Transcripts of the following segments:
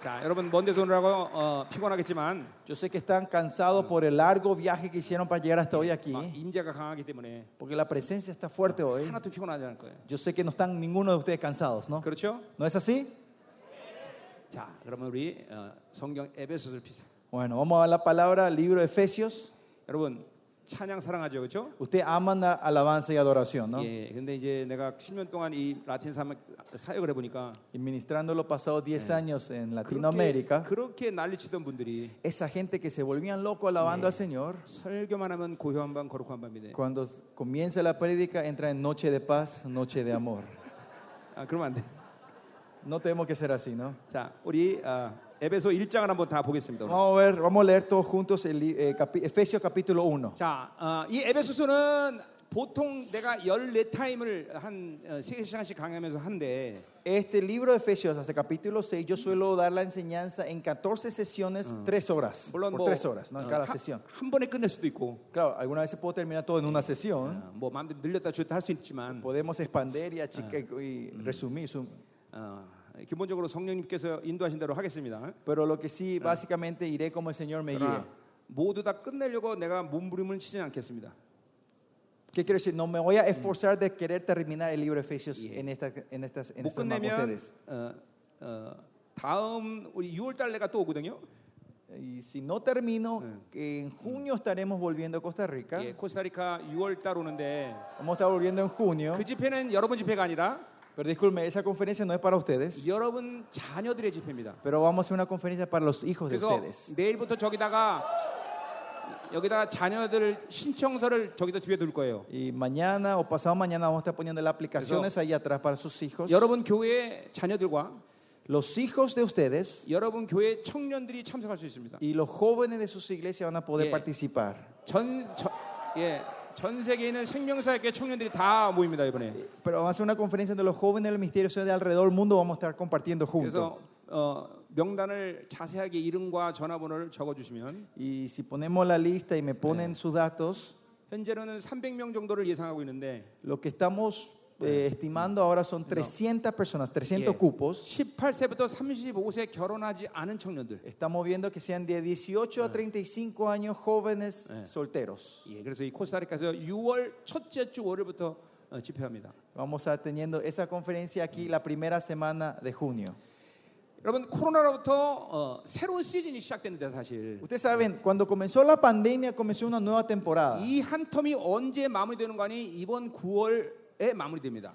자, 여러분 먼 데서 오느라고 어, 피곤하겠지만 Yo sé que están cansados por el largo viaje que hicieron para llegar hasta hoy 막 aquí, 임재가 강하기 때문에 porque la presencia está fuerte hoy. 하나도 피곤하지 않을 거예요. Yo sé que no están ninguno de ustedes cansados, ¿no? 그렇죠? ¿No es así? 자, 그러면 우리 어, 성경 에베소서를 피자. Bueno, vamos a ver la palabra, al libro de Efesios. 여러분 찬양 사랑하죠, 그렇죠? Ustedes aman la alabanza y adoración, ¿no? 예. 근데 이제 내가 10년 동안 이 라틴 사역, 사역을 해보니ca Y ministrando los pasados 10 años en 그렇게, Latinoamérica, 그렇게 난리치던 분들이 esa gente que se volvían locos alabando al Señor, 설교만 하면 고요한 밤 거룩한 밤이네. cuando comienza la prédica entra en noche de paz, noche de amor. 아, 그러면 안 돼. No tenemos que ser así, ¿no? 자, 우리 어, 에베소 1장을 한번 다 보겠습니다. 오늘. Vamos a ver, vamos a leer todos juntos el li- eh, capi- Efesios capítulo 1. 자, 어, 이 에베소서는 보통 내가 14타임을 한 어, 3시간씩 강의하면서 한데 Este libro de Efesios, hasta capítulo 6, yo suelo dar la enseñanza en 14 sesiones, 3 horas. 물론 Por 3 horas, ¿no? En 어, cada 하- sesión. 한 번에 끝낼 수도 있고 Claro, alguna vez se puede terminar todo en una sesión. 어, 뭐 마음대로 늘렸다 줄였다 할 수 있지만 Podemos expandir y, achicar y resumir. sum- 어, 기본적으로 성령님께서 인도하신 대로 하겠습니다. Pero lo que sí, básicamente iré como el Señor me guíe. 그러나 모두 다 끝내려고 내가 몸부림을 치지 않겠습니다. ¿Qué quiero decir? No me voy a esforzar de querer terminar el libro de Efesios Yeah. en, esta, en estas en 못 estas manos de 끝내면 ustedes. 어, 어, 다음 우리 6월 달 내가 또 오거든요. Y si no termino, que en junio estaremos volviendo a Costa Rica. 예, 코스타리카 6월 달 오는데 Vamos a estar volviendo en junio. 그 집회는 여러분 집회가 아니라 Pero disculpe, esa conferencia no es para ustedes. 여러분 자녀들의 집회입니다. Pero vamos a hacer una conferencia para los hijos de 그래서 ustedes. 내일부터 저기다가 여기다가 자녀들 신청서를 저기다 뒤에 둘 거예요. Y mañana o pasado mañana vamos a estar poniendo las aplicaciones ahí atrás para sus hijos. 여러분 교회 자녀들과 Los hijos de ustedes 여러분 교회 청년들이 참석할 수 있습니다. y los jóvenes de sus iglesias van a poder Yeah. participar. 전, 저, 예, 전 세계에 있는 생명사역계 청년들이 다 모입니다 이번에. Pero vamos a hacer una conferencia de los jóvenes del ministerio de alrededor del mundo. Vamos a estar compartiendo juntos. 그래서 어, 명단을 자세하게 이름과 전화번호를 적어주시면 Y si ponemos la lista y me ponen sus datos, 현재로는 300명 정도를 예상하고 있는데 lo que estamos eh, estimando ahora son 300 personas, 300 cupos. 18세부터 35세 결혼하지 않은 청년들. Estamos viendo que sean de 18 a 35 años jóvenes solteros. 예, 그래서 이 코스타리카에서 6월 첫째 주 월요일부터 어, 집회합니다. Vamos a estar teniendo esa conferencia aquí la primera semana de junio. 여러분 코로나로부터 어, 새로운 시즌이 시작됐는데 사실 Ustedes saben, cuando comenzó la pandemia comenzó una nueva temporada. 이 한 텀이 언제 마무리되는 거 아니 이번 9월에 마무리됩니다.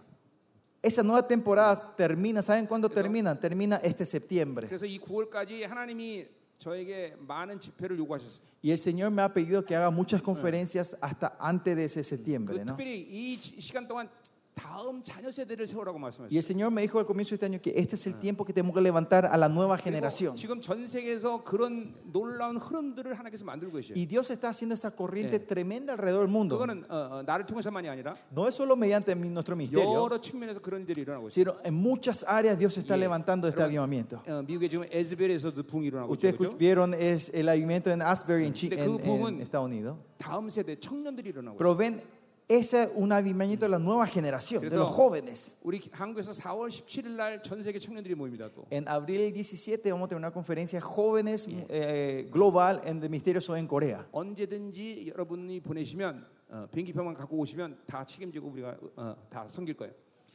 Esa nueva temporada termina, ¿saben cuándo termina? Termina este septiembre. 그래서 이 9월까지 하나님이 저에게 많은 집회를 요구하셨어요. Y el Señor me ha pedido que haga muchas conferencias hasta antes de ese 그 septiembre, ¿no? 특별히 이 지- 시간 동안 다음 자녀 세대를 세우라고 Y 말씀하셨어요. el Señor me dijo al comienzo de este año que este es el tiempo que tenemos que levantar a la nueva 그리고 generación. 지금 전 세계에서 그런 놀라운 흐름들을 하나님께서 만들고 계셔요. Y Dios está haciendo esta corriente tremenda alrededor del mundo. 그거는 어, 어, 나를 통해서만이 아니라 No es solo mediante mi- nuestro ministerio, 여러 측면에서 그런 일이 일어나고 있어요. sino en muchas áreas Dios está Yeah. levantando este Pero- avivamiento. 어, 미국에 지금 에즈벨에서도 붕이 일어나고 있죠. Ustedes escuch- 그죠? vieron es el avivamiento en Asbury, en, Chi- 근데 en- 그 부분은- en Estados Unidos. 다음 세대 청년들이 일어나고 있어요. Pero ven, ese es un avivamiento de la nueva generación, de Eso- los jóvenes. 우리 한국에서 4월 17일 날 전 세계 청년들이 모입니다. 또 En abril 17 vamos a tener una conferencia jóvenes eh, global en el Ministerio Soy en Corea. 언제든지 여러분이 보내시면 어, 비행기표만 갖고 오시면 다 책임지고 우리가 어, 다 섬길 거예요.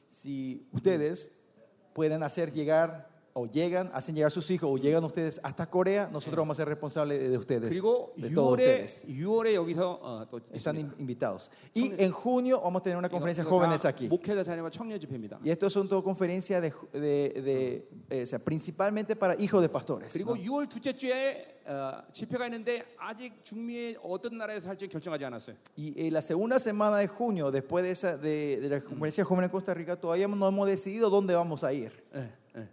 Si ustedes pueden hacer llegar o llegan, hacen llegar sus hijos o llegan ustedes hasta Corea, nosotros vamos a ser responsables de- de ustedes, 그리고 de todos 6월에 ustedes. 6월에 여기서 어, 또 Están 있습니다. in- invitados. Y en junio vamos a tener una 이거- conferencia 이거 다 jóvenes aquí. 목회자 자녀와 청년 집회입니다. Y esto son todo conferencias de, ju- de- de, eh, o sea, principalmente para hijos de pastores. 그리고 ¿no? 6월 둘째 주에 어, 집회가 있는데 아직 중미의 어떤 나라에서 할지 결정하지 않았어요. Y eh, la segunda semana de junio, después de, esa, de, de la conferencia joven en Costa Rica, todavía no hemos decidido dónde vamos a ir. 예, 예.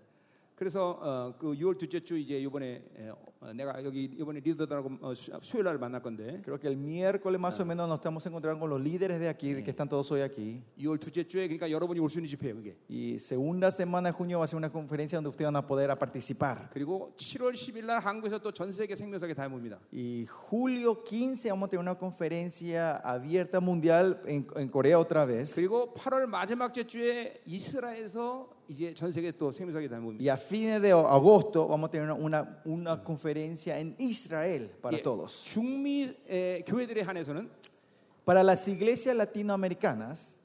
그래서 어, 그 6월 둘째 주 이제 이번에 예, 어, 내가 여기 이번에 리더들하고 어, 수- 수요일 날 만날 건데 Creo que el miércoles más o menos nos estamos encontrando con los líderes de aquí, que están todos hoy aquí. 6월 둘째 주에 그러니까 여러분이 올 수 있는 집회예요, 그게. Y segunda semana de junio va a ser una conferencia donde ustedes van a poder a participar. 그리고 7월 10일 날 한국에서 또 전 세계 생명사계 다 모입니다. Y julio 15 vamos a tener una conferencia abierta mundial en, en Corea otra vez. 그리고 8월 마지막 주에 이스라엘에서 이제 전 세계 또 생명사기 다 모입니다. Y a fines de agosto vamos a tener una, una conferencia en Israel para 예, todos. 중미 에, 교회들에 한해서는 Para las iglesias latinoamericanas,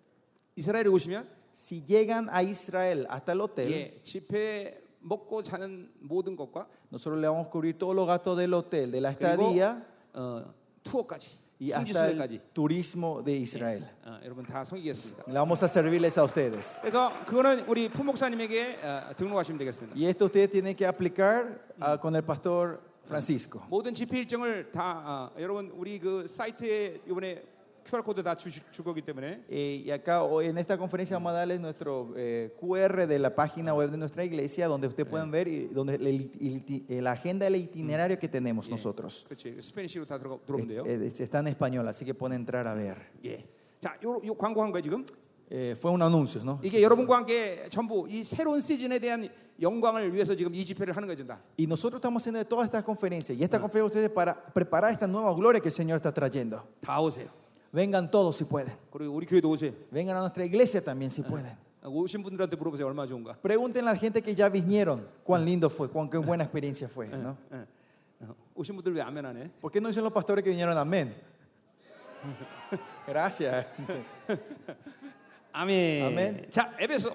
이스라엘에 오시면 si llegan a Israel hasta el hotel, 예, 집회 먹고 자는 모든 것과 nosotros le vamos a cubrir todos los gastos del hotel, de la 그리고 estadía 어, 투어까지 y hasta 순기순례까지 el turismo de Israel. 어, 여러분 다 섬기겠습니다. Le vamos a servirles a ustedes. 그래서 그거는 우리 품 목사님에게 어, 등록하시면 되겠습니다. Y esto ustedes tienen que aplicar ah, con el pastor Francisco. 모든 집회 일정을 다 어, 여러분 우리 그 사이트에 이번에 QR 코드 다 주실 줄 거기 때문에 Eh, y acá hoy en esta conferencia vamos a darles nuestro eh, QR de la página web de nuestra iglesia, donde ustedes pueden ver y donde el, el- el- la agenda del itinerario que tenemos nosotros. 그렇지 스페니쉬로 다 들어가 Eh, 들어오면 돼요. eh, está en español, así que pueden entrar a ver. 예. 자, 요, 요 광고한 거예요 지금. Eh, fue un anuncio, ¿no? 이게 여러분과 함께 전부 이 새로운 시즌에 대한 영광을 위해서 지금 이 집회를 하는 거다. Y nosotros estamos haciendo todas estas conferencias y esta conferencia ustedes para preparar esta nueva gloria que el Señor está trayendo. 다 오세요. Vengan todos si pueden. 그리고 우리 교회도 오세요. 어, Vengan a nuestra iglesia también si pueden. 오신 분들한테 물어보세요. 얼마나 좋은가. Pregúntenle a la gente que ya vinieron cuán lindo fue, cuán qué buena experiencia fue, ¿no? 예. 어, 오신 분들 왜 안면 안 해? ¿Por qué no dicen los pastores que vinieron amén? Gracias. 아멘. 아멘. 자, 에베소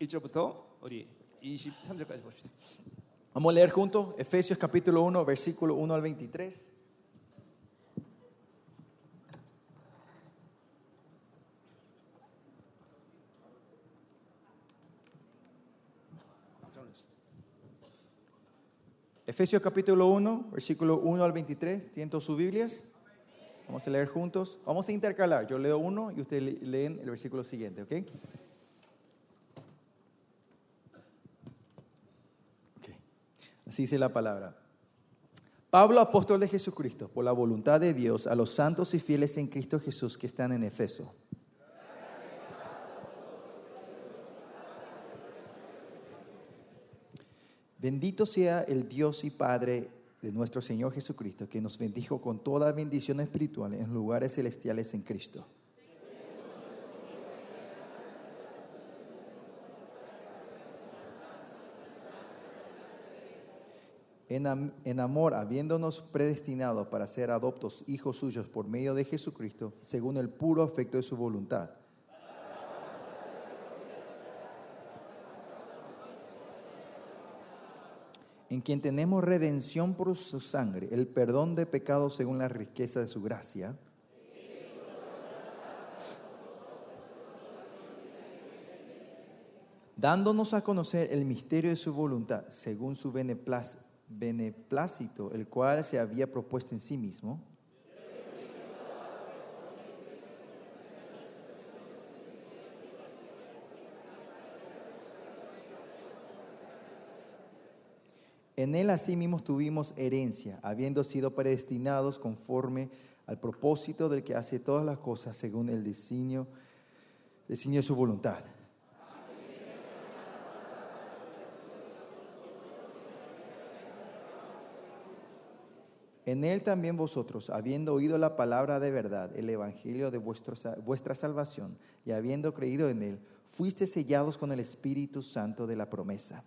1절부터 우리 23절까지 봅시다. Vamos a leer juntos Efesios capítulo 1, versículo 1 al 23. Efesios capítulo 1, versículo 1 al 23. ¿Tienen todas sus Biblias? Vamos a leer juntos. Vamos a intercalar. Yo leo uno y ustedes le- leen el versículo siguiente, ¿ok? Ok. Así dice la palabra. Pablo, apóstol de Jesucristo, por la voluntad de Dios, a los santos y fieles en Cristo Jesús que están en Efeso. Bendito sea el Dios y Padre de nuestro Señor Jesucristo, que nos bendijo con toda bendición espiritual en lugares celestiales en Cristo. En, am- en amor, habiéndonos predestinado para ser adoptos hijos suyos por medio de Jesucristo, según el puro afecto de su voluntad. en quien tenemos redención por su sangre, el perdón de pecados según la riqueza de su gracia. Dándonos a conocer el misterio de su voluntad, según su beneplác- beneplácito, el cual se había propuesto en sí mismo. En él asimismo tuvimos herencia, habiendo sido predestinados conforme al propósito del que hace todas las cosas según el diseño, diseño de su voluntad. En él también vosotros, habiendo oído la palabra de verdad, el evangelio de vuestro sa- vuestra salvación, y habiendo creído en él, fuiste sellados con el Espíritu Santo de la promesa.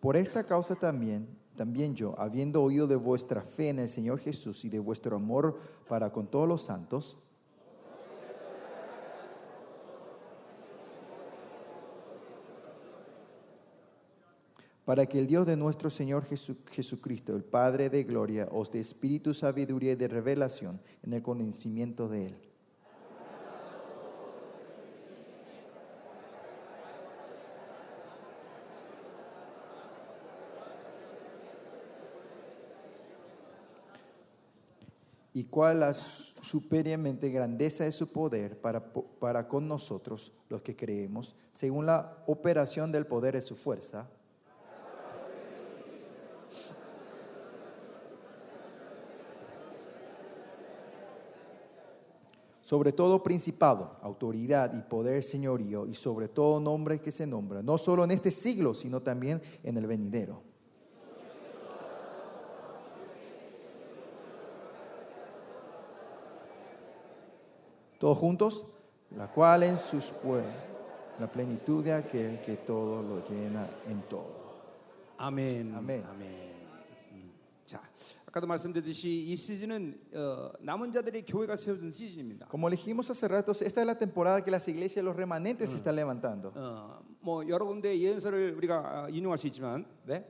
Por esta causa también, también yo, habiendo oído de vuestra fe en el Señor Jesús y de vuestro amor para con todos los santos, para que el Dios de nuestro Señor Jesu- Jesucristo, el Padre de gloria, os dé espíritu, sabiduría y de revelación en el conocimiento de Él. y cuál la superiormente grandeza de su poder para, po- para con nosotros los que creemos, según la operación del poder de su fuerza, sobre todo principado, autoridad y poder señorío, y sobre todo nombre que se nombra, no solo en este siglo, sino también en el venidero. Todos juntos, la cual en sus cuerpos, la plenitud de aquel que todo lo llena en todo. 아멘. 아멘. 음. 자, 아까도 말씀드렸듯이 이 시즌은 어, 남은 자들의 교회가 세워진 시즌입니다. Como dijimos hace rato, esta es la temporada que las iglesias, los remanentes se están levantando. 어, 뭐 여러 군데 예언서를 우리가 아, 인용할 수 있지만, 네?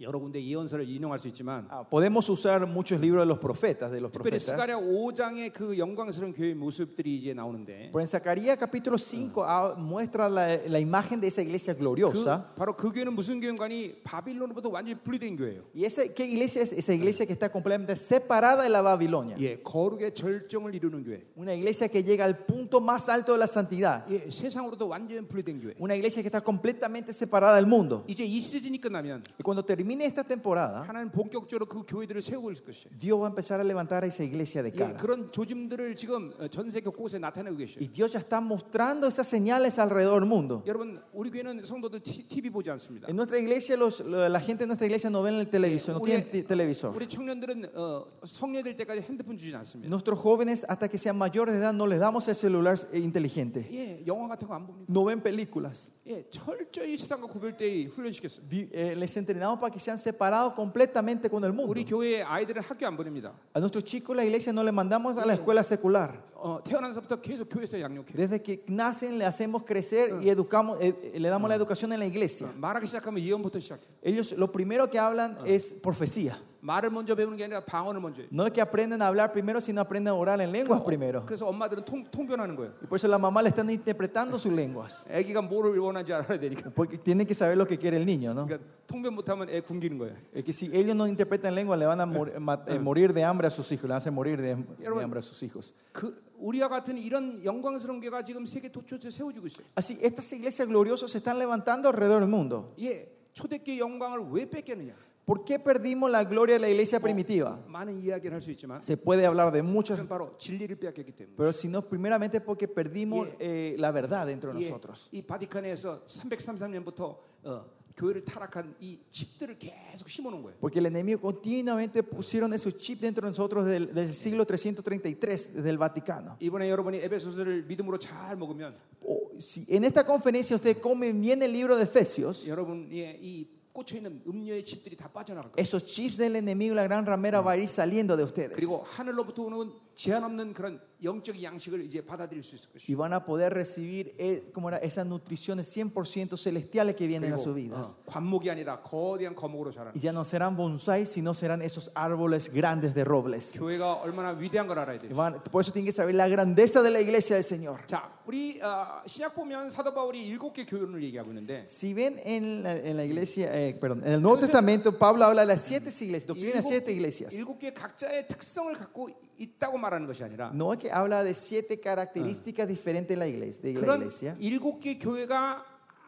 여러 군데 예언서를 인용할 수 있지만, Ah, podemos usar muchos libros de los profetas, de los 특별히 profetas. 스가랴 5장의 그 영광스러운 교회의 모습들이 이제 나오는데, Pero Pues en Zacarías capítulo 5 ah, muestra la, la imagen de esa iglesia 그, gloriosa. 바로 그 교회는 무슨 교회인가니 바빌론으로부터 완전히 분리된 교회예요. ¿Y esa, qué iglesia es? Esa iglesia que está completamente separada de la Babilonia. 예, 거룩의 절정을 이루는 교회. Una iglesia que llega al punto más alto de la santidad. 예, 세상으로도 완전히 분리된 교회. Una iglesia que está completamente separada del mundo. 이제 이 시즌이 끝나면 Y cuando termine esta temporada, 하나님 본격적으로 그 교회들을 세우고 있을 것이에요. Dios va a empezar a levantar a esa iglesia de 예, cara. 그런 조짐들을 지금 어, 전 세계 곳곳에 나타내고 계셔요. Y Dios ya está mostrando esas señales alrededor del mundo. 여러분 우리 교회는 성도들 티- TV 보지 않습니다. En nuestra iglesia, los- lo- la gente de nuestra iglesia no ven el televisor, no tienen te- televisor. 우리 청년들은 어, 성례될 때까지 핸드폰 주진 않습니다. Nuestros jóvenes, hasta que sean mayores de edad, no les damos el celular eh, inteligente. 예, 영화 같은 거 안 봅니다. No ven películas. 예, 철저히 세상과 구별되이 훈련시켰습니다. Vi- eh, les entrenamos para que sean separados completamente con el mundo. 우리 교회에 a이들은 학교 안 보냅니다. A nuestros chicos la iglesia no le mandamos a la escuela secular. 어, 태어나서부터 계속 교회에서 양육해요. Desde que nacen le hacemos crecer y educamos, eh, le damos la educación en la 어, iglesia. 말하기 시작하면 예언부터 시작해요. Ellos lo primero que hablan es profecía. 말을 먼저 배우는 게 아니라 방언을 먼저 해요. No es que aprendan a hablar primero, sino aprenden a orar en lenguas primero. 그래서 엄마들은 통, 통변하는 거예요. Y por eso la mamá le están interpretando sus lenguas. 아기가 뭐를 원하는지 알아야 되니까. Porque tienen que saber lo que quiere el niño, ¿no? 그러니까 통변 못하면 애 굶기는 거예요. Es que si ellos no interpretan lengua, le van a mor- ma- eh, morir de hambre a sus hijos, le hacen morir de, de hambre a sus hijos. 그 우리와 같은 이런 영광스러운 교회가 지금 세계 도처에 세워지고 있어요. Así, estas iglesias gloriosas se están levantando alrededor del mundo. 예, 초대교회 영광을 왜 뺏겼느냐? ¿Por qué perdimos la gloria de la iglesia primitiva? 많은 이야기를 할 수 있지만 Se puede hablar de muchos, 그것은 바로 진리를 뺏겼기 때문에. pero si no, primeramente porque perdimos Yeah. eh, la verdad dentro de 예, nosotros. 이 바티칸에서 333년부터 어, 교회를 타락한 이 칩들을 계속 심어놓은 거예요. Porque el enemigo continuamente pusieron esos chips dentro de nosotros desde el siglo 333, desde el Vaticano. 이번에 여러분이 에베소서를 믿음으로 잘 먹으면 O- si en esta conferencia usted come bien el libro de Efesios, 여러분의 이 꽂혀 있는 음료의 칩들이 다 빠져나갈 거예요. esos chips del enemigo, la gran ramera, va a ir saliendo de ustedes. 그리고 하늘로부터 오는 제한 없는 그런 영적인 양식을 이제 받아들일 수 있을 것이고 Y van a poder recibir eh, ¿cómo era? esas nutriciones 100% celestiales que vienen a sus 그리고 어, vidas. 관목이 아니라 거대한 거목으로 자라는 Y ya no serán bonsai, sino serán esos árboles grandes de robles. 교회가 얼마나 위대한 걸 알아야 Y 돼요. van- por eso tienen que saber la grandeza de la iglesia del Señor. 자, 우리 아, 신약 보면 사도 바울이 일곱 개 교훈을 얘기하고 있는데 Si ven en la, en la iglesia, eh, perdón, en el Nuevo Testamento, Pablo habla de las siete iglesias, doctrina de siete iglesias. 일곱 개 각자의 특성을 갖고 있다고 말하는 것이 아니라 No es que habla de siete características diferentes de la iglesia. De la 그런 iglesia. 일곱 개 교회가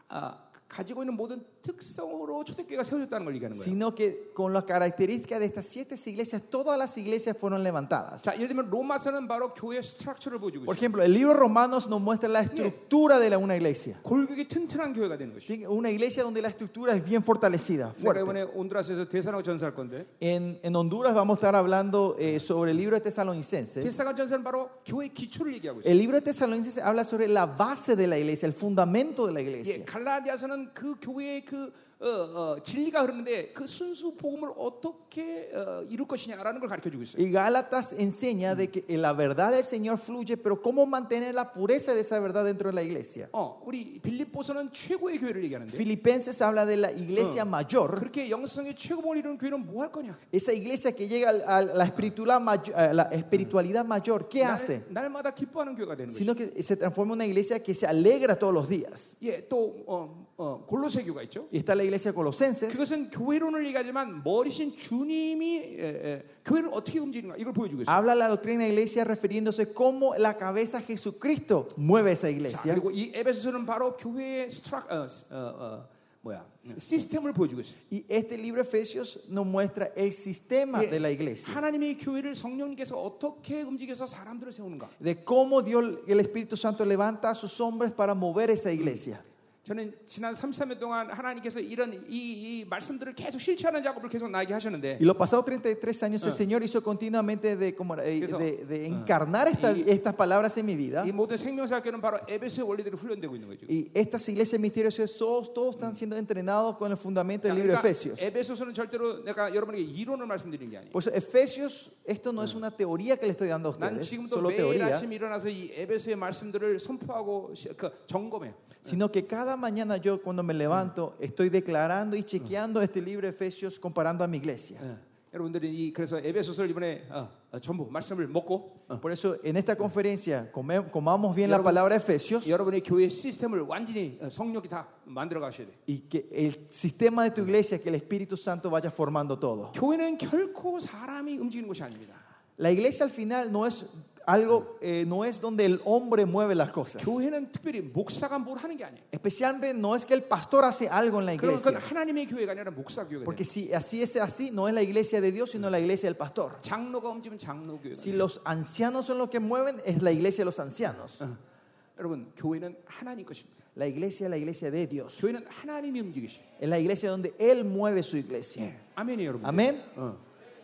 아, 가지고 있는 모든 특성으로 초대교회가 세워졌다는 걸 얘기하는 거예요. Sino que con las características de estas siete iglesias, todas las iglesias fueron levantadas. 자, 예를 들면 로마서는 바로 교회의 스트럭처를 보여주고 있어요. Por ejemplo, el libro de Romanos nos muestra la estructura de la- una iglesia. 골격이 튼튼한 교회가 되는 것이죠. Tiene Una iglesia donde la estructura es bien fortalecida, 내가 fuerte. 이번에 온두라스에서 대사라고 전사할 건데 En, en Honduras vamos a estar hablando eh, sobre el libro de Tesalonicenses. 대사가 전사는 바로 교회 의 기초를 얘기하고 있어요. El libro de Tesalonicenses habla sobre la base de la iglesia, el fundamento de la 예, iglesia. 갈라디아서는 그 교회의 그 어, 어, 진리가 흐르는데 그 순수 복음을 어떻게 어, 이룰 것이냐라는 걸 가르쳐 주고 있어요. Y Gálatas enseña de que eh, la verdad del Señor fluye, pero cómo mantener la pureza de esa verdad dentro de la iglesia. 어, 우리 빌립보서는 최고의 교회를 얘기하는데 Filipenses habla de la iglesia mayor, 그렇게 영성의 최고봉을 이루는 교회는 뭐 할 거냐? esa iglesia que llega al- a la espiritualidad, mayo- a la espiritualidad mayor, 예, ¿qué hace? 날, 날마다 기뻐하는 교회가 되는 거죠. Sino que se transforma en una iglesia que se alegra todos los días. 예, 또 어, 어, 골로새 교가 있죠. Y está la iglesia de Colosenses, 그것은 교회론을 얘기하지만 머리신 주님이 에, 에, 교회를 어떻게 움직이는가 이걸 보여주고 있어요. habla la doctrina de la iglesia refiriéndose cómo la cabeza Jesucristo mueve esa 자, iglesia. 그리고 이 에베소서는 바로 교회의 스트라 어, 어, 어, 뭐야 시스템을 보여주고 있어요. Y este libro de Efesios nos muestra el sistema 예, de la iglesia. 하나님의 교회를 성령님께서 어떻게 움직여서 사람들을 세우는가. Mm. de cómo Dios, el Espíritu Santo levanta a sus hombres para mover esa iglesia. 저는 지난 33년 동안 하나님께서 이런 이, 이 말씀들을 계속 실천하는 작업을 계속 나에게 하셨는데 Y los pasados 33 años el Señor hizo continuamente de, como, eh, Eso. de, de encarnar esta- Y- estas palabras en mi vida. 이 모든 생명사학교는 바로 에베소의 원리대로 훈련되고 있는 거죠. Y estas iglesias misteriosas, todos, todos están siendo entrenados con el fundamento del libro de Efesios. 그러니까 eh, 에베소서는 절대로 내가 여러분에게 이론을 말씀드리는 게 아니에요. Por eso, Efesios, esto no es una teoría que le estoy dando a 난 ustedes, 지금도 solo 매일 teoría, 아침 일어나서 이 에베소의 말씀들을 선포하고 시- 그, 점검해요. sino que cada mañana yo cuando me levanto estoy declarando y chequeando este libro de Efesios comparando a mi iglesia. 예. 여러분들이 이 그래서 에베소서를 이번에 어, 어, 전부 말씀을 먹고 어, Por eso, en esta conferencia, come- comamos bien la palabra de Efesios 여러분의 교회 시스템을 완전히 어, 성령이 다 만들어 가셔야 돼요. y que el sistema de tu iglesia, que el Espíritu Santo vaya formando todo. 교회는 결코 사람이 움직이는 곳이 아닙니다. La iglesia al final no es algo, eh, no es donde el hombre mueve las cosas. 교회는 특별히 목사가 뭘 하는 게 아니에요. Especialmente no es que el pastor hace algo en la 그러면 그건 iglesia. 하나님의 교회가 아니라 목사 교회가 Porque 돼요. si así es así, no es la iglesia de Dios, sino la iglesia del pastor. 장로가 움직이면 장로 교회가 Si 돼요. los ancianos son los que mueven, es la iglesia de los ancianos. 여러분 교회는 하나님 것입니다. La iglesia es la iglesia de Dios. 교회는 하나님이 움직이시. Es la iglesia donde Él mueve su iglesia. 아멘이에요, 여러분. 아멘. 어,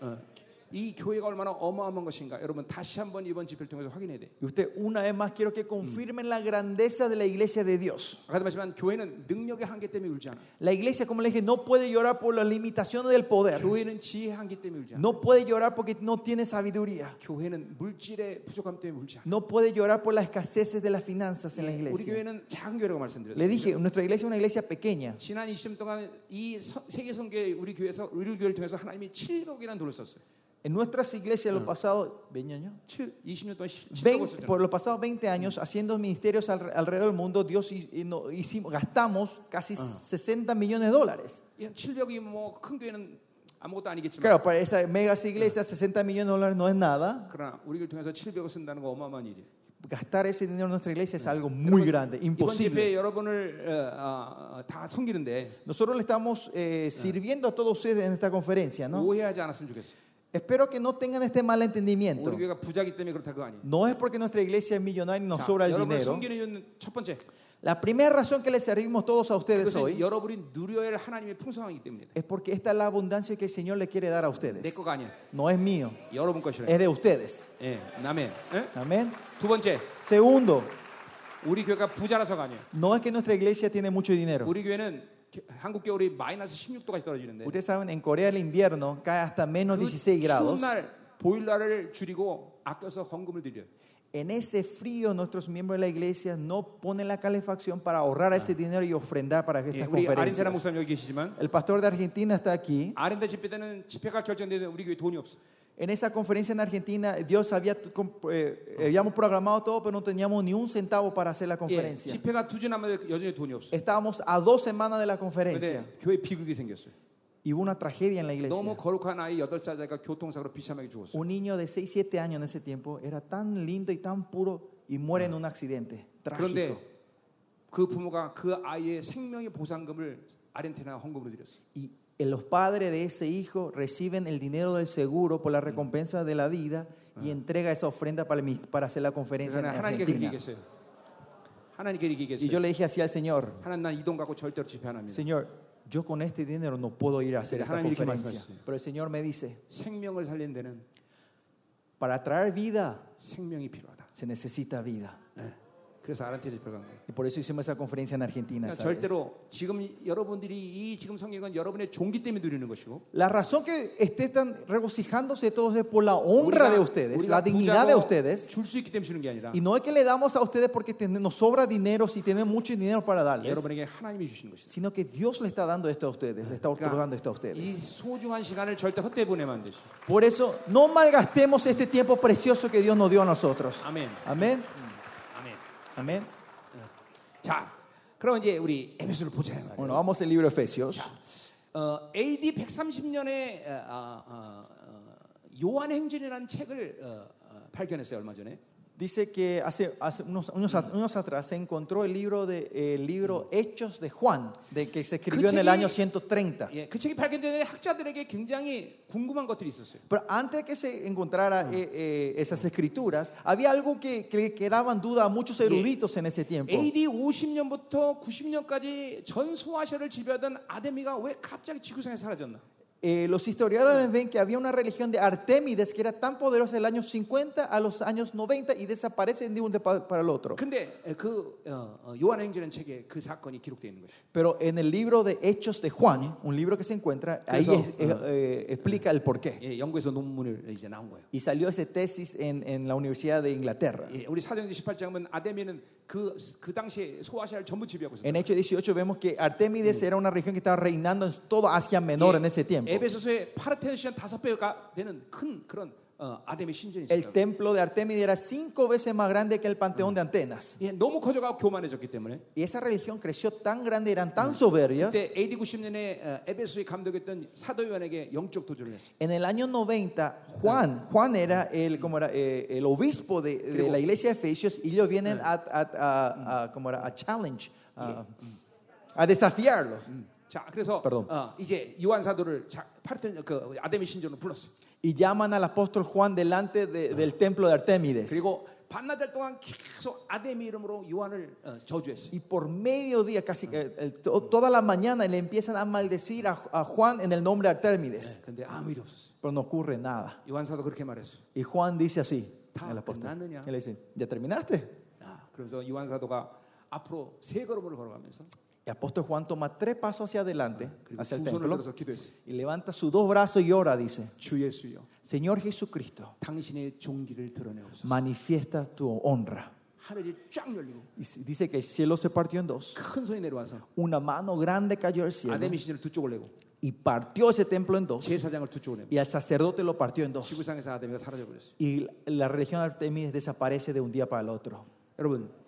어. 이 교회가 얼마나 어마어마한 것인가 여러분 다시 한번 이번 집회를 통해서 확인해야 돼. Y usted una vez más quiero que confirmen la grandeza de la iglesia de Dios. 아까도 말했지만 교회는 능력의 한계 때문에 울지 않아. La iglesia, como le dije, no puede llorar por las limitaciones del poder. 교회는 지혜의 한계 때문에 울지 않아. No puede llorar porque no tiene sabiduría. 교회는 물질의 부족함 때문에 울지 않아. No puede llorar por las escaseces de las finanzas en la 우리 iglesia. 교회는 작은 교회라고 말씀드렸어요. Le dije, nuestra iglesia es una iglesia pequeña. 지난 20년 동안 이 서- 세계 선교회 우리 교회에서 우리 교회를 통해서 하나님이 7억이라는 돈을 썼어요. En nuestras iglesias, los pasados 20, 20년 동안 7억을 썼잖아요. por los pasados 20 años, haciendo ministerios al- alrededor del mundo, Dios hi- y no- hicimos, gastamos casi 60 millones de dólares. 7억이 뭐 큰 교회는 아무것도 아니겠지만 Claro, para esa mega iglesia, 60 millones de dólares no es nada. 그러나 우리 교회를 통해서 700을 쓴다는 거 어마어마한 일이에요. Gastar ese dinero en nuestra iglesia es algo muy grande, 이번 imposible. 집회에 여러분을 어, 아, 아, 다 섬기는데 Nosotros le estamos eh, sirviendo a todos ustedes en esta conferencia, ¿no? 오해하지 않았으면 좋겠어요. Espero que no tengan este 우리 malentendimiento. 교회가 부자기 때문에 그렇다 그거 아니에요. No es porque nuestra iglesia es millonaria y nos sobra el 여러분을 dinero. 섬기는 이유는 첫 번째 La primera razón que le servimos todos a ustedes 그것은 hoy 여러분이 누려야 할 하나님의 풍성함이기 때문입니다. es porque esta es la abundancia que el Señor le quiere dar a 내 ustedes. 거가 아니야. No es mío, 여러분 것이래. es de ustedes. 예, 남의. 예? Amén. 두 번째, Segundo, 우리 교회가 부자라서가 아니에요. no es que nuestra iglesia tiene mucho dinero. 우리 교회는 겨- 한국 겨울이 마이너스 16도까지 떨어지는데 Ustedes saben, en Corea el invierno cae hasta menos 그 16 추운 grados. 날 보일러를 줄이고 아껴서 헌금을 드려요. En ese frío nuestros miembros de la iglesia no ponen la calefacción para ahorrar ese dinero y ofrendar para 예, estas 우리 아린테라 conferencias. 목사님 여기 계시지만 El pastor de Argentina está aquí. 아렌다 집회 때는 집회가 결정되는 우리 교회 돈이 없어. En esa conferencia en Argentina, Dios había, eh, habíamos programado todo, pero no teníamos ni un centavo para hacer la 예, conferencia. 집회가 두 주 남았는데 여전히 돈이 없어. Estábamos a dos semanas de la conferencia 그런데 교회 비극이 생겼어요. y hubo una tragedia en la iglesia. 너무 거룩한 아이 8살 자가 교통사고로 비참하게 죽었어. 요 Un niño de 6, 7 años en ese tiempo era tan lindo y tan puro y muere en un accidente trágico. 그런데 그 부모가 그 아이의 생명의 보상금을 아렌티나 헌금으로 드렸어. 요 Y eh, los padres de ese hijo reciben el dinero del seguro por la recompensa de la vida y entrega esa ofrenda para, el mis- para hacer la conferencia en 그러나 하나님께 그렇게 Argentina. 얘기했어요. 하나님께 이렇게 Y yo 얘기했어요. le dije así al Señor, 하나님 난 이 돈 갖고 절대로 집회 안 합니다. Señor, yo con este dinero no puedo ir a hacer Pero esta 하나님 이렇게 conferencia. 말씀하시네요. Pero el Señor me dice, 생명을 살리는 데는 para traer vida 생명이 필요하다. se necesita vida. 예. 그래서 아렌티나 집회 간 거예요. Y por eso hicimos esa conferencia en Argentina. 그러니까 ¿sabes? 절대로 지금 이- 여러분들이 이 지금 성경은 여러분의 종기 때문에 누리는 것이고 La razón que estén tan regocijándose todos es por la honra de ustedes, la dignidad de ustedes. 줄수 있기 때문에 주는 게 아니라 Y no es que le damos a ustedes porque ten- nos sobra dinero, si tienen mucho dinero para darles, 여러분에게 하나님이 주신 것이다. sino que Dios le está dando esto a ustedes, le está otorgando esto a 이 ustedes. 소중한 시간을 절대 헛되이 보내면 안 되죠. Por eso, no malgastemos este tiempo precioso que Dios nos dio a nosotros. 아멘. Amén. 아멘. Amén. 자, 그럼 이제 우리 에베소를 보자 이 말이에요. Bueno, vamos al libro de Efesios. 어, AD 130년에 어, 어, 어, 요한행전이라는 책을 어, 어, 발견했어요 얼마 전에. Dice que hace, hace unos, unos at- unos atrás se encontró el libro, de, eh, el libro Hechos de Juan, de que se escribió en el 책이- año 130. 예, 그 책이 발견되는 학자들에게 굉장히 궁금한 것들이 있었어요. Pero antes que se encontrara eh, eh, esas escrituras, había algo que, que, que daban duda a muchos eruditos en ese tiempo. AD 50년부터 90년까지 전 소아시아를 지배하던 아데미가 왜 갑자기 지구상에 사라졌나? Eh, los historiadores ven que había una religión de Artemides que era tan poderosa del año 50 a los años 90 y desaparecen de un de pa- para el otro. 근데 그 어, 어, 요한행전 책에 그 사건이 기록되어 있는 거예요. Pero en el libro de Hechos de Juan, un libro que se encuentra, ahí Eso, es- eh, eh, explica el porqué. 예, 영국에서 논문을 이제 나온 거예요. Y salió ese tesis en, en la Universidad de Inglaterra. 예, 우리 사도행전 18장에 보면 아데미는 그 그 당시에 소아시아를 전부 지배하고 있었어요. En Hechos 18 vemos que Artemides era una región que estaba reinando en toda Asia Menor en ese 예, tiempo. 에베소서의 파르테노시안 다섯 배가 되는 큰 그런 어, 아데미 신전이 El 있어요. templo de Artemides era cinco veces más grande que el panteón de Antenas. 예, 너무 커져가고 교만해졌기 때문에 Y esa religión creció tan grande, eran tan soberbias. 그때 AD 90년에 에베소의 감독했던 사도 요한에게 영적 도전을 했어요. En el año 90, Juan, Juan era el, ¿cómo era? Eh, el obispo de, de la iglesia de Efesios y ellos vienen a, a- a- a- ¿cómo era? a challenge, a, a desafiarlos. 자, 그래서 Perdón. 어, 이제 요한 사도를 자, 파르테노 그 아데미 신전으로 불렀어요. Y llaman al apóstol Juan delante de- del templo de Artemides. 그리고 반나절 동안 계속 아데미 이름으로 요한을 어, 저주했어요. Y por mediodía, casi eh, el- to- toda la mañana, le empiezan a maldecir a, a Juan en el nombre de Artemides. 예, 근데 아무 일 없었어요. Pero no ocurre nada. 요한 사도 그렇게 말했어요. Y Juan dice así Ta- al apóstol. 끝났느냐? Y le dice, ¿ya terminaste? 아, 그래서 요한 사도가 앞으로 세 걸음을 걸어가면서 El apóstol Juan toma tres pasos hacia adelante, 그리고 hacia el 두 손을 templo. 들어서 기도했어요. Y levanta sus dos brazos y ora, dice, 주 예수여, Señor Jesucristo, 당신의 종기를 드러내옵소서. manifiesta tu honra. 하늘이 쫙 열리고 Y s- dice que el cielo se partió en dos. 큰 손이 내려와서 Una mano grande cayó al cielo 아데미 신전을 두 쪽을 내고 y partió ese templo en dos. 제사장을 두 쪽을 내고 Y al sacerdote lo partió en dos. 지구상에서 아데미가 사라져 버렸어요. Y la- la religión de Artemis desaparece de un día para el otro. 여러분,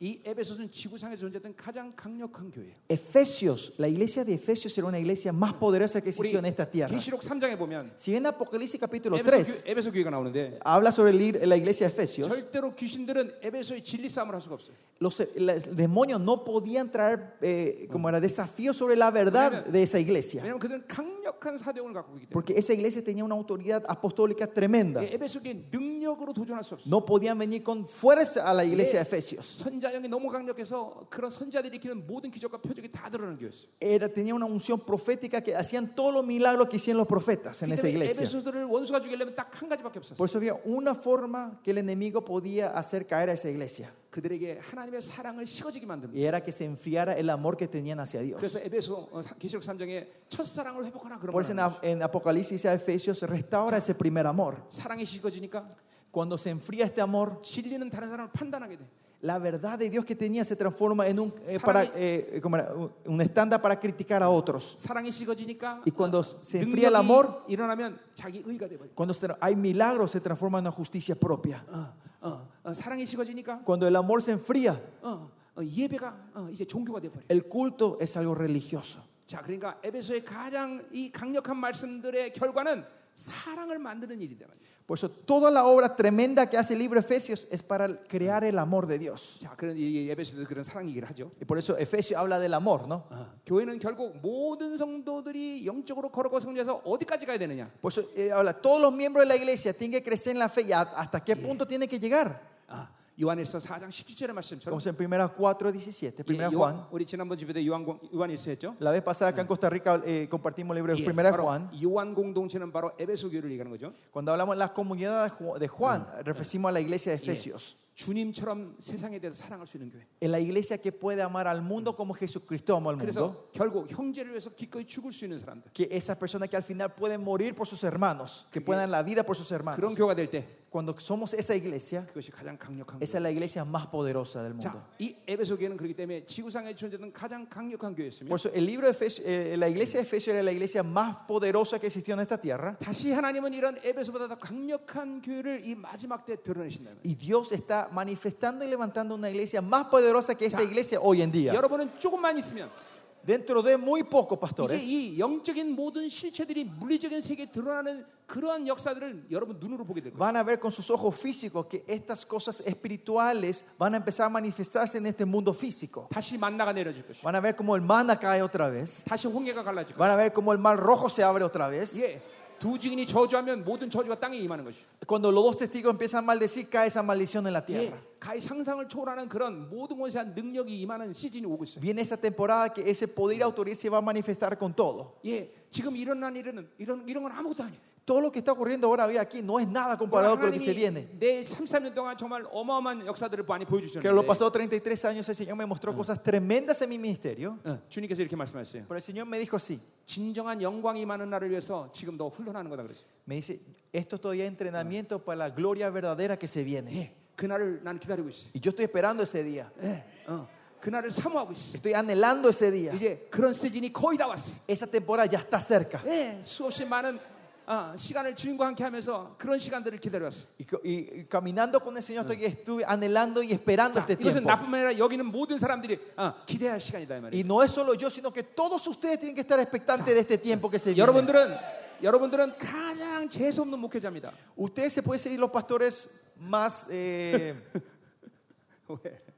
이 에베소는 지구상에 존재했던 가장 강력한 교회예요. Efesios, la iglesia de Efesios era una iglesia más poderosa que 우리 existió en esta tierra. 계시록 3장에 보면 Si ven Apocalipsis capítulo 에베소, 3, 교, 에베소 교회가 나오는데 habla sobre el ir- la iglesia de Efesios. 절대로 귀신들은 에베소의 진리 싸움을 할 수가 없어요. Los, eh, la- demonios no podían traer eh, como era desafío sobre la verdad de esa iglesia. 왜냐하면 그들은 강력한 사대용을 갖고 있기 때문에 Porque esa iglesia tenía una autoridad apostólica tremenda. 예, 에베소 교회 능력으로 도전할 수 없어요. No podían venir con fuerza a la iglesia de Efesios. 선자형이 너무 강력해서 그런 선자들이 일으키는 모든 기적과 표적이 다 드러나는 교회였어요. Era, tenía una unción profética que hacían todos los milagros que hicieron los profetas en 그 esa 때문에 iglesia. 에베소들을 원수가 죽이려면 딱 한 가지밖에 없었어요. Por eso había una forma que el enemigo podía hacer caer a esa iglesia. 그들에게 하나님의 사랑을 식어지게 만듭니다. Y era que se enfriara el amor que tenían hacia Dios. 그래서 에베소 어, 사- 계시록 3장에 첫 sa랑을 회복하라 그런 Por eso en, 말을 하는 Ap- 거죠. en Apocalipsis a Efesios restaura ese primer amor. 사랑이 식어지니까 Cuando se enfría este amor, 진리는 다른 사람을 판단하게 돼. la verdad de Dios que tenía se transforma en un, eh, Sarami- para, eh, como era, un- un estándar para criticar a otros. 사랑이 식어지니까 Y cuando se enfría el amor, 능력이 일어나면 자기 의가 돼버려. cuando se- hay milagros, se transforma en una justicia propia. 어, 어, 어, 사랑이 식어지니까 Cuando el amor se enfría, 어, 어, 예배가 어, 이제 종교가 돼버려. el culto es algo religioso. 자, 그러니까 에베소의 가장 이 강력한 말씀들의 결과는 사랑을 만드는 일이다. Por eso toda la obra tremenda que hace el libro Efesios es para crear el amor de Dios. 자, 그런 이 에베소도 그런 사랑 얘기를 하죠. Y por eso Efesios habla del amor, ¿no? 어, 교회는 결국 모든 성도들이 영적으로 걸어고 성장해서 어디까지 가야 되느냐? Por eso eh, habla, todos los miembros de la iglesia tienen que crecer en la fe y a- hasta qué punto tienen que llegar. 아, 요한일서 4장 17절의 말씀처럼 Como en 1 4, 17, 예, 요한, 1 Juan. 우리 지난번 집에 때 요한 요한일서 했죠? La vez pasada acá en Costa Rica eh, compartimos el libro de 예, 1 바로 Juan. 요한 공동체는 바로 에베소 교회를 얘기하는 거죠. Cuando hablamos de la comunidad de Ju- de Juan, referimos a la iglesia de 예, Efesios. 주님처럼 세상에 대해서 사랑할 수 있는 교회. Es la iglesia que puede amar al mundo como Jesucristo amó al mundo. 그래서 결국 형제를 위해서 기꺼이 죽을 수 있는 사람들. Que esas personas que al final pueden morir por sus hermanos, que puedan dar la vida por sus 그런 hermanos. 교회가 될 때 Cuando somos esa iglesia, 그것이 가장 강력한 교회. esa es la iglesia más poderosa del mundo. 자, 이 에베소 교회는 그렇기 때문에 지구상에 존재하는 가장 강력한 교회였으며 Por eso el libro de Efesios, eh, la iglesia de Efesios era la iglesia más poderosa que existió en esta tierra. 다시 하나님은 이런 에베소보다 더 강력한 교회를 이 마지막 때 드러내신다는 거예요. Y Dios está manifestando y levantando una iglesia más poderosa que esta iglesia hoy en día. 여러분은 조금만 있으면 Dentro de muy poco, pastores, 이제 이 영적인 모든 실체들이 물리적인 세계에 드러나는 그러한 역사들을 여러분 눈으로 보게 될 거예요. van a ver con sus ojos físicos que estas cosas espirituales van a empezar a manifestarse en este mundo físico. 다시 만나가 내려질 것이고, Van a ver como el maná cae otra vez. 다시 홍해가 갈라질 것이고, Van a ver como el mar rojo se abre otra vez. 예, 두 증인이 저주하면 모든 저주가 땅에 임하는 것이고, Cuando los dos testigos empiezan a maldecir, cae esa maldición en la 예, tierra. 가히 상상을 초월하는 그런 모든 것에 대한 능력이 임하는 시즌이 오고 있어요. Viene esa temporada que ese poder y autoridad se va a manifestar con todo. 예, 지금 일어난 일은 이런 이런 건 아무것도 아니에요. Todo lo que está ocurriendo ahora hoy aquí no es nada comparado con lo que se viene. 내 33년 동안 정말 어마어마한 역사들을 많이 Que lo 보여주셨는데 pasado 33 años el Señor me mostró cosas tremendas en mi ministerio. 어, 주님께서 이렇게 말씀하셨어요. Pero el Señor me dijo sí. 진정한 영광이 많은 나를 위해서 지금 너 훈련하는 거다 그러죠. Me dice, esto es todavía entrenamiento para la gloria verdadera que se viene. 예, 그날을 난 기다리고 있어. Y yo estoy esperando ese día. 예, 어, 그날을 사모하고 있어. Estoy anhelando ese día. 이제 그런 시즌이 거의 다 왔어. Esa temporada ya está cerca. 예, 수없이 많은 아, 시간을 주님과 함께하면서 그런 시간들을 기다려왔어. Y, co- y- y caminando con el Señor estoy, estuve anhelando y esperando 자, este 이것은 tiempo. 나뿐만 아니라 여기는 모든 사람들이 아, 기대할 시간이다 이 말이에요. Y no es solo yo, sino que todos ustedes tienen que estar expectantes de este tiempo que se viene. 여러분들은 여러분들은 가장 재수 없는 목회자입니다. Ustedes se pueden seguir los pastores más... eh, 왜?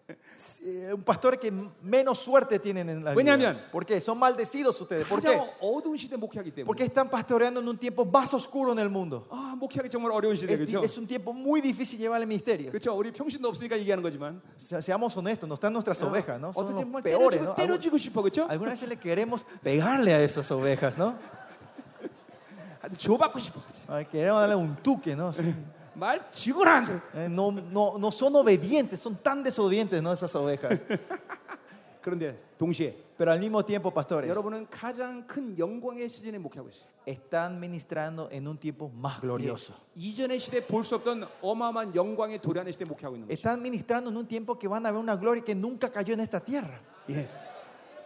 eh, un pastor que menos suerte tienen en la vida. 왜냐하면- ¿Por qué? Son maldecidos ustedes. ¿Por qué? 가장 어두운 시대 목회하기 때문에. Porque están pastoreando en un tiempo más oscuro en el mundo. 아, 목회하기 정말 어려운 시대 Es, 그렇죠? es un tiempo muy difícil llevar el ministerio. 그렇죠. 우리 평신도 없으니까 얘기하는 거지만. Se- Seamos honestos, no están nuestras ovejas, ¿no? Son 어떤 los 정말 peores, 때려주고, ¿no? Algun- 때려주고 싶어 그렇죠? Algunas veces le queremos pegarle a esas ovejas, ¿no? 아주 줘받고 싶어. Ay, Queremos darle un tuque, ¿no? Sí. 말 지거나 안 들어. Eh, No, no, no son obedientes, son tan desobedientes, ¿no? Esas ovejas. 그런데 동시에 Pero al mismo tiempo, pastores, 여러분은 가장 큰 영광의 시즌에 목회하고 있어요. 예. están ministrando en un tiempo más glorioso. 이전의 시대 볼 수 없던 어마어마한 영광의 도란의 시대 목회하고 있는 거죠. Están ministrando en un tiempo que van a ver una gloria que nunca cayó en esta tierra. 예.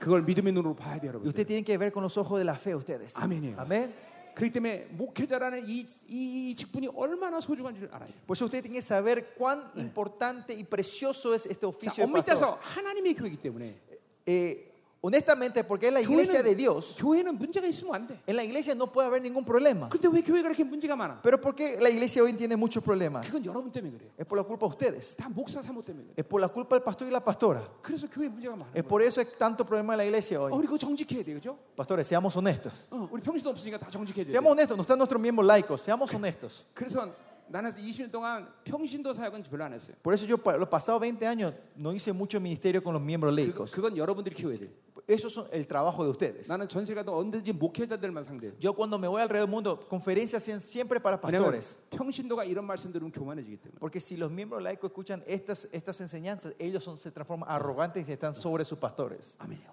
그걸 믿음의 눈으로 봐야 돼요, Y 여러분. ustedes tienen que ver con los ojos de la fe, ustedes. Amén. Amén. 그렇기 때문에 목회자라는 이, 이, 이 직분이 얼마나 소중한 줄 알아요. Por eso ustedes tienen Pues que saber cuán importante y precioso es este 자, oficio. de 엄밀히 따서 pastor. 하나님의 교회이기 때문에 Eh, honestamente, porque es la iglesia de Dios. 교회는 문제가 있으면 안 돼. En la iglesia no puede haber ningún problema. 근데 왜 교회가 이렇게 문제가 많아? Pero porque la iglesia hoy tiene muchos problemas. 그건 여러분 때문에 그래요. Es por la culpa de ustedes. 다 목사 사모 때문에 그래요. Es por la culpa del pastor y la pastora. 그래서 교회 문제가 많아요. Es por eso es tanto problema en la iglesia 어, hoy. 우리 그거 정직해야 돼요, 그죠? Pastores, seamos honestos. 어, 우리 평신도 없으니까 다 정직해야 돼요. Seamos honestos, no están nuestros miembros laicos, seamos honestos. 그래서 나는 20년 동안 평신도 사역은 별로 안 했어요. Por eso yo pa- los pasados 20 años no hice mucho ministerio con los miembros 그, laicos. 그건 여러분들이 키워야 돼요. Eso es el trabajo de ustedes. 나는 전세 가도 언제든지 목회자들만 상대해요. Yo cuando me voy alrededor del mundo, conferencias son siempre para 왜냐면 pastores. 평신도가 이런 말씀 들으면 교만해지기 때문에. Porque si los miembros laicos escuchan estas, estas enseñanzas, ellos son- se transforman arrogantes y están sobre sus pastores. 아멘요.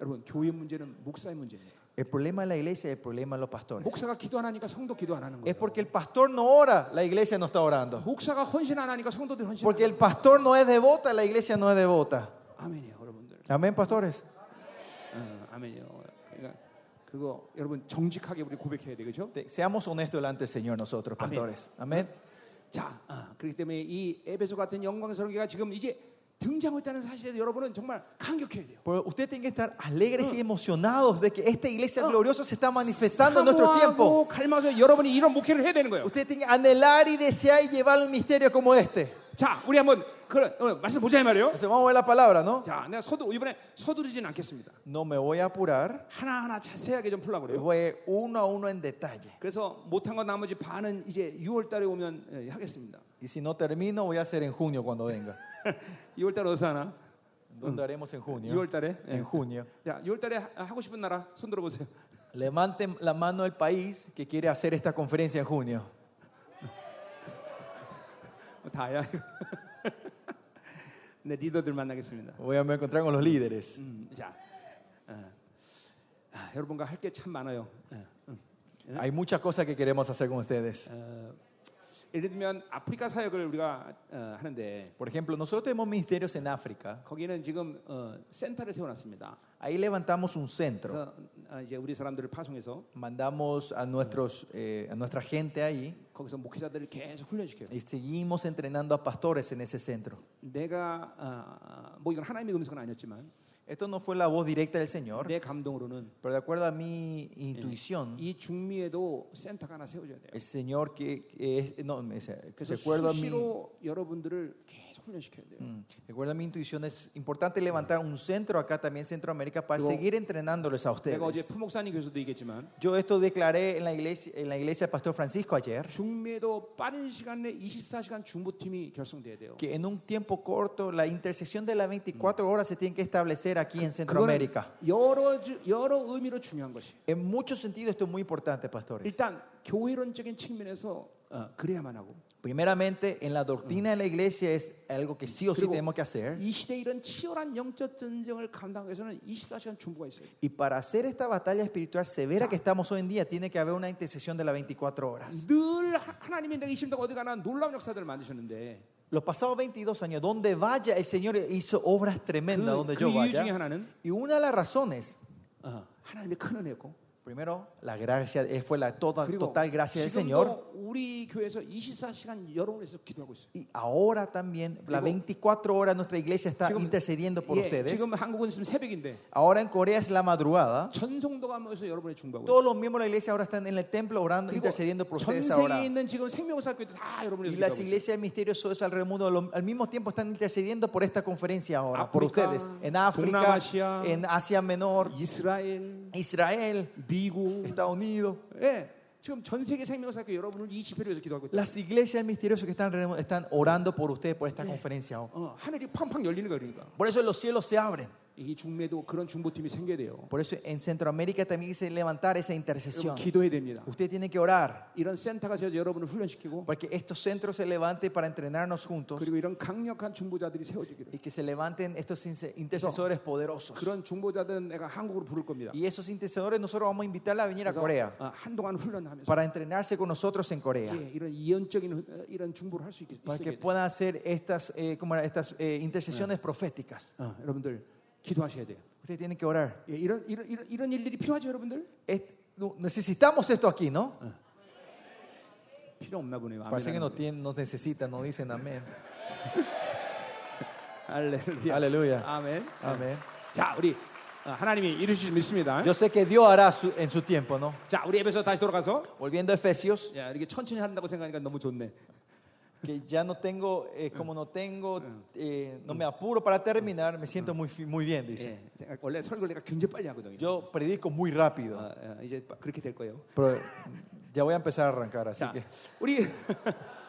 여러분 교회 문제는 목사의 문제예요. El problema de la iglesia es el problema de los pastores. 목사가 기도 안 하니까 성도 기도 안 하는 Es 거예요. porque el pastor no ora, la iglesia no está orando. 목사가 헌신 안 하니까 성도들이 헌신. 안 Porque el pastor no es devota, la iglesia no es devota. 해요. 아멘이요, 여러분들. Amén, pastores. 어, 아멘이요. 그러니까 그거 여러분 정직하게 우리 고백해야 되겠죠? Te- Seamos honestos delante del Señor nosotros, Amén. pastores. Amén. 자, 아, 그렇기 때문에 이 에베소 같은 영광스러운 교회가 지금 이제 등장했다는 사실에 여러분은 정말 감격해야 돼요. Pero usted tiene que estar alegres y emocionados de que esta iglesia Mm. Ah. gloriosa se está manifestando en nuestro tiempo. 갈망해서 여러분이 이런 목회를 해야 되는 거예요. Usted tiene que anhelar y desear y llevar un misterio como este. 자, 우리 한번 그런 어, 말씀 보자 이 말이에요. Entonces vamos a ver la palabra, ¿no? 자, 내가 서두 이번에 서두르진 않겠습니다. No me voy a apurar. 하나하나 자세하게 좀 풀려고 그래요. Voy a ir uno a uno en detalle. 그래서 못한 거 나머지 반은 이제 6월 달에 오면 예, 하겠습니다. Y si no termino, voy a hacer en junio cuando venga. 6월 달에 어디서 하나? Mm. ¿Dónde haremos en junio? 6월 달에? 예. En junio. 자, 6월 달에 하- 하고 싶은 나라 손 들어 보세요. Levanten la mano el país que quiere hacer esta conferencia en junio. 다야. 네, 리더들 만나겠습니다. Voy a me encontrar con los líderes. 음, 자. 어. 아, 여러분과 할 게 참 많아요. 예. Hay muchas cosas que queremos hacer con ustedes. 어, 예를 들면 아프리카 사역을 우리가 어, 하는데 Por ejemplo, nosotros tenemos ministerios en África. 거기는 지금 어, 센터를 세워놨습니다. Ahí levantamos un centro. 그래서 어, 이제 우리 사람들을 파송해서 Mandamos a, nuestros, eh, a nuestra gente ahí 거기서 목회자들을 계속 훈련시켜요. y seguimos entrenando a pastores en ese centro. 어, 내가 아, 뭐 이건 하나님의 음성은 아니었지만 Esto no fue la voz directa del Señor, 내 감동으로는 pero de acuerdo a mi intuición, 이 중미에도 센터가 하나 세워줘야 돼요. el Señor que que es- no, me dice, 그래서 de acuerdo a mi, 수시로 여러분들을 계속 훈련시켜야 돼요. Mm, de acuerdo a mi intuición es importante levantar un centro acá también Centroamérica para Luego- seguir entrenándoles a ustedes. 내가 어제 푸목사님 교수도 얘기했지만 Yo esto declaré en la iglesia, en la iglesia del Pastor Francisco ayer, 중미에도 빠른 시간 내 24시간 중보팀이 결성돼야 돼요. que en un tiempo corto la intercesión de las 24 horas se tiene que establecer aquí en 그거는 Centroamérica. 여러 주- 여러 의미로 중요한 것이. En muchos sentidos esto es muy importante, pastores. 일단 교회론적인 측면에서 어, 그래야만 하고 Primeramente, en la doctrina de la iglesia es algo que sí o sí Luego- tenemos que hacer. 이 시대 이런 치열한 영적 전쟁을 감당하기 위해서는 24시간 중보가 있어요. Y para hacer esta batalla espiritual severa que estamos hoy en día, tiene que haber una intercesión de las 24 horas. 늘 하- 하나님이 내가 이 심도가 어디 가나 놀라운 역사들을 만드셨는데 Los pasados 22 años, donde vaya, el Señor hizo obras tremendas 그, donde 그 yo 이유 중에 vaya. 하나는 Y una de las razones, 어, 하나님의 큰 은혜였고 primero, la gracia, eh, fue la toda- 어, 그리고 total gracia del Señor. 지금도 우리 교회에서 24시간 여러분에서 기도하고 있어요. Y ahora también, las Luego- 24 horas nuestra iglesia está 지금- intercediendo por 예, ustedes. 지금 한국은 지금 새벽인데 Ahora en Corea es la madrugada. 전송도가 모여서 여러분을 중보하고 Todos los miembros de la iglesia ahora están en el templo orando, 있어요. intercediendo por 전 ustedes ahora. 세계에 있는 지금 생명사 교회도 다 여러분을 Y 위해서 las 기도하고 있어요. iglesias misteriosas alrededor del mundo lo- al mismo tiempo están intercediendo por esta conferencia ahora, por África, ustedes. En África, Donamasia, en Asia Menor, 이스라엘, Israel, 미국, Estados Unidos. 예, 지금 전 세계 생명사 교회 여러분을 20회를 위해서 기도하고 있다. Las iglesias misteriosas que están, remo- están orando por ustedes por esta conferencia ahora. 어, 하늘이 팡팡 열리는 거예요, 그러니까. Por eso los cielos se abren. 이 중매도 그런 중보팀이 생겨야 돼요. Por eso en Centroamérica también se levantar esa intercesión. 여러분 기도해야 됩니다. Usted tiene que orar 이런 센터가 세워서 여러분을 훈련시키고 para que estos centros se levanten para entrenarnos juntos 그리고 이런 강력한 중보자들이 세워지기를. y que se levanten estos inse- intercesores poderosos. 그런 중보자들은 내가 한국으로 부를 겁니다. Y esos intercesores nosotros vamos a invitarla a venir a 그래서, Corea 어, 한동안 훈련하면서 para entrenarse con nosotros en Corea. 예, 이런 예언적인 훈- 어, 이런 중보를 할 수 있게 Para que 있어요. puedan hacer estas, eh, ¿cómo era? estas eh, intercesiones proféticas. 어, 여러분들 기도하셔야 돼요. Usted tiene que orar. 예, 이런 이런 이런 이런 일들이 필요하죠, 여러분들? Es- no- necesitamos esto aquí, ¿no? 필요 없나 보네요. 아멘, Parece que 아멘. no, tienen, no necesitan, no dicen amén. 할렐루야. 할렐루야. 아멘. Amén. 자, 우리 어, 하나님이 이루실 줄 믿습니다. Yo sé que Dios hará su- en su tiempo, ¿no? 자, 우리 에베소 다시 돌아가서 Volviendo a Efesios, 야, 이렇게 천천히 한다고 생각하니까 너무 좋네. que ya no tengo, eh, como no tengo, eh, no me apuro para terminar, me siento muy, fi- muy bien, dice. 예, 제가 원래 설교 내가 굉장히 빨리 하거든요. Yo predico muy 어, rápido, 어, 이제 바- 그렇게 될 거예요. pero ya voy a empezar a arrancar, así 자, que. 우리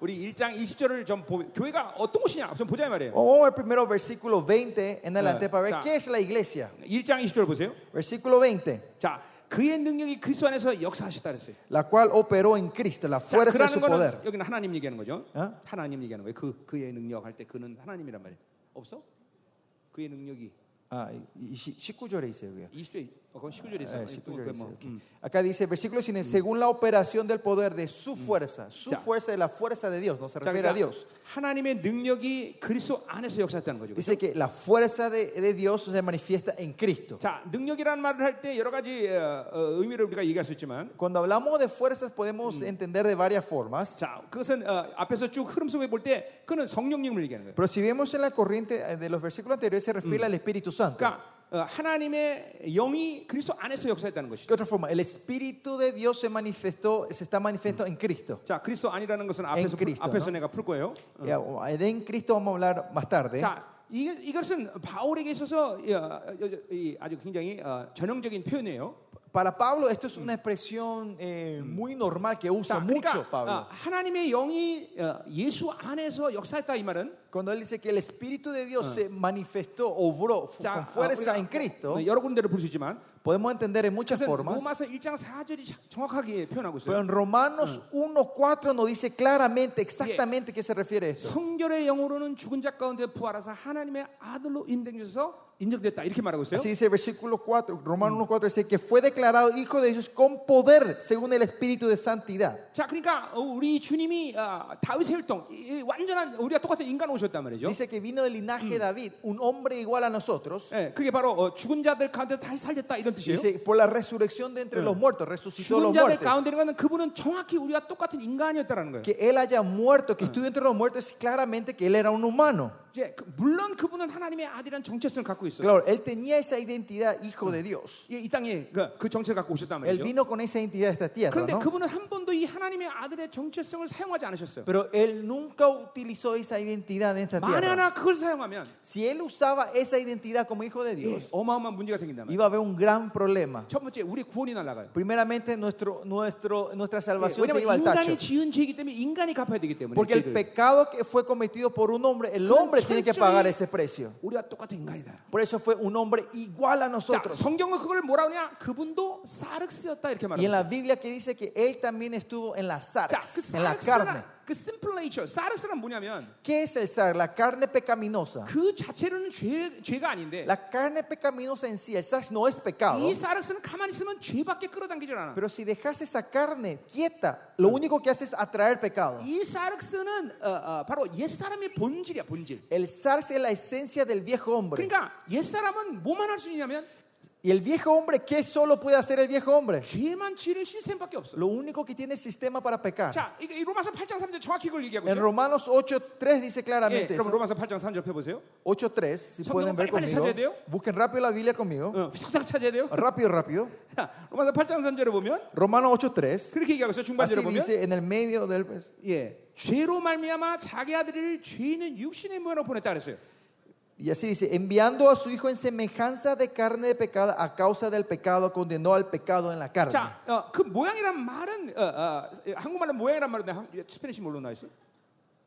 우리 1장 20절을 좀 보, 교회가 어떤 곳이냐 좀 보자 이 말이에요. Vamos al primero versículo 20 en adelante para ver Ya. qué es la iglesia. 1장 20절 보세요. Versículo 20. 자, 그의 능력이 그리스도 안에서 역사하시다 그랬어요. la cual operó en Cristo la 자, fuerza de 그라는 su 거는 poder. 여기는 하나님 얘기하는 거죠. 어? 하나님 얘기하는 거예요. 그 그의 능력 할 때 그는 하나님이란 말이에요. 없어? 그의 능력이 Ah, y- y si- 19 dice, oiga. 20절 어, 그건 19절에 있어요. Eh, 아니, 19 또 그게 뭐, dice, ok. 음. Acá dice, versículo 19, según la operación del poder de su fuerza, su Ya. fuerza es la fuerza de Dios, no se 자, refiere 그러니까 a Dios. 하나님의 능력이 그리스도 안에서 역사했다는 거죠. 그죠? Dice que la fuerza de, de Dios se manifiesta en Cristo. 자, 능력이라는 말을 할 때 여러 가지 어, 어, 의미를 우리가 얘기할 수 있지만 Cuando hablamos de fuerzas podemos entender de varias formas, 자, 그것은 어, 앞에서 쭉 흐름 속에 볼 때 그는 성령님을 얘기하는 거예요. pero si vemos en la corriente eh, de los versículos anteriores se refiere al Espíritu Santo. 그러니까 어, 하나님의 영이 그리스도 안에서 역사했다는 ¿Qué 것이죠. otra forma? El Espíritu de Dios se manifestó, se está manifestando en Cristo. 자, 그리스도 안이라는 것은 앞에서 풀- 그리스도, 앞에서 no? 내가 풀 거예요. Ya, o- eh, De en Cristo vamos a hablar más tarde. 자, 이, 이것은 바울에게 있어서 어, 어, 어, 이 아주 굉장히 어, 전형적인 표현이에요. Para Pablo esto es una expresión eh, muy normal que usa 자, mucho 그러니까 Pablo. 어, 하나님의 영이 어, 예수 안에서 역사했다 이 말은 Cuando él dice que el Espíritu de Dios se manifestó, obró fu- 자, con fuerza 어, en 우리가 Cristo, 어, 여러 군데를 볼 수 있지만 podemos entender en muchas 그것은 formas. 로마서 1장 4절이 정확하게 표현하고 있어요. Pero en Romanos 1.4 nos dice claramente, exactamente a qué se refiere esto. 성결의 영으로는 죽은 자 가운데 부활하사 하나님의 아들로 인정돼서 인정됐다 이렇게 말하고 있어요. Así dice el versículo 4, Romanos 1.4 dice que fue declarado hijo de Dios con poder según el Espíritu de santidad. 자, 그러니까 어, 우리 주님이 아, 다윗의 혈통 이- 이 완전한 우리가 똑같은 인간 오셨단 말이죠. Dice que vino del linaje de David, un hombre igual a nosotros. 예, 그게 바로 어, 죽은 자들 가운데 다시 살렸다 이런 뜻이에요. Dice, por la resurrección de entre los muertos, resucitó a 죽은 los 자들 muertos. 가운데 있는 것은 그분은 정확히 우리와 똑같은 인간이었다라는 거예요. que él haya muerto, que estuvo entre los muertos, es claramente que él era un humano. 이제 그- 물론 그분은 하나님의 아들이라는 정체성을 갖고 있어요. Claro, él tenía esa identidad, hijo de Dios. 이, 이 땅에 그, 그 정체를 갖고 오셨단 Él 말이죠. vino con esa identidad a esta tierra, 그런데 ¿no? 그분은 한 번도 이 하나님의 아들의 정체성을 사용하지 않으셨어요. Pero él nunca utilizó esa identidad en esta 만에 tierra. 하나 그걸 사용하면 Si él usaba esa identidad como hijo de 예, Dios, 어마어마한 문제가 생긴단 말이에요. iba a haber un gran problema. 첫 번째, 우리 구원이 그 날아가요. 예, Primeramente, nuestro, nuestro, nuestra salvación se iba 왜냐하면 al tacho. 인간이 지은 죄이기 때문에 인간이 갚아야 되기 때문에 Porque el 죄를. pecado que fue cometido por un hombre, el hombre tiene que pagar ese precio. 우리가 똑같은 인간이다. Por eso fue un hombre igual a 자, nosotros. 성경은 그걸 뭐라 하냐? 그분도 사륵스였다 이렇게 Y 말합니다. en la Biblia que dice que él también estuvo en la 자, 그 sarx, en la carne. 사륵스가 그 simple nature, 사륵스는 뭐냐면 ¿Qué es el sarx? La carne pecaminosa. 그 자체로는 죄 죄가 아닌데 La carne pecaminosa en sí, el sarx no es pecado. 이 사륵스는 가만히 있으면 죄밖에 끌어당기질 않아. Pero si dejas esa carne quieta, lo único que hace es atraer pecado. 이 사륵스는 어, 어, 바로 옛 사람의 본질이야 본질. El sarx es la esencia del viejo hombre. 그러니까 옛 사람은 뭐만 할 수 있냐면 ¿Y el viejo hombre qué solo puede hacer el viejo hombre? 죄만 지는 시스템밖에 없어. Lo único que tiene el sistema para pecar. 자, 이게 이 로마서 8장 3절 정확히 그걸 얘기하고 En 있어요. Romanos 8.3 dice 예, claramente 그럼 eso. 네, 로마서 8장 3절 펴 보세요. 8.3, si Eh, Son pueden ver dos pares, conmigo. ¿ya veo? Busquen rápido la Biblia conmigo. 어, 싹 찾아야 돼요. Rápido, rápido. 자, 로마서 8장 3절에 보면 Romanos 8.3. 그렇게 얘기하고 있어요. 중반절에 Así 보면 dice en el medio del... pues, 예, 죄로 말미암아 자기 아들을 죄 있는 육신의 모양으로 보냈다 그랬어요. Y así dice, enviando a su hijo en semejanza de carne de pecado, a causa del pecado, condenó al pecado en la carne. 자, 어, 그 모양이란 말은 어, 어, 예, 한국말로 모양이란 말은 한, 예, 스페니시 뭘로 나와 있어?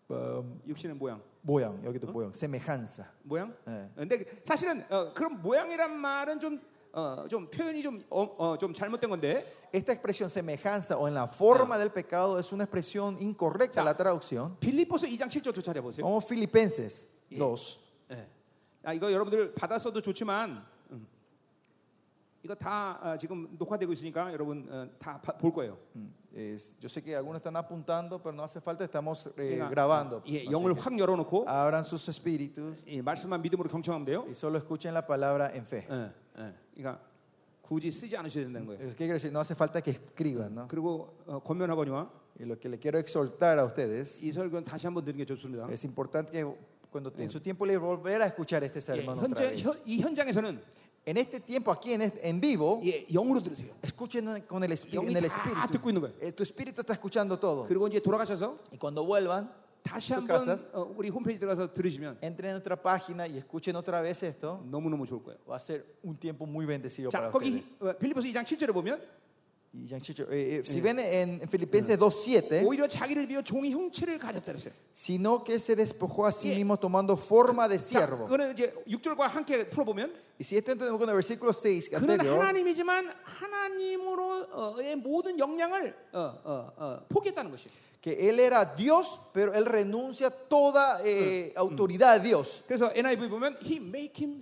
Um, 육신의 모양. boyan, yo quito boyan, semejanza. 모양? 예. 근데 사실은 어, 그런 모양이란 말은 좀, 어, 좀 표현이 좀, 어, 어, 좀 잘못된 건데 Esta expresión semejanza o en la forma del pecado es una expresión incorrecta Ya. la traducción. 빌리포스 2장 7절 도차려 보세요. Vamos Filipenses 2. 예. 아, 이거 여러분들 받았어도 좋지만 음. 이거 다 아, 지금 녹화되고 있으니까 여러분 어, 다 볼 거예요. Mm, es- yo sé que algunos están apuntando, pero no hace falta, estamos eh, 그러니까, grabando. 예, 아. Así 영을 que 확 열어놓고 abran sus espíritus 예, 말씀만 믿음으로 경청하면 돼요. y solo escuchen la palabra en fe. 예, 예. 그러니까 굳이 쓰지 않으셔야 된다는 거예요. Es que quiero decir, no hace falta que escriban, ¿no? 그리고 어, 권면하거니와 Y lo que le quiero exhortar a ustedes, 이 설교는 다시 한번 드는 게 좋습니다. es importante que cuando en su tiempo le volver a escuchar este 예, sermón otra 현재 vez. 현- 이 현장에서는 En este tiempo aquí en, este- en vivo, 예, 영으로 들으세요. escuchen con el espíritu, 영이 en 다 el espíritu. 듣고 있는 거예요. Eh, tu espíritu está escuchando todo. 그리고 이제 돌아가셔서 Y cuando vuelvan, 다시 그 한번 가사스? 어, 우리 홈페이지 들어가서 들으시면 entren en otra página y escuchen otra vez esto. 너무너무 좋을 거예요. Va a ser un tiempo muy bendecido para 자, ustedes. 거기 어, 빌리포스 2장 7절에 보면 Y Yanchicho, eh, eh, si ven en, en Filipenses 2.7, 오히려 자기를 비워 종이 형체를 가졌다 그랬어요. sino que se despojó a sí 예. mismo tomando forma de 자, siervo. 그거는 이제 6절과 함께 풀어보면 Y si esto entendemos con el versículo 6 그는 anterior, 하나님이지만 하나님으로의 모든 역량을 어, 어, 어, 포기했다는 것이. que él era Dios, pero él renuncia a toda eh, Mm. autoridad de Dios. 그래서 NIV 보면 he make him,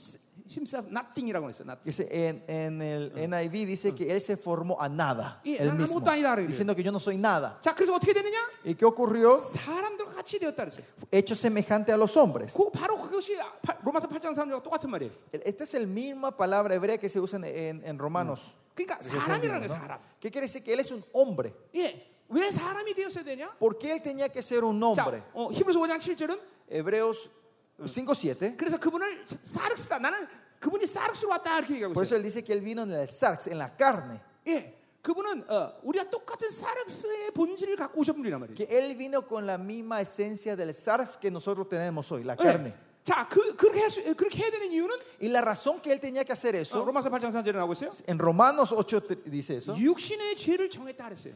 himself nothing이라고 했어요. nothing. Dice, En, en el NIV dice que él se formó a nada, Mm. Y él nada, mismo, muta ni nada, dice. diciendo que yo no soy nada. 자, 그래서 어떻게 되느냐? ¿Y qué ocurrió? 사람들과 같이 되었다 그랬어요. Hecho semejante a los hombres. 그 바로 그것이 바- 로마서 8장 3절과 똑같은 말이에요. El- Esta es la misma palabra hebrea que se usa en, en- en Romanos. 그러니까 16, 사람이라는 거예요, ¿no? 사람. ¿Qué quiere decir? Que él es un hombre. 예. 왜 사람이 되었어야 되냐? ¿Por qué él tenía que ser un 자, hombre? 어, 히브리서 5장 7절은 Hebreos Mm. 5.7. 그래서 그분을 사륵스다. 나는 그분이 사륵스로 왔다 이렇게 얘기하고 Por eso 있어요. él dice que él vino en el sarx, en la carne. 예, 그분은 어, 우리가 똑같은 사륵스의 본질을 갖고 오신 분이란 말이에요. Que él vino con la misma esencia del sarx que nosotros tenemos hoy, la 예. carne. 자, 그, 그렇게, 할 수, 그렇게 해야 되는 이유는 Y la razón que él tenía que hacer 어, eso 로마서 8장 3절에 나오고 있어요. En Romanos 8 te- dice eso. 육신의 죄를 정했다 그랬어요.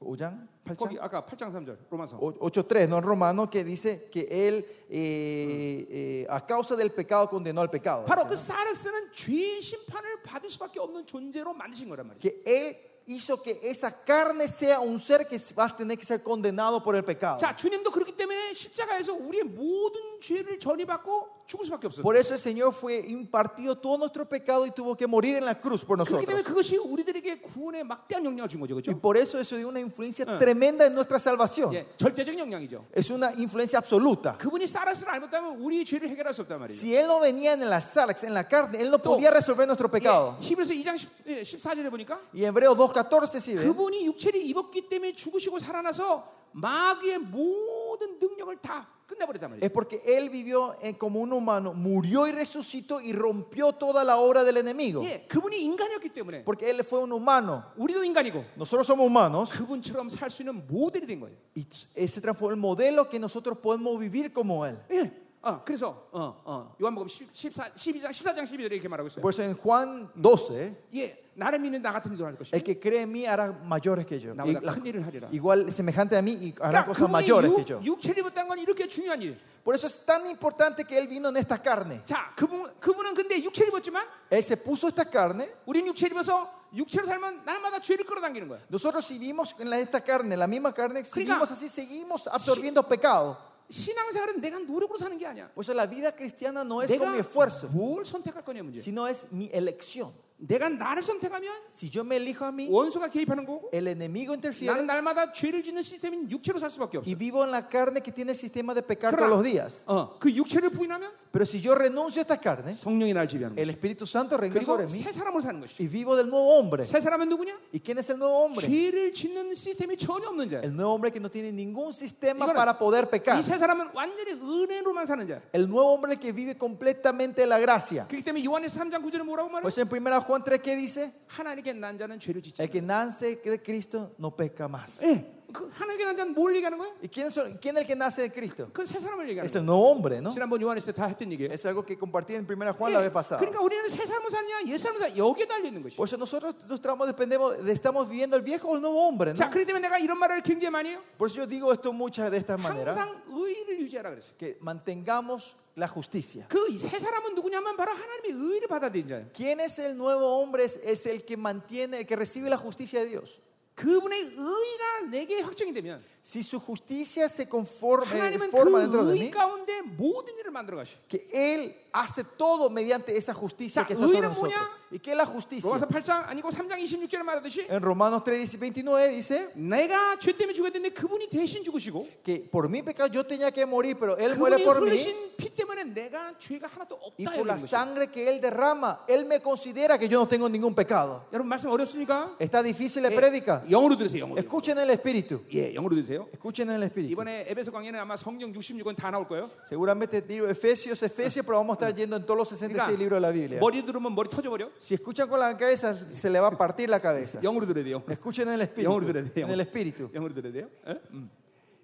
Oyan, 거기 palchan. 아까 8장 3절 로마서. O- 8.3, no en Romano, que dice que él eh, eh, a causa del pecado condenó al pecado. 바로 그 dice, 사륵스는 죄의 심판을 받을 수밖에 없는 존재로 만드신 거란 ¿no? 말이에요. Que él hizo que esa carne sea un ser que va a tener que ser condenado por el pecado. 자, 주님도 그렇기 때문에 십자가에서 우리의 모든 죄를 전이받고 죽을 수밖에 없어요. Por eso el Señor fue impartido todo nuestro pecado y tuvo que morir en la cruz por 그렇기 때문에 nosotros. 그것이 우리들에게 구원의 막대한 영향을 준 거죠, Y 그렇죠? por eso eso dio una influencia Ah. tremenda en nuestra salvación. 예, 절대적인 영향이죠. Es una influencia absoluta. 그분이 사라스를 안 못하면 우리의 죄를 해결할 수 없단 말이에요. Si él no venía en la sarx, en la carne, él no Todo. podía resolver nuestro pecado. 예, 히브리서 2장 1 14절에 보니까 Y Hebreos 2.14 si ven, 그분이 육체를 입었기 때문에 죽으시고 살아나서 마귀의 모든 능력을 다 끝내버렸단 말이에요. Es porque él vivió en- como un humano, murió y resucitó y rompió toda la obra del enemigo. 예, 그분이 인간이었기 때문에 Porque él fue un humano. 우리도 인간이고 Nosotros somos humanos 그분처럼 살 수 있는 모델이 된 거예요. y ese transformó el modelo que nosotros podemos vivir como él. 예. 어, 그래서 어, 어, 요한복음 14, 12장 14장 12절에 이렇게 말하고 있어요. Por eso en Juan 12, 예, 나를 믿는 나 같은 일도 할 것이고. el que cree en mí hará mayores que yo. Y 나보다 la- 큰 일을 하리라. igual semejante a mí y hará 그러니까 cosas 그분이 mayores que yo. 육, 육체를 입었다는 건 이렇게 중요한 일. Por eso es tan importante que él vino en esta carne. 자, 그분 그분은 근데 육체를 입었지만 Él se puso esta carne. 우리는 육체를 입어서 육체로 살면 날마다 죄를 끌어당기는 거야. Nosotros si vivimos en la- esta carne, la misma carne, si Crica. vivimos así, seguimos absorbiendo pecado. 신앙생활은 내가 노력으로 사는 게 아니야. Por eso la vida cristiana no es 내가 con mi esfuerzo, 뭘 선택할 거냐 문제. sino es mi elección. 내가 나를 선택하면 Si yo me elijo a mí, 원수가 개입하는 거고 el enemigo 나는 interfiere 날마다 죄를 짓는 시스템인 육체로 살 수밖에 없어. y vivo en la carne que tiene el sistema de pecar Crica. todos los días. 어, 그 육체를 부인하면 Pero si yo renuncio a esta carne, 성령이 날 지배하는 el 거지. Espíritu Santo reina sobre 그리고 mí 새 사람으로 사는 것이. 예. y vivo del nuevo hombre. 새 사람은 누구냐? ¿Y quién es el nuevo hombre? 죄를 짓는 시스템이 전혀 없는 자야. El nuevo hombre que no tiene ningún sistema Crica. para poder pecar. 이 새 사람은 완전히 은혜로만 사는 자야. El nuevo hombre que vive completamente de la gracia. 그렇기 때문에 요한의 3장 9절은 뭐라고 말해? Pues en 1 Juan 3, ¿qué dice? 하나님께 난 자는 죄를 짓지. El que nace de Cristo no peca más. 예. 그 하나님께 난 자는 뭘 얘기하는 거야? ¿Y quién, son- quién es el que nace de Cristo? 그건 새 사람을 얘기하는 Es el nuevo hombre, ¿no? 거야. 지난번 요한에서 다 했던 얘기예요. Es algo que compartí en 1 Juan la 예, vez pasada. 그러니까 우리는 새 사람을 사냐, 옛 사람을 사냐 여기에 달려 있는 것이. Por eso nosotros nos tramos, dependemos de estamos viviendo el viejo o el nuevo hombre, 자, ¿no? 그렇기 때문에 내가 이런 말을 굉장히 많이 해요. Por eso yo digo esto muchas de estas maneras, 항상 의를 유지하라 그랬어요. que mantengamos la justicia. 그 새 사람은 누구냐면 바로 하나님의 의를 받아들인 자예요. ¿Quién es el nuevo hombre? Es, es el que mantiene, el que recibe la justicia de Dios. 그분의 의가 내게 확정이 되면 Si su justicia se conforme, 하나님은 forma dentro 그의 de mí, 가운데 모든 일을 만들어 가시. que Él hace todo mediante esa justicia 자, que está sobre 의는 nosotros. 뭐냐? ¿Y qué es la justicia? 로마서 8장 아니고 3장 26절에 말하듯이 En Romanos 3, 29 dice 내가 죄 때문에 죽어야 되는데 그분이 대신 죽으시고 que por mi pecado yo tenía que morir, pero Él muere 그분이 por mí. 흘리신 피 때문에 내가 죄가 하나도 Y 없다 por la 여기는 것이에요. sangre que Él derrama, Él me considera que yo no tengo ningún pecado. 여러분 말씀 어렵습니까? Está difícil la 예, prédica. 영어로 들으세요. 영어로. Escuchen el Espíritu. 예, 영어로 들으세요. Escuchen el Espíritu. 이번에 에베소 강의는 아마 성경 66권 다 나올 거예요. Seguramente digo Efesios, Efesios, pero vamos a estar yendo en todos los 66 libros de la Biblia. 그러니까 머리 들으면 머리 터져 버려. Si escuchan con la cabeza, se le va a partir la cabeza. 영어로 들어야 돼요. Escuchen el Espíritu. 영어로 들어야 돼요. En el Espíritu. 영어로 들어야 돼요. 예? 음.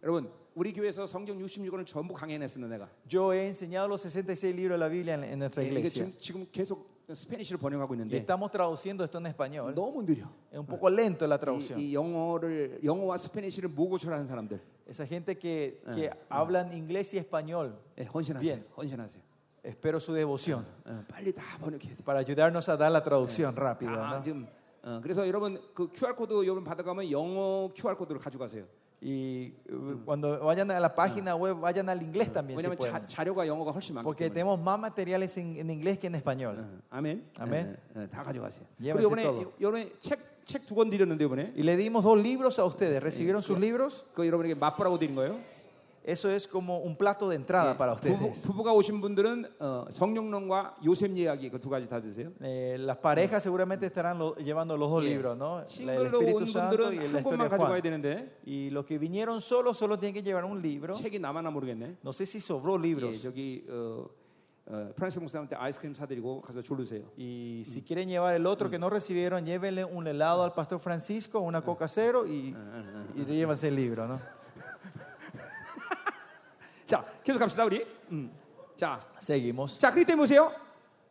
여러분, 우리 교회에서 성경 66권을 전부 강해냈습니다, 내가. Yo he enseñado los 66 libros de la Biblia en, en nuestra 예, 이게 iglesia. 지금, 지금 계속 스페니쉬로 번역하고 Y 있는데 estamos traduciendo esto en español. 예, 너무 느려. Es un poco lento la traducción. 이, 이 영어를 영어와 스페니쉬를 모고처럼 하는 사람들 Esa gente que, que hablan inglés y español, 예, 헌신하세요. Bien. 헌신하세요. espero su devoción 어, 빨리 다 번역해야 돼. para ayudarnos a dar la traducción rápida. 다 ¿no? 지금 어, 그래서 여러분 그 QR 코드 여러분 받아가면 영어 QR 코드를 가져가세요. Y uh, cuando vayan a la página web, vayan al inglés también. si 왜냐하면 pueden. 자, 자료가 영어가 훨씬 많기 porque 때문에. tenemos más materiales en, en inglés que en español. 어, 아멘. 아멘. 어, 어, 다 가져가세요. 예만 그리고 이번에 쓸 거로. 이번에 책 책 두 권 드렸는데 이번에 Y le dimos dos libros a ustedes. ¿Recibieron sus libros? 그 여러분에게 맛보라고 드린 거예요. Eso es como un plato Eh, de entrada para ustedes. 부부, 가 오신 분들은 어, 성령론과 요셉 이야기 그 두 가지 다 드세요. Eh, las parejas seguramente estarán lo- llevando los dos Bien. libros, ¿no? La- 예. El 싱글로 온 Espíritu Santo 분들은 y 한 la historia 권만 de 가져가야 Juan. 되는데 Y los que vinieron solos, solo tienen que llevar un libro. 책이 남아나 모르겠네. No sé si sobró 예, libros. 저기 어, 어, 프란스 목사한테 아이스크림 사드리고 가서 졸르세요. Y si quieren llevar el otro que no recibieron, llévenle un helado al pastor Francisco, una coca cero y, y llévense el libro, ¿no? 자, 계속 갑시다 우리. 음. 자, Seguimos. 자 그렇기 때문에 보세요.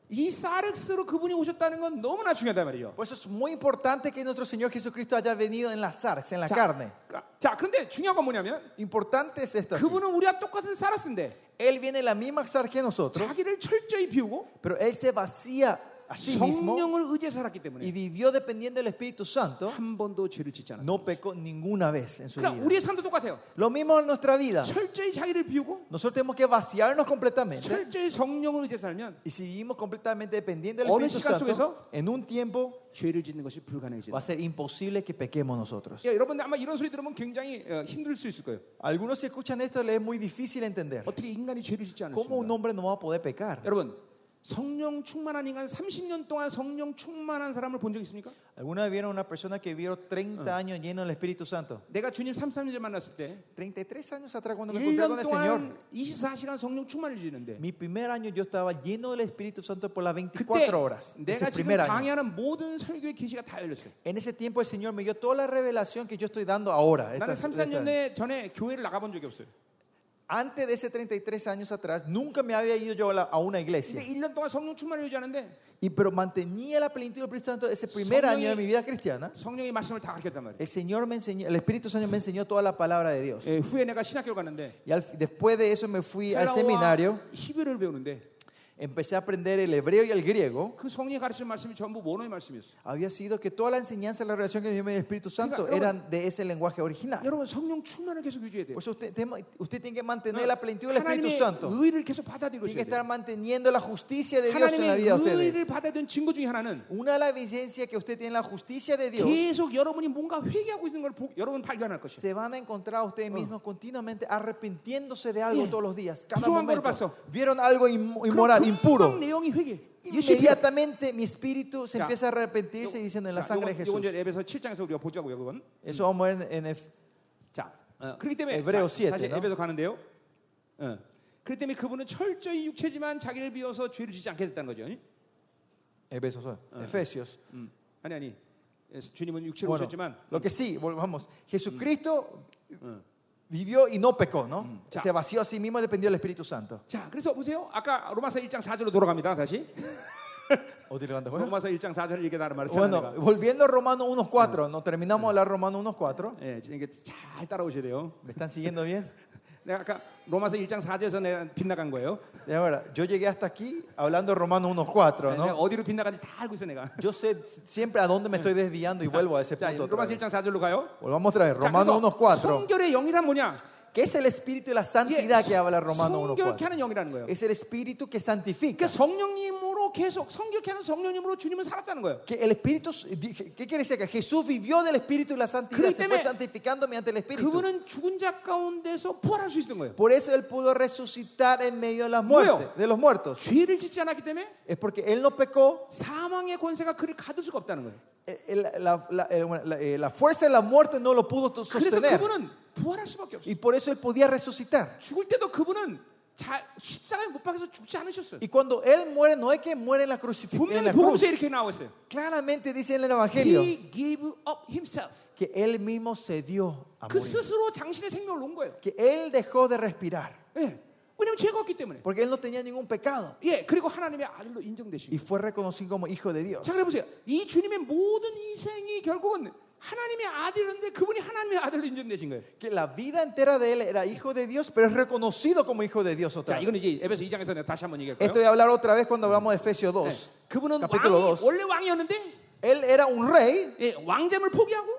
이 사륵스로 그분이 오셨다는 건 너무나 중요하단 말이에요. Por eso Pues es muy importante que nuestro Señor Jesucristo haya venido en la sarx, en la carne. 그러니까, 자, 자, 근데 중요한 건 뭐냐면 Importante es esto. aquí. 그분은 우리와 똑같은 사르스인데 Él viene en la misma sarx que nosotros, 자기를 철저히 비우고 pero Él se vacía a sí mismo 성령을 의지해 살았기 때문에 y vivió dependiendo del Espíritu Santo. 한 번도 죄를 짓지 않았어요. No pecó ninguna vez en su 그러니까 vida. 우리의 삶도 똑같아요. Lo mismo en nuestra vida. 철저히 자기를 비우고 Nosotros tenemos que vaciarnos completamente. 철저히 성령을 의지해 살면 Y si vivimos completamente dependiendo del 어느 Espíritu 시간 Santo, 속에서? en un tiempo 죄를 짓는 것이 불가능해지죠. va a ser imposible que pequemos nosotros. 예, 여러분 아마 이런 소리 들으면 굉장히 어, 힘들 수 있을 거예요. Algunos si escuchan esto les es muy difícil entender. 어떻게 인간이 죄를 짓지 않을 수 ¿Cómo un 있나? hombre no va a poder pecar? 여러분 성령 충만한 인간 30년 동안 성령 충만한 사람을 본 적 있습니까? ¿Alguna vez vieron una persona que vivió 30 años lleno del Espíritu Santo? 내가 주님 33년 전에 만났을 때 33 años atrás cuando me encontré con 1년 el Señor. 동안 24시간 성령 충만을 주는데 Mi primer año yo estaba lleno del Espíritu Santo por las 그때 24 horas. Ese 내가 지금 primer año. 강의하는 모든 설교의 계시가 다 열렸어요. En ese tiempo el Señor me dio toda la revelación que yo estoy dando ahora. 나는 Estas- 33년 estas- 내- 전에 교회를 나가본 적이 없어요. Antes de ese 33 años atrás, nunca me había ido yo a, la- a una iglesia. 근데 1년 동안 성령 충만을 유지하는데 Y pero mantenía la plenitud del Espíritu Santo ese primer Son- año de mi vida cristiana. 성령의 말씀을 다 가르쳤단 말이에요. El Señor me enseñó, el Espíritu Santo me enseñó toda la palabra de Dios. 예, 후에 내가 신학교 를 갔는데 Y al- después de eso me fui al 헬라어와 seminario, 히브리어를 배우는데 empecé a aprender el hebreo y el griego. 그 성령이 가르치는 말씀이 전부 모노의 말씀이었어요. Había sido que toda la enseñanza, la revelación que Dios me dio del Espíritu Santo Diga, eran de ese lenguaje original. 여러분 성령 충만을 계속 유지해야 돼요. Por eso usted, tema- usted tiene que mantener la plenitud del Espíritu 하나님의 Santo. 의를 계속 받아들이고 Tiene 있어야 que 돼요. estar manteniendo la justicia de Dios en la 하나님의 vida de ustedes. 의를 받아들인 증거 중에 하나는 Una de las evidencias que usted tiene en la justicia de Dios, 계속 여러분이 뭔가 회개하고 있는 걸 보- 여러분 발견할 것이에요. se van a encontrar Oh. ustedes mismos continuamente arrepintiéndose de algo Yeah. todos los días, cada Yo ando momento. paso. Vieron algo inmo- 그럼 inmoral, 금방 impuro. 내용이 회개. 예수 믿어. Inmediatamente mi espíritu se Ya. empieza a arrepentirse y diciendo en la 자, sangre de 요건, 요건 Jesús. 이제 에베소 7장에서 우리가 보자고요, 그건. Eso vamos a ver en, en Ef- 자, 어, 그렇기 때문에 에브레오 자, 시에 다시 있대요. 에베소 가는데요. 어. 그렇기 때문에 그분은 철저히 육체지만 자기를 비워서 죄를 짓지 않게 됐다는 거죠. Efesios, Ah. Efesios. 음. 아니 아니. 예, 주님은 육체로 Bueno, 오셨지만 lo que sí, volvamos. Jesucristo 음. vivió y no pecó, ¿no? Mm. Ah. Ya. Se vació a sí mismo y dependió del Espíritu Santo. 자, 그래서 보세요. 아까 로마서 1장 4절로 돌아갑니다. 다시. 로마서 1장 4절을 얘기하는 말을 Bueno, 찾아내가. volviendo a Romanos 1.4, no terminamos de hablar Romanos 1.4. 예, 지금 이게 잘 따라오셔야 돼요. ¿Me están siguiendo bien? 내가 아까 로마서 1장 4절에서 내가 빗나간 거예요. De verdad, yo llegué hasta aquí hablando Romanos 1.4, 네, 내가 ¿no? 어디로 빗나간지 다 알고 있어 내가. Yo sé siempre a dónde me estoy desviando y vuelvo a ese 자, punto. otra 로마서 vez. 1장 4절로 가요. Volvamos otra vez, 자, Romanos 그래서 1.4. 성결의 영이란 뭐냐? ¿Qué es el espíritu y la 이게 santidad que habla Romanos 성결케 1.4? 하는 영이라는 거예요. Es el espíritu que santifica. 그러니까 성령님으로 계속 성결케 하는 성령님으로 주님은 살았다는 거예요. Que el espíritu, ¿qué quiere decir? Que Jesús vivió del espíritu y la santidad, 그렇기 se fue 때문에 santificando mediante el espíritu. 그분은 죽은 자 가운데서 부활할 수 있는 거예요. Por eso él pudo resucitar en medio de las Bueno. muertes, de los muertos. 죄를 짓지 않았기 때문에 Es porque él no pecó. 사망의 권세가 그를 가둘 수가 없다는 거예요. eh, eh, La, la- eh, bueno, la- eh, la fuerza de la muerte no lo pudo to- 그래서 sostener. 그분은 부활할 수밖에 없어요. Y por eso él podía resucitar. 죽을 때도 그분은 자, 십자가에 못 박혀서 죽지 않으셨어요. Y cuando él muere, no es que muere en la, crucifixión, 분명히 en la cruz. 복음서에 이렇게 나와 있어요. Claramente dice en el Evangelio He gave up himself. que él mismo se dio a 그 morir. 스스로 장신의 생명을 놓은 거예요. Que él dejó de respirar. 예. 왜냐면 죄가 없기 때문에. Porque él no tenía ningún pecado. 예. 그리고 하나님의 아들로 인정되신 Y 거예요. fue reconocido como hijo de Dios. 자, 그래 보세요. 이 주님의 모든 인생이 결국은 하나님의 아들인데 그분이 하나님의 아들로 인정되신 거예요. Que la vida entera de él era hijo de Dios, pero es reconocido como hijo de Dios otra 자, vez. 이건 이제 에베소 2장에서 내가 다시 한번 얘기할 거예요. Esto voy a hablar otra vez cuando hablamos de Efesios 2. 예. 그분은 capítulo 왕이 2. 원래 왕이었는데 Él era un rey, 예, 왕잼을 포기하고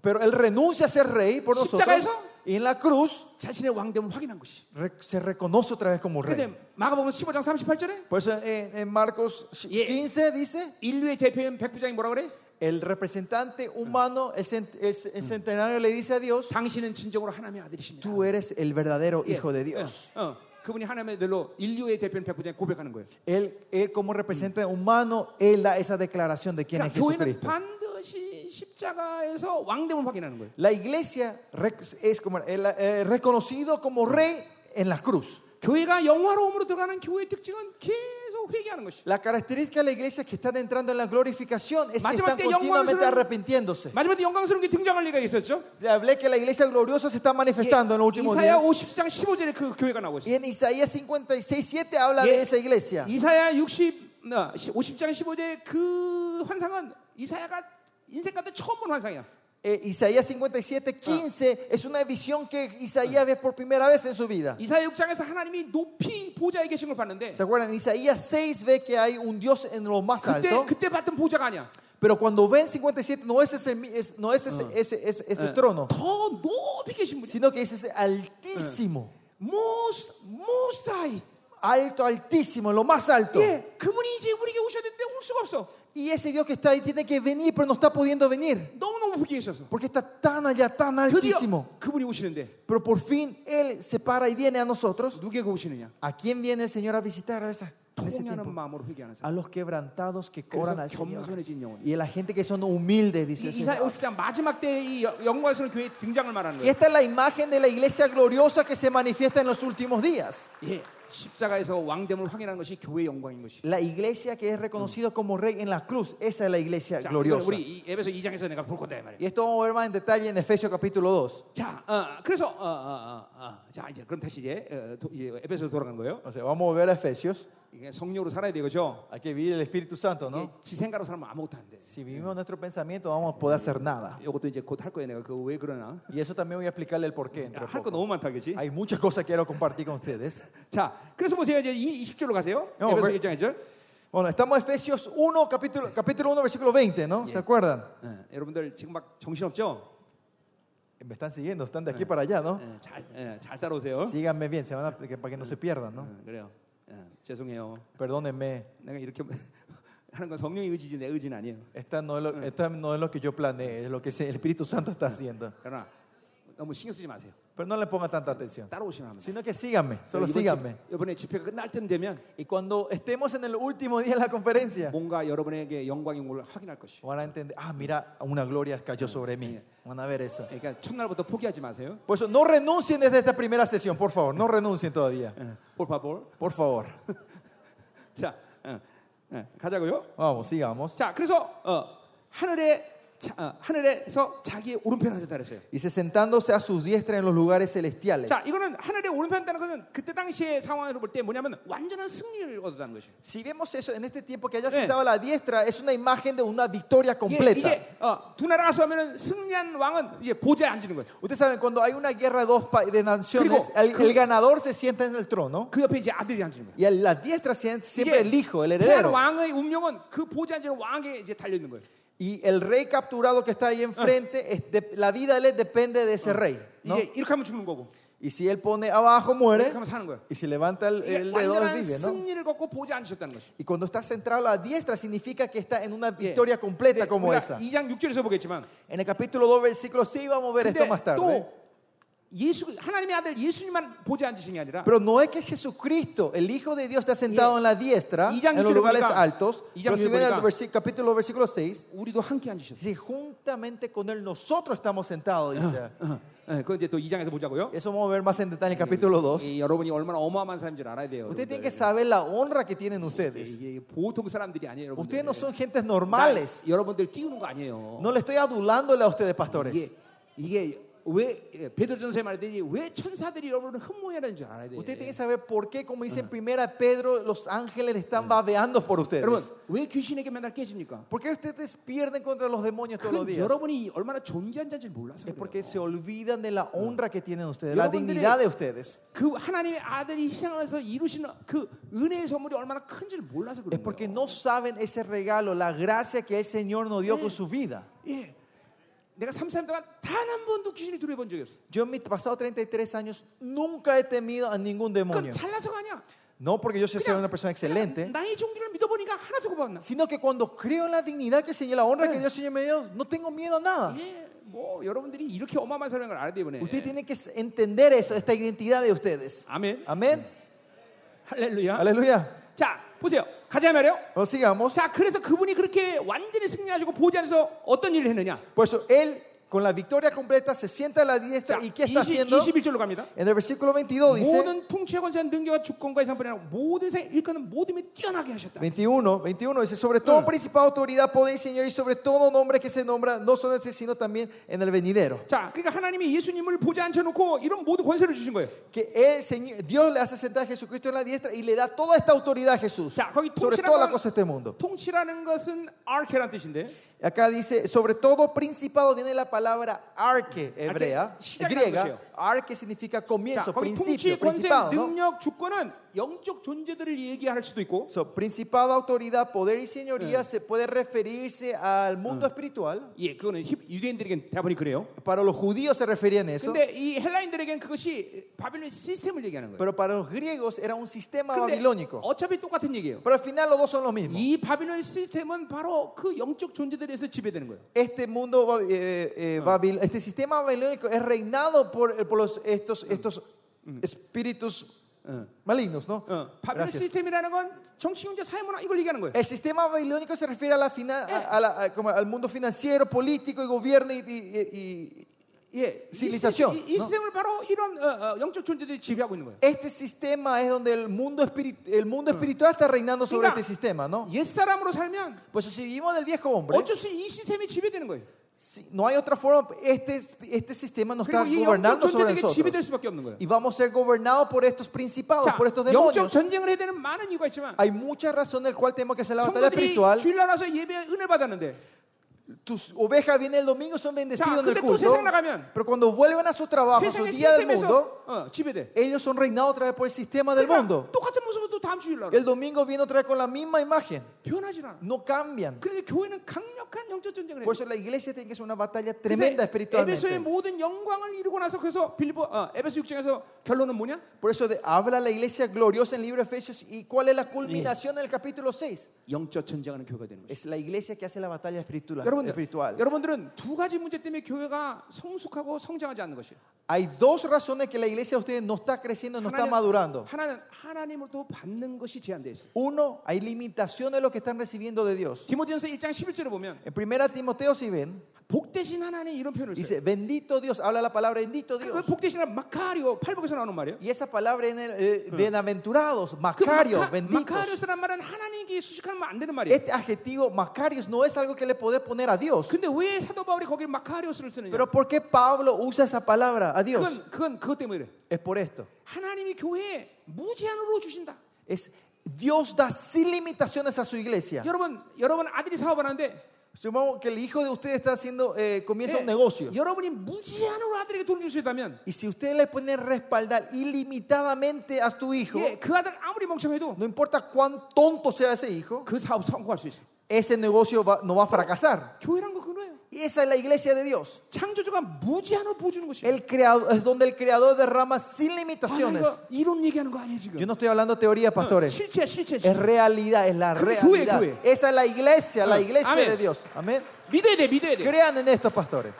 pero él renuncia a ser rey por nosotros. ¿십자가에서? Y en la cruz 자신의 왕됨을 확인한 것이. re- se reconoce otra vez como rey. 그런데 마가복음 15장 38절에 Por eso en, en Marcos Yeah. 15 dice, 인류의 대표인 백부장이 뭐라 그래? el representante humano, el, cent- el- el centenario le dice a Dios, 당신은 진정으로 하나님의 아들이십니다. tú eres el verdadero 예. hijo de Dios. 어, 어. 그분이 하나님의 들로 인류의 대표인 백부장이 고백하는 거예요. Él, él como representante humano, él da esa declaración de quién es 그러니까 교회는 Jesucristo. 반드시 십자가에서 왕됨을 확인하는 거예요. La iglesia rec- es como, el- eh, reconocido como rey en la cruz. 교회가 영화로움으로 들어가는 교회의 특징은 계속 회개하는 것이. La característica de la iglesia es que están entrando en la glorificación es que Mayor están parte de continuamente 영광스러운- arrepintiéndose. 마지막에 영광스러운 게 등장할 리가 있었죠. 예. Le hablé que la iglesia gloriosa se está manifestando en los últimos 이사야 días. 50장 15절에 그 교회가 나오고 Y 있어요. en Isaías 56, 7 habla Yeah. de esa iglesia. 예, 이사야 60, 어, 50장 15절의 그 환상은 이사야가 인생 가운데 처음 본 환상이야. Eh, Isaías 57, 15 es una visión que Isaías ve por primera vez en su vida. 이사야 6장에서 하나님이 높이 보좌에 계신 걸 봤는데 ¿Se acuerdan? En Isaías 6 ve que hay un Dios en lo más 그때 alto. 그때 봤던 보좌가 아니야. 어, Pero cuando ven 57, no es ese, mi- es- no es ese, ese, ese- ese Ah. trono, 더 높이 계신 분이 sino que es ese altísimo, most most high. alto, altísimo, lo más alto. 예, 그분이 이제 우리에게 오셔야 되는데 올 수가 없어. Y ese Dios que está ahí tiene que venir, pero no está pudiendo venir. 너무너무 보기 계셔서. Porque está tan allá, tan 드디어 altísimo. 그분이 오시는데 Pero por fin Él se para y viene a nosotros. 누구에게 오시느냐? ¿A quién viene el Señor a visitar? A esa? en ese 통하는 tiempo 마음으로 회개하는 a 사람. los quebrantados que 그래서 coran al Señor. 겸손해진 영혼. Y a la gente que son humildes, 이- dice el 이사야 Señor. 50장 마지막 때의 이 영- 영광스러운 교회의 등장을 말하는 Y 거예요. esta es la imagen de la iglesia gloriosa que se manifiesta en los últimos días. 예, 십자가에서 왕됨을 확인하는 것이 교회의 영광인 것이. La iglesia que es reconocida como rey en la cruz, esa es la iglesia 자, 이건 gloriosa. 우리 이 에베소 2장에서 내가 볼 건데 말이야. Y esto vamos a ver más en detalle en Efesios capítulo 2. 자, 어, 그래서 어, 어, 어, 어, 자 이제 그럼 다시 이제 어, 도- 이제 에베소로 돌아간 거예요. O sea, vamos a volver a Efesios. 이게 성령으로 살아야 되겠죠. Hay que vivir el Espíritu Santo, 이게 ¿no? 지 생각으로 살면 아무것도 안 돼. Si vivimos nuestro pensamiento, no vamos a poder hacer nada. 이것도 이제 곧 할 거야 내가 그거 왜 그러나? Y eso también voy a explicarle el porqué. Entre 할 거 poco. 너무 많다 그지? Hay muchas cosas que quiero compartir con ustedes. 자, 그래서 보세요 이제 20절로 가세요. 어, 에베소 왜- 1장 1절. Bueno, estamos en Efesios 1, capítulo, capítulo 1, versículo 20, ¿no? ¿Se acuerdan? 어, 여러분들 지금 막 정신 없죠? Me están siguiendo, están de aquí para allá, ¿no? 잘, 예, 잘 따라오세요. Síganme bien, se van a- que- para que no se pierdan, ¿no? 예, 그래요. 예, 죄송해요. Perdónenme, 내가 이렇게 하는 건 성령의 의지지 내 의지는 아니에요. esta no, es lo, esta no es lo que yo planeé, es lo que se- el Espíritu Santo está haciendo. 그러나 너무 신경 쓰지 마세요. Pero no le pongan tanta atención, 따라오시면 합니다. sino que síganme, solo síganme. 집- 이번에 집회가 끝날 쯤 되면 Y cuando estemos en el último día de la conferencia, 뭔가 여러분에게 영광인 걸 확인할 것이요. van a entender, ah, mira, una gloria cayó sobre mí. Van a ver eso. 그러니까 첫날부터 포기하지 마세요. Por eso, no renuncien desde esta primera sesión, por favor, no renuncien todavía. 예, 볼파볼. Por favor, 자, 어, 어, 가자고요. vamos, sigamos. 자, 그래서 어, 하늘에 자, 어, 하늘에서 자기의 오른편 앉았다 그랬어요. Dice, sentándose a sus diestra en los lugares celestiales. 자, 이거는 하늘에 오른편 앉다는 것은 그때 당시의 상황으로 볼 때 뭐냐면 완전한 승리를 얻었다는 것이에요. Si vemos eso en este tiempo que haya Sí. sentado a la diestra, es una imagen de una victoria 이게- completa. 이제 어, 두 나라가 싸우면 승리한 왕은 이제 보좌에 앉는 거예요. Ustedes saben, cuando hay una guerra de dos pa- de naciones, Crigo, el, cri- el ganador se sienta en el trono 그 옆에 이제 아들이 앉는 거예요. y a la diestra sie- siempre 이제 el hijo, el 태안 heredero. 왕의 운명은 그 보좌에 앉는 왕에게 이제 달려 있는 거예요. Y el rey capturado que está ahí enfrente, es de- la vida de él depende de ese rey. ¿no? 이제 이렇게 하면 죽는 거고 Y si él pone abajo, muere. 이렇게 하면 사는 거예요. Y si levanta el, 이게 el dedo, él 완전한 vive. ¿no? 승리를 걷고 보좌에 앉으셨다는 것이. Y cuando está centrado a la diestra, significa que está en una 예. victoria completa 네, como 우리가 esa. 2장 6절에서 보겠지만 En el capítulo 2, versículo 6, vamos a ver esto 근데 más tarde. 또 예수 하나님의 아들 예수님만 보좌에 앉으신 게 아니라 Pero no es que Jesucristo, el Hijo de Dios, está sentado Yeah. en la diestra, Y ya en los yo lugares digo, altos. y ya yo Pero si ven digo, el versi- capítulo, versículo 6, 우리도 함께 앉으셨어요. si juntamente con Él nosotros estamos sentados, dice. 예, 그건 이제 또 2장에서 보자고요. Eso vamos a ver más en detalle en el capítulo 2. 이 여러분이 얼마나 어마어마한 사람인지 알아야 돼요. Ustedes tienen que 여러분들. saber la honra que tienen ustedes. 이게 보통 사람들이 아니에요, 여러분들. Ustedes no son gentes 나- normales. 여러분들 띄우는 거 아니에요. No le estoy adulándole a ustedes, pastores. 이게 이게 왜 예, 베드로전서에 말했더니 왜 천사들이 여러분을 흠모해라는 줄 알아야 돼요. Ustedes tienen que saber por qué, como dice en primera Pedro, los ángeles están babeando por 여러분 ustedes. 왜 귀신에게 맨날 깨집니까? ¿Por qué ustedes pierden contra los demonios todos los 그건 días? 여러분이 얼마나 존귀한 자인지 몰라서 Es porque 그래요. se olvidan de la honra que tienen ustedes, Yo la no pondré- dignidad de ustedes. 그 하나님의 아들이 희생하면서 이루시는 그 은혜의 선물이 얼마나 큰지를 몰라서 Es 그래요. porque no saben ese regalo, la gracia que el Señor nos dio Mm. con su vida. 예. 내가 33년 동안 단 한 번도 귀신을 두려워본 적이 없어. Yo en mis pasados 33 años nunca he temido a ningún 그건 demonio. 잘나서가 아니야. No porque yo sea una persona 그냥 excelente, 나의 종기를 믿어보니까 하나도 겁안 나. sino que cuando creo en la dignidad que el Señor, la honra Mm. que Dios Señor me dio, no tengo miedo a nada. 예, 뭐 여러분들이 이렇게 어마어마한 사람인 걸 알아야 돼요, 이번에. Usted tiene que entender eso, esta identidad de ustedes. 아멘. Amén. 할렐루야. Aleluya. 자, 보세요. 가자 말이요. Bueno, sigamos. 자, 그래서 그분이 그렇게 완전히 승리하시고 보좌 안에서 어떤 일을 했느냐? Por eso Pues Él, con la victoria completa, se sienta a la 자, diestra y ¿qué está 20, haciendo? 21절로 갑니다. En el versículo 22 dice, 모든 통치와 권세와 능력과 주권과 이상뿐이 아니라 모든 생의 일꾼은 모든 힘이 뛰어나게 하셨다. 21, 21 dice, sobre todo Mm. principado, autoridad, poder, Señor, y sobre todo nombre que se nombra, no solo en este, sino también en el venidero. 자, 그러니까 하나님이 예수님을 보좌 앉혀놓고 이런 모든 권세를 주신 거예요. Que el Señor, Dios le hace sentar a Jesucristo en la diestra y le da toda esta autoridad a Jesús Ya, 거기 sobre 통치라고 toda la 하는- cosa de este mundo. 통치라는 것은 아르케란 뜻인데 Acá dice, sobre todo principado viene la palabra arque hebrea, 시작이라는 griega. 것이에요. Arque significa 자, comienzo, 거기 통치, principio, 권세, principado. ¿no? 능력, 주권은 영적 존재들을 얘기할 수도 있고 So, principado, autoridad, poder y señoría se puede referirse al mundo espiritual. 예, 그거는 힙- 유대인들에겐 대부분이 그래요. Para los judíos se referían a eso. 근데 이 헬라인들에겐 그것이 바빌론 시스템을 얘기하는 거예요. Pero para los griegos era un sistema 근데 babilónico. 어차피 똑같은 얘기예요. Pero al final los dos son lo mismo. 이 바빌론 시스템은 바로 그 영적 존재들에서 지배되는 거예요. Este mundo, ba- eh, eh, babil- este sistema babilónico es reinado por, eh, por los, estos, estos espíritus 어, malignos, ¿no? 어, 바빌론 Gracias. 시스템이라는 건 정치 경제 사회 문화 이걸 얘기하는 거예요. El sistema babilónico se refiere a la fina- a- a la- a- como al mundo financiero, político y gobierno y, y- y- y- 예, 이, civilización, 시- 이, 이 no? 시스템을 바로 이런 어, 어, 영적 존재들이 지배하고 있는 거예요. este sistema es donde el mundo, espirit- el mundo espiritual está reinando sobre Mira. este sistema, ¿no? 옛 사람으로 살면 Pues si vivimos del viejo hombre, 어쩔 수 없이 이 시스템이 지배되는 거예요. si- no hay otra forma, este, este sistema nos está 어, 그러니까 그리고 이 영적 gobernando sobre 존재들에게 지배될 nosotros. 수밖에 없는 거예요. Y vamos a ser gobernados por estos principados, 자, por estos 영적 demonios. 전쟁을 해야 되는 많은 이유가 있지만 Hay muchas razones en la cual tenemos que hacer la batalla 성도들이 espiritual. 주일날 와서 예배 은혜 받았는데 Tus ovejas vienen el domingo, son 자, bendecidas en el 근데 또 culto. 세상 나가면 Pero cuando vuelven a su 어, trabajo, a su 세상의 día del mundo, 시스템에서 어, 지배돼. ellos son reinados otra vez por el sistema del 그러니까 mundo. 똑같은 모습으로 또 다음 주일날 Y el domingo viene otra vez con la misma imagen. 변하지 않아. No cambian. 그러니까 교회는 강력한 영적 전쟁을 해야 Por eso la iglesia tiene que ser una batalla tremenda 그래서 에베소의 espiritualmente. 모든 영광을 이루고 나서 그래서 빌리보 어, 에베소 6장에서 결론은 뭐냐? Por eso de- habla la iglesia gloriosa en el libro de Efesios. ¿Y cuál es la culminación del capítulo 6? 영적 전쟁하는 교회가 되는 거죠. Es la iglesia que hace la batalla espiritual. 여러분들, espiritual. 여러분들은 두 가지 문제 때문에 교회가 성숙하고 성장하지 않는 것이에요. Hay dos razones que la iglesia de ustedes no está creciendo, no está madurando. 하나는 하나님으로부터 받는 것이 제한돼 있어요. Uno, hay limitaciones de lo que están recibiendo de Dios. 디모데전서 1장 11절을 보면 En primera Timoteo, si ven, 복 대신 하나님 이런 표현을 써요. dice, bendito Dios, habla la palabra bendito 그 Dios. 복대신은 마카리오 팔복에서 나오는 말이에요. Y esa palabra en el, eh, bienaventurados, 그 macarios, 마카, benditos. 마카리오스란 말은 하나님께 수식하면 안 되는 말이에요. Este adjetivo macarios no es algo que le podés poner a Dios. 근데 왜 사도 바울이 거기 마카리오스를 쓰느냐? Pero ¿por qué Pablo usa esa palabra a Dios? 그건 그건 그것 때문에 그래. Es por esto. 하나님이 교회에 무제한으로 주신다. Es Dios da sin limitaciones a su iglesia. 여러분, 여러분 아들이 사업을 하는데 Supongamos que el hijo de usted está haciendo, eh, comienza 예, un negocio. 여러분이 무제한으로 아들에게 돈을 줄 수 있다면 Y si usted le pone respaldar ilimitadamente a tu hijo, 예, 그 아들 아무리 멍청해도 no importa cuán tonto sea ese hijo, 그 사업 성공할 수 있어. ese negocio va- no va a fracasar. 교회란 거 그거예요. Y esa es la iglesia de Dios. 창조주가 무제한으로 보여주는 것이에요. El creador, es donde el creador derrama sin 아, limitaciones. 이거 이론 얘기하는 거 아니에요 Yo 지금. no estoy hablando teoría, pastores. 실체야 실체. Es 실체. realidad, es la Cree, cree, realidad. cree. Esa es la iglesia, la Ah, iglesia amén. de Dios. Amén. 믿어야 돼 믿어야 돼. Crean en estos pastores.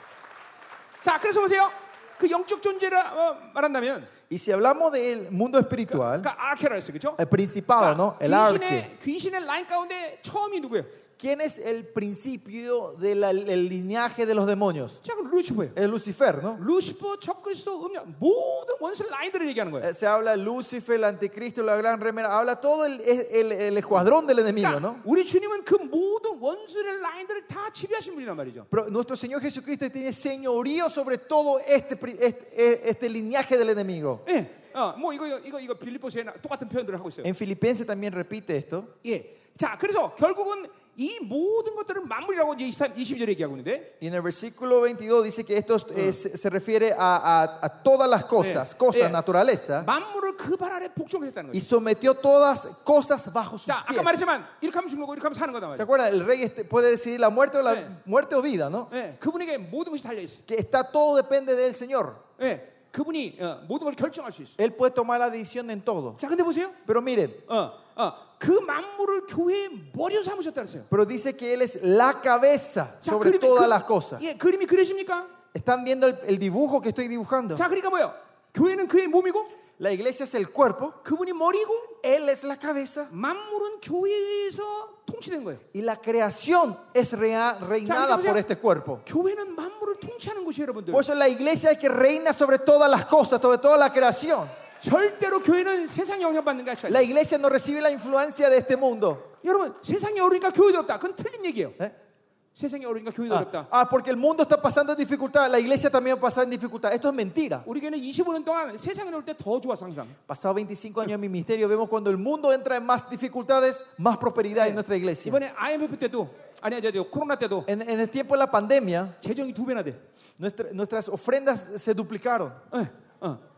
자, 그래서 보세요. 그 영적 존재라 어, 말한다면, Y si hablamos del mundo espiritual, 그러니까 아케라 했어요, 그렇죠? el principado, ¿no? El arque. 귀신의 귀신의 라인 가운데 처음이 누구예요? ¿Quién es el principio del el linaje de los demonios? 자, 그 루시퍼예요. Es Lucifer, ¿no? 루시퍼, 적그리스도, 음녀 모든 원수 라인들을 얘기하는 거예요. Eh, Se habla Lucifer, el anticristo, la gran remera, habla todo el, el- el escuadrón del enemigo, 그러니까 ¿no? 우리 주님은 그 모든 원수의 라인들을 다 지배하신 분이란 말이죠. Pero nuestro Señor Jesucristo tiene señorío sobre todo este, pri- este, este linaje del enemigo. 예, 어, 뭐 이거 이거 이거 빌립보서에 나- 똑같은 표현들을 하고 있어요. En Filipenses también repite esto. 예, 자, 그래서 결국은 이 모든 것들을 만물이라고 이제 23, 22절에 얘기하고 있는데, Y en el versículo 22 dice que esto eh, se, se refiere a, a- a todas las cosas, cosas, Eh. naturaleza. 만물을 그 발 아래 복종했다는 Y 거예요. sometió todas cosas bajo sus 자, 아까 pies. 말했지만 이렇게 하면 죽는 거고 이렇게 하면 사는 거다 말이에요. ¿Se acuerdan? El rey este- puede decidir la muerte o la Eh. muerte o vida, ¿no? 예, 그분에게 모든 것이 달려 있어. Que está todo depende del Señor. 예, 그분이 어, 모든 걸 결정할 수 있어. Él puede tomar la decisión en todo. 자, 근데 보세요. Pero miren, 어, 어, 그 만물을 교회의 머리로 삼으셨다 그랬어요. pero dice que él es la cabeza 자, sobre todas 그- las cosas. 예, 그림이 그려집니까? ¿Están viendo el, el dibujo que estoy dibujando? 자, 그러니까 뭐예요? 교회는 그의 몸이고 La iglesia es el cuerpo, 그분이 머리고 él es la cabeza 만물은 교회에서 통치된 거예요. y la creación es rea- Chao, reinada chao, por chao. este cuerpo. 교회는 man물을 통치하는 곳이에요, 여러분들. Por eso la iglesia es que reina sobre todas las cosas, sobre toda la creación. 절대로 교회는 세상 영향받는 게 아니라 La iglesia no recibe la influencia de este mundo. 여러분, 세상이 어려우니까 교회도 없다. 그건 틀린 얘기예요. ¿Eh? 세상이 어려우니까 교회도 Ah, 어렵다. ah, porque el mundo está pasando dificultad, la iglesia también va a pasar en dificultad. Esto es mentira. 우리 교회는 25년 동안 세상에 올 때 더 좋았어 항상. Pasado 25 años en mi ministerio, vemos cuando el mundo entra en más dificultades, más prosperidad en nuestra iglesia. 이번에 IMF 때도 아니 아니 저 코로나 때도 En, en el tiempo de la pandemia, 재정이 두 배나 돼. 예, nuestra- nuestras ofrendas se duplicaron.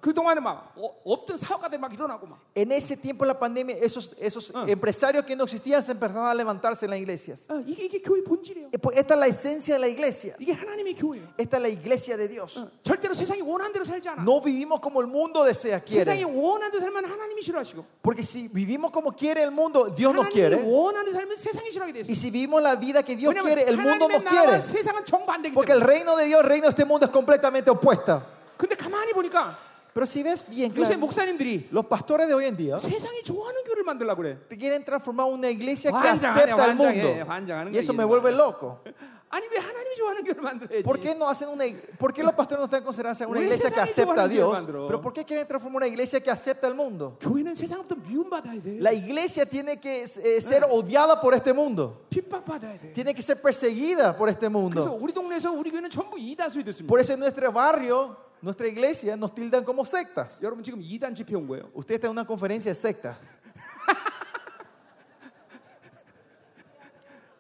그 동안은 막 어, 없던 사업가들 막 일어나고 막. En ese tiempo de la pandemia, esos, esos Ah. empresarios que no existían se empezaron a levantarse en las iglesias. 어, 이게 이게 교회 본질이에요. Eh, pues Esta es la esencia de la iglesia. 이게 하나님의 교회예요. Esta es la iglesia de Dios. 어, 절대로 세상이 원하는 대로 살지 않아. No vivimos como el mundo desea, 세상이 quiere. 원하는 대로 살면 하나님이 싫어하시고 Porque si vivimos como quiere el mundo, Dios no 하나님이 quiere. 원하는 대로 살면 세상이 싫어하게 돼 Y 있어. si vivimos la vida que Dios 왜냐면 quiere, el mundo 하나님의 no 나라와 quiere. 세상은 정반대기 Porque el 때문에. reino de Dios, el reino de este mundo es completamente opuesta. 근데 가만히 보니까 Pero si ves bien, 요새 claro, 목사님들이 los pastores de hoy en día 세상이 좋아하는 교회를 만들려고 그래. te quieren transformar una iglesia que 환장하네, acepta al 환장해, 환장하는 mundo. Y 거야, eso 이 me 놈아. vuelve loco. 아니 왜 하나님이 좋아하는 교회를 만들어야지? ¿Por qué, no hacen una, ig- ¿Por qué los pastores no están considerándose una Uy, iglesia que ese es acepta a igual, Dios? Alejandro. Pero ¿por qué quieren transformar una iglesia que acepta al mundo? 교회는 세상부터 미움받아야 돼. La iglesia tiene que eh, ser odiada por este mundo. 핍박받아야 돼. Tiene que ser perseguida por este 그래서 mundo. 우리 동네에서 우리 교회는 전부 이단수이 됐습니다. Por eso en nuestro barrio, nuestra iglesia, nos tildan como sectas. 여러분 지금 이단 집회 온 거예요. Usted está en una conferencia de sectas.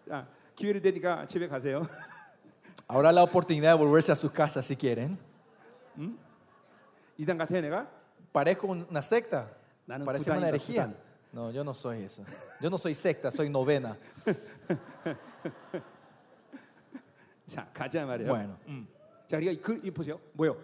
자, 기회를 되니까 집에 가세요. Ahora la oportunidad de volverse a sus casas si quieren. 이단 같아요, 내가? Parezco una secta. 나는 Parece una Futan이다, herejía. Futan. No, yo no soy eso. Yo no soy secta, soy novena. 자, 가자 말이에요. Bueno, 음. 자, 우리가 그 이 보세요. 뭐요?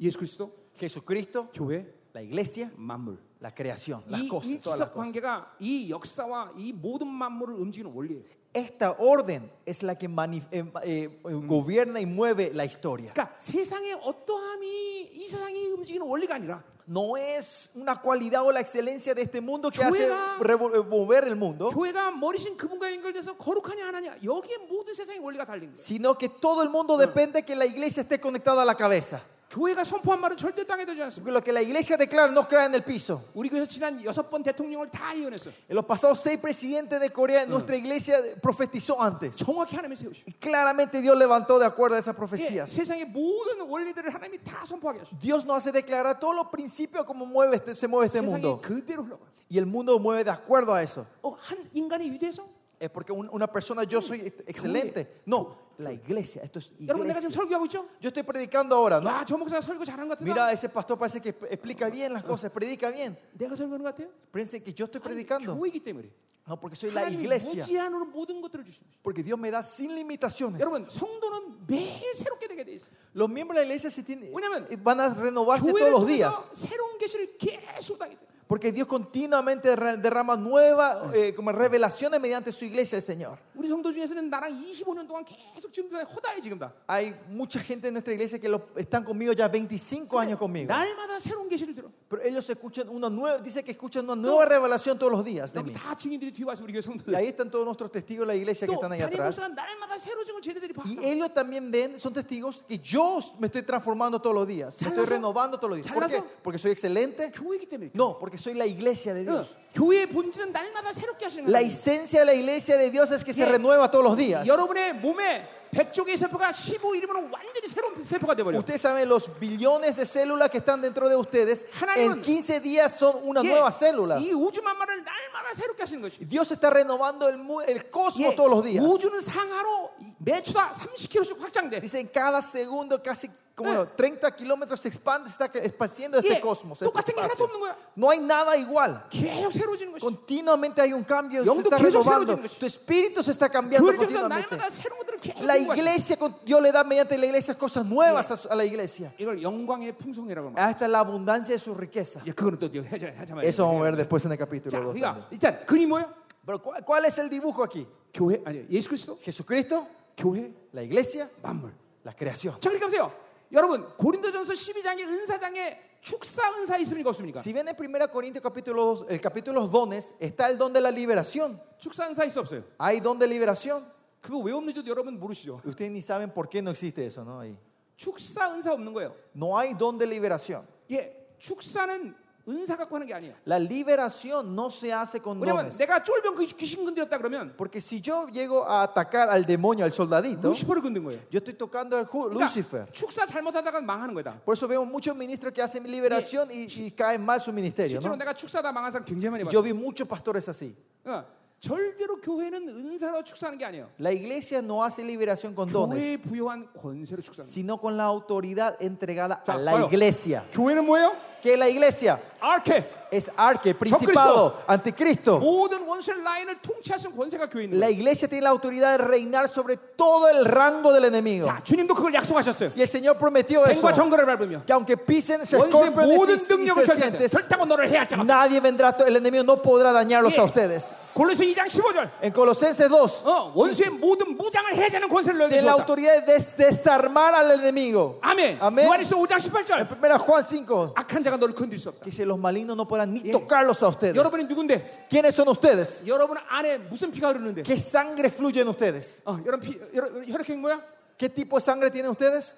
예수 그리스도, Jesucristo, 교회, la iglesia, 만물. la creación, las 이 cosas, todas las 일치적 cosas. 관계가 이 역사와 이 모든 만물을 움직이는 원리예요. Esta orden es la que mani- eh, eh, gobierna y mueve la historia. 그러니까 세상의 어떠함이 이 세상이 움직이는 원리가 아니라 No es una cualidad o la excelencia de este mundo que hace Chueva. revol- mover el mundo, 교회가 머리신 그분과 연결돼서 거룩하냐 하나냐 여기에 모든 세상의 원리가 달린 거예요. sino que todo el mundo depende que la iglesia esté conectada a la cabeza. 교회가 선포한 말은 절대 땅에 되지 않습니다. Porque lo que la iglesia declara no cae en el piso. 우리 교회에서 지난 여섯 번 대통령을 다 예언했어요. En los pasados seis presidentes de Corea, nuestra iglesia profetizó antes. 정확히 하나님이 세우시고 Y claramente Dios levantó de acuerdo a esas 예, profecías. 세상의 모든 원리들을 하나님이 다 선포하게 하시고 Dios nos hace declarar todos los principios como mueve este- se mueve este 세상이 mundo. 그대로 흘러가. Y el mundo mueve de acuerdo a eso. 어, 한 인간의 유대성? Es porque un- una persona, yo soy ex- excelente. No, la iglesia, esto es 여러분 내가 지금 iglesia. 설교하고 있죠? Yo estoy predicando ahora, ¿no? 와, 저 목사 설교 잘한 것 Mira, 같은데. ese pastor parece que exp- explica bien las cosas, predica bien. 내가 설교하는 것 같아요? Piensen que yo estoy 아니, predicando. 교회이기 때문에. No, porque soy la 하나님이 iglesia. 무제한으로 모든 것들을 주신 거예요. Porque Dios me da sin limitaciones. 여러분, 성도는 매일 새롭게 되게 돼 있어요. Los miembros de la iglesia se tienen- 왜냐면 van a renovarse todos 교회를 los días. 통해서 새로운 계시를 계속 당해. Porque Dios continuamente re- derrama nuevas eh, como revelaciones mediante su iglesia, el Señor. 우리 성도 중에서는 나랑 25년 동안 계속 지금 다 허다해 지금 다. Hay mucha gente en nuestra iglesia que lo- están conmigo ya 25 años conmigo. 날마다 새로운 계시를 들어. Pero ellos escuchan una nueva, dice que escuchan una nueva revelación todos los días de 여기 mí. 다 네. 증인들이 뒤에 와서 우리 교회 Y 성도들. ahí están todos nuestros testigos de la iglesia que 또 están ahí 다른 atrás. 목사가 날마다 새로운 증을 쟤네들이 봐. Y ellos también ven, son testigos que yo me estoy transformando todos los días, me estoy ¿Charlazo? renovando todos los días. ¿Por qué? ¿Charlazo? Porque soy excelente. 교회이기 때문에. No, porque soy la iglesia de 응. Dios. 교회의 본질은 날마다 새롭게 하시는 La 거예요. esencia de la iglesia de Dios es que se Bien. renueva todos los días. 여러분의 몸에 100쪽의 세포가 15일이면 완전히 새로운 세포가 돼 버려. Ustedes saben, los billones de células que están dentro de ustedes, 하나님은- en 15 días son una nueva célula. 예. 이 우주 만만을 날마다 새롭게 하시는 것이. Dios está renovando el, mu- el cosmos 예, todos los días. 우주는 상하로 매주다 30km씩 확장돼. Dicen, cada segundo, casi como Eh. 30 kilómetros se expande, se está expandiendo este 예, cosmos. este 똑같은 게 하나도 espacio. 없는 거야. No hay nada igual. 계속 새로워지는 것이. Continuamente hay un cambio, se 영도 está 계속 renovando. 새로워지는 것이. Tu espíritu se está cambiando 교회를 통해서 continuamente. 날마다 새로운 것들을 계속 La 요구하시는 iglesia, con- Dios le da mediante la iglesia cosas nuevas a su- a la iglesia. 이걸 영광의 풍성이라고 말해. Hasta la abundancia de su riqueza. 예, 그거는 또 하자 하자 말이야. Eso vamos a ver después en el 자, capítulo 2. 그러니까 일단 그림 뭐예요? Pero ¿cuál, cuál es el dibujo aquí? 교회 아니 예수 그리스도, Jesucristo, 교회, la iglesia, 만물. la creación. 자, 그러니까 보세요. 여러분, 고린도전서 12장에 은사장에 축사 은사 있습니까 없습니까? Si ven en 1 Corintios capítulo 2, el capítulo los dones, está el don de la liberación. 축사 은사 있어 없어요? Hay don de liberación. 그거 왜 없는지도 여러분 모르시죠. Ustedes ni saben por qué no existe eso, ¿no? Ahí. 축사 은사 없는 거예요. No hay don de liberación. 예, 축사는 은사 갖고 하는 게 아니에요. La liberación no se hace con 왜냐면 dones. 내가 쫄병 그 귀신 건드렸다 그러면 Porque si yo llego a atacar al demonio, al soldadito, 루시퍼를 건든 거예요. yo estoy tocando al ju- 그러니까 Lucifer. 축사 잘못하다가 망하는 거다. Por eso vemos muchos ministros que hacen liberación y, y caen mal su ministerio. 실제로 ¿no? 내가 축사다 망한 사람 굉장히 네, 많이 Y 봤어. Yo vi 무chos pastores así. 어, 절대로 교회는 은사로 축사하는 게 아니에요. La iglesia no hace liberación con 교회에 dones, 부여한 권세로 축사하는 sino con la autoridad entregada 자, a la 봐요. iglesia. 거예요. 교회는 뭐예요? ¿Qué es la iglesia? 아르케. 어. Es arque, principado, anticristo. 모든 원수 라인을 통치하신 권세가 교회에 있는 La 거예요. iglesia tiene la autoridad de reinar sobre todo el rango del enemigo. 자, 주님도 그걸 약속하셨어요. Y el Señor prometió 뱀과 eso. 정글을 밟으며 Que aunque pisen 원수의 escorpiones 모든 y- y 능력을 결단해 serpientes, 절대고 너를 해할 자가 없다. nadie vendrá, el enemigo no podrá dañarlos Yeah. Oh, a ustedes. 골로새 2장 15절. En Colosenses 2, 어, 원수의 모든 무장을 해제하는 권세를 너에게 tiene la 주었다. autoridad de des- desarmar al enemigo. 아멘. 아멘. 요한일서 5장 En 18절. 1 Juan 5, 악한 자가 너를 건들 수 없다. que dice, los malignos no podrán ni Yeah. tocarlos a ustedes. 여러분이 누군데? ¿Quiénes son ustedes? 여러분 안에 무슨 피가 흐르는데? ¿Qué sangre fluye en ustedes? 어, 여러분 피, 여러, 혈액형 뭐야? ¿Qué tipo de sangre tienen ustedes?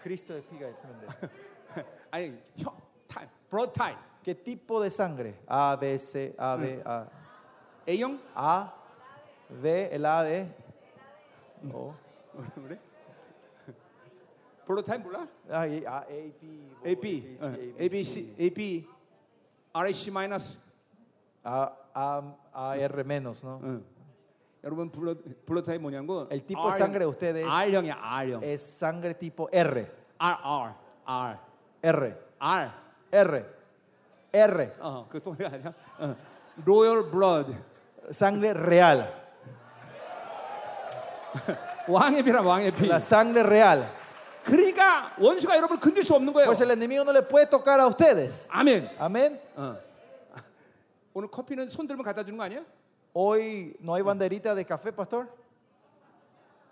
Cristo de Piga. 아니, 혀, 타임, 브로드 타임. ¿Qué tipo de sangre? A, B, C, A, B, A. A형? A, B, el A, B. O. 그래? 브로드 타임 몰라? Ah, y- A, A, P, O, AP, 어, C, B, C. ABC, AP, RAC 마이너스. A, A, A, R menos, ¿no? 응. 여러분 블러드 블러드 타입 뭐냐고? El tipo de sangre de ustedes- Eh. R형이야 R형. Es sangre tipo R. R R R R, R. R, R. 어, 그 동네 아니야? 어. Royal Blood. Sangre real. 왕의 피라 왕의 피. La sangre real. 그러니까 원수가 여러분을 건들 수 없는 거예요. Pues el enemigo no le puede tocar a ustedes. 아멘. Amén. 어. 오늘 커피는 손 들면 갖다 주는 거 아니야? 네, Hoy no hay banderita de café, pastor.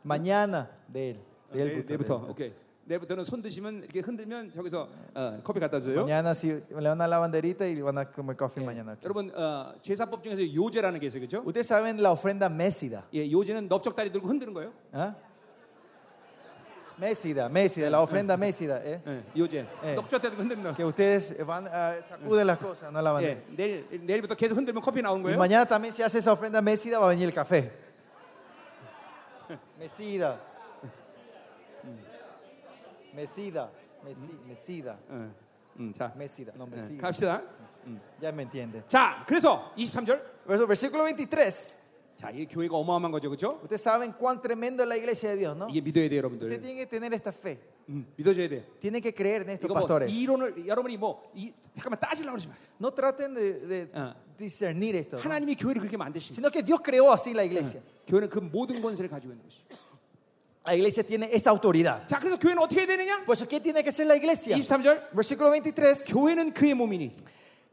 Mañana de él. De él, 네, 내일- pastor, 내일부터. de él. 오케이. 내일부터는 손 드시면 이렇게 흔들면 저기서 어, 커피 갖다 줘요. Mañana sí le van a la banderita y van a comer coffee mañana. 여러분 어, 제사법 중에서 요제라는 게 있어요, 그렇죠? Ustedes saben la ofrenda mesida. 예, 요제는 넓적다리 들고 흔드는 거예요. ¿ah? Mesida, mesida, la ofrenda mesida. ¿eh? 예, 요제. 예. 넓적다리 들고 흔드는 거. Que ustedes van, ah, sacuden las cosas, no la bandera. 예, 내일 내일부터 계속 흔들면 커피 나오는 Y 거예요. mañana también si hace esa ofrenda mesida va a venir el café. Mesida. Mesida. Mesi- Mesida. 응, 응, 예. 자, Mesida. No, 예, mesida. 갑시다. Ya me entiende. 자, 그래서 23절. Verso- Versículo 23. 자, 이 교회가 어마어마한 거죠, 그렇죠? Ustedes saben cuán tremendo es la iglesia de Dios, ¿no? 이게 믿어야 돼, Ustedes 여러분들. tienen que tener esta fe. 음, 믿어줘야 돼. Tienen que creer en estos 이거 뭐 pastores. 이론을 여러분이 뭐 이, 잠깐만 따지려고 그러지 마. No traten de, de Ah. discernir esto, ¿no? 하나님이 교회를 그렇게 만드신 거예요. sino que Dios creó así la iglesia. 교회는 그 모든 권세를 가지고 있는 것이. La iglesia tiene esa autoridad. 자, 그래서 교회는 어떻게 해야 되느냐? Por eso, ¿qué tiene que ser la iglesia? 23절. Versículo 23. 교회는 그의 몸이니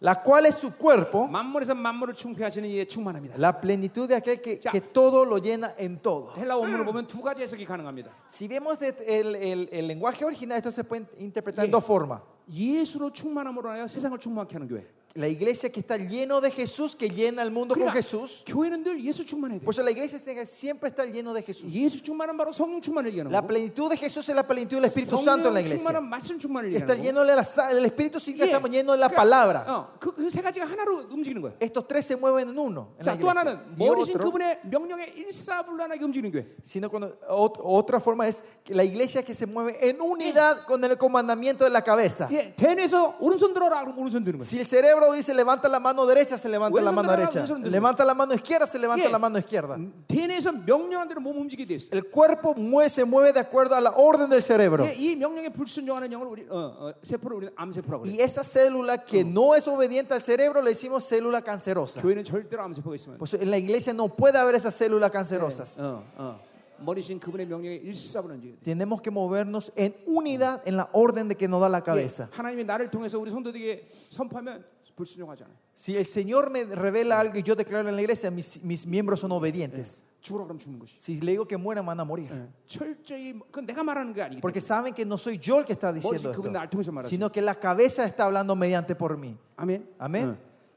la cual es su cuerpo, 만물에서 만물을 충패하시는 이에 충만합니다. la plenitud de aquel que, Ya. que todo lo llena en todo. 헬라 원문을 보면 두 가지 해석이 가능합니다. Si vemos de- el, el- el lenguaje original, esto se puede interpretar en Yeah. dos formas. 예수로 충만함으로 하여 세상을 충만케 하는 교회. La iglesia que está lleno de Jesús, que llena el mundo con 그러니까 Jesús. 교회는 늘 예수 충만해야 돼. Por eso la iglesia tiene que siempre estar lleno de Jesús. 예수 충만은 바로 성령 충만을 La 얘기하는 거고. plenitud de Jesús es la plenitud del Espíritu Santo en la 성령 iglesia. 충만은 말씀 충만을 Está 얘기하는 거고. lleno de la sa- del Espíritu significa que 예. estamos llenos de la 그러니까, palabra. 어, 그세 가지가 하나로 움직이는 거예요. Estos tres se mueven en uno. en la 자, 또 iglesia. 하나는 Y 머리신 otro- 그분의 명령에 일사불란하게 움직이는 교회. sino cuando, ot- otra forma es que la iglesia que se mueve en unidad con el comandamiento de la cabeza. 예, 대뇌에서 오른손 들어라 그럼 오른손 드는 거예요. Si el cerebro dice levanta la mano derecha, se levanta la mano Wilson derecha. Wilson Wilson. Levanta la mano izquierda, se levanta Yeah. la mano izquierda. 음, 대뇌에서 명령한 대로 몸 움직이게 돼 있어요. El cuerpo mue- se mueve de acuerdo a la orden del cerebro. 예, 이 명령에 불순종하는 영을 우리 어, 어, 세포를 우리는 암세포라고 그래요. Y esa célula que no es obediente al cerebro le decimos célula cancerosa. 교회는 절대로 암세포가 있으면 안 돼. Pues en la iglesia no puede haber esas células cancerosas. 어, 어. 머리신 그분의 명령에 일사불란 움직이게 돼. Tenemos que movernos en unidad en la orden de que nos da la 예, cabeza. 하나님이 나를 통해서 우리 성도들에게 선포하면 불순종하지 않아요. Si el Señor me revela algo y yo declaro en la iglesia, mis, mis miembros son obedientes. 죽으라 그럼 죽는 것이. Si le digo que mueran, van a morir. 예, 철저히 그건 내가 말하는 게 아니기 때문에. Porque saben que no soy yo el que está diciendo Porque 그분은 날 통해서 esto, 말하세요. sino que la cabeza está hablando mediante por mí. 아멘. 아멘. 어.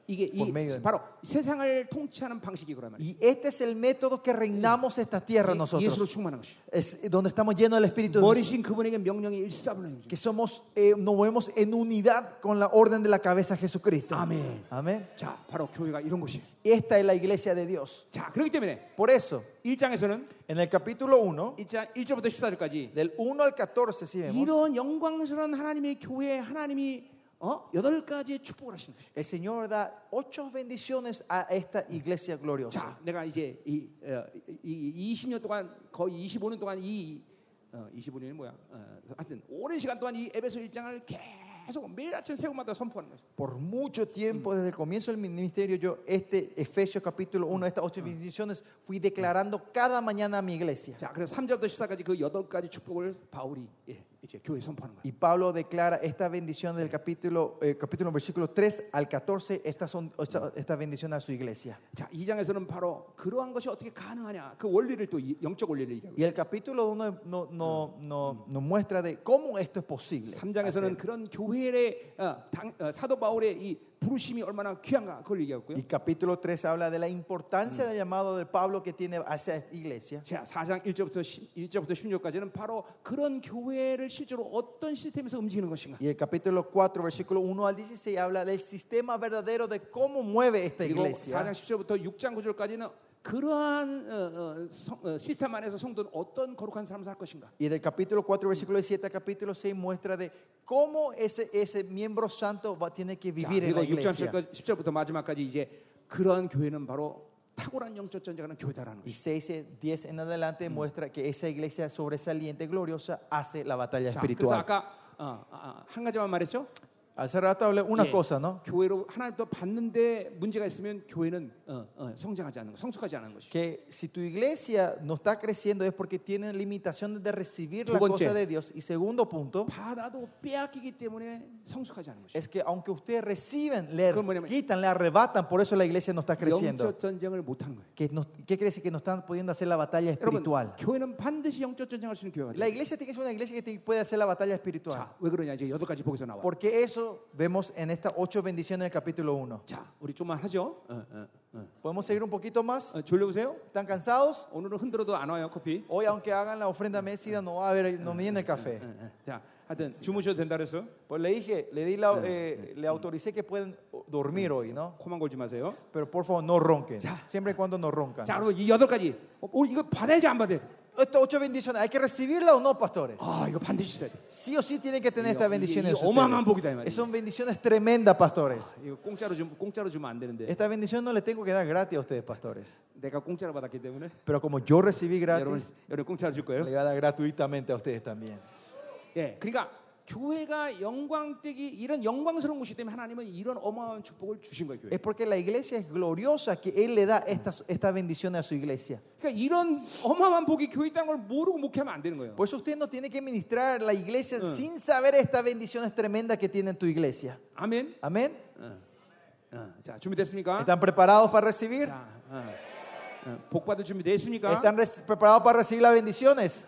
이게 Por 이 medio de- 바로 세상을 통치하는 방식이 그러면 Y este es el método que reinamos esta tierra 예수로 nosotros. 충만한 것이. Es donde estamos llenos del Espíritu de Dios. 머리신 그분에게 명령이 일사불란 움직이게. Que somos, eh, nos movemos en unidad con la orden de la cabeza de Jesucristo. Amén. Amén. 자, 바로 교회가 이런 것이. Esta es la iglesia de Dios. 자, 그렇기 때문에 Por eso, 1장에서는 en el capítulo 1, 1장 1절부터 14절까지 del 1 al 14, 네, si vemos. 이런 영광스러운 하나님의 교회에 하나님이 어? 여덟 가지의 축복을 하시는 것이. El Señor da ocho bendiciones a esta iglesia gloriosa. 자, 내가 이제 이, 어, 이, 이 20년 동안 거의 25년 동안 이 어, 25년이 뭐야? 어, 하여튼 오랜 시간 동안 이 에베소 1장을 계속 매일 아침 새벽마다 선포하는 것이. Por mucho tiempo, desde el comienzo del ministerio, yo, este Efesios capítulo 1, estas ocho bendiciones, fui declarando cada mañana a mi iglesia. 자, 그래서 3절부터 14까지 그 여덟 가지 축복을 바울이 예, 이제 교회 선포하는 거예요. Y Pablo declara esta bendición del capítulo, eh, capítulo versículo 3 al 14, estas son esta, esta bendición a su iglesia. 자, 이 장에서는 바로 그러한 것이 어떻게 가능하냐 그 원리를 또 이- 영적 원리를 얘기하고 Y el capítulo 1 nos muestra de cómo esto es posible. 3장에서는 hacer. 그런 교회의 어, 당- 어, 사도 바울의 이 부르심이 얼마나 귀한가 그걸 얘기하고요. Y capítulo 3 habla de la importancia del llamado de Pablo que tiene hacia esta iglesia. 자, 4장 1절부터 1절부터 16절까지는 바로 그런 교회를 실제로 어떤 시스템에서 움직이는 것인가. Y el capítulo 4, versículo 1 al 16 habla del sistema verdadero de cómo mueve esta 그리고 4장 iglesia. 10절부터 6장 9절까지는 그러한 어, 어, 성- 어, 시스템 안에서 성도는 어떤 거룩한 삶을 살 것인가. Y del capítulo 4, versículo 7 al capítulo 6 muestra de cómo ese, ese miembro santo va- tiene que 자, vivir en 그리고 la 6장 iglesia. 10절까지, 10절부터 마지막까지 이제 그러한 교회는 바로 탁월한 영적 전쟁을 하는 교회다라는 거죠. Y 6, y 10 en adelante muestra que esa iglesia sobresaliente, gloriosa, hace la batalla 자, 그래서 espiritual. 아까 어, 아, 한 가지만 말했죠. Hace rato hablé una 예. cosa, ¿no? 교회로 하나님부터 받는데 문제가 있으면 교회는 어, 어, 성장하지 않는 거, 성숙하지 않은 것이. Que si tu iglesia no está creciendo es porque tiene limitaciones de recibir 두 la 번째. cosa de Dios. Y segundo punto 받아도 빼앗기기 때문에 성숙하지 않은 것이. es que aunque ustedes reciben, le 그건 뭐냐면- quitan, le arrebatan, por eso la iglesia no está creciendo. 영적 전쟁을 못 하는 거예요. Que no- ¿Qué quiere decir? Que no están pudiendo hacer la batalla 여러분, espiritual. 교회는 반드시 영적 전쟁할 수 있는 교회가 La 돼요. iglesia tiene que ser una iglesia que te- puede hacer la batalla espiritual. 자, 왜 그러냐? 이제 여덟 가지 보기서 나와. Porque eso vemos en estas ocho bendiciones del capítulo 1. 자, 우리 좀만 하죠. 어, 어, 어. ¿Podemos seguir un poquito más? 어, 졸려오세요? ¿Están cansados? 오늘은 흔들어도 안 와요 커피. Hoy, aunque hagan la ofrenda mesida, no va a haber, no viene el café. 예, 예. 자, 하여튼 주무셔도 된다 그랬어요. Pues le dije, le di la, eh, le autoricé que pueden dormir hoy, ¿no? 코만 걸지 마세요. Pero por favor, no ronquen. Siempre y cuando no roncan. 자, 여러분 이 여덟 가지. 어, 어, 이거 받아야지 안 받아요? Estas ocho bendiciones, ¿hay que recibirlas o no, pastores? 아, 이거 반드시 써야 돼. Sí o sí tienen que tener Y- estas y- bendiciones. y- en sus 어마어마한 ustedes. 복이다, 이 말이에요. Son bendiciones tremendas, pastores. 이거 공짜로 주 공짜로 주면 안 되는데. Esta bendición no le tengo que dar gratis a ustedes, pastores. 내가 공짜로 받았기 때문에 Pero como yo recibí 여러분 gratis, 여러분 공짜로 줄 le 거예요. voy a dar gratuitamente a ustedes también. 예, 그러니까 교회가 영광되기 이런 영광스러운 곳이 때문에 하나님은 이런 어마어마한 축복을 주신 거예요. 교회. Es porque la iglesia es gloriosa que Él le da estas, estas bendiciones a su iglesia. 그러니까 이런 어마어마한 복이 교회 있다는 걸 모르고 목회하면 안 되는 거예요. Por eso usted no tiene que ministrar la iglesia Mm. sin saber estas bendiciones tremendas que tiene en tu iglesia. 아멘. Amén. 어, 어, 자 준비됐습니까? ¿Están preparados para recibir? 자, 어, 어, 복 받을 준비 됐습니까? ¿Están res- preparados para recibir las bendiciones?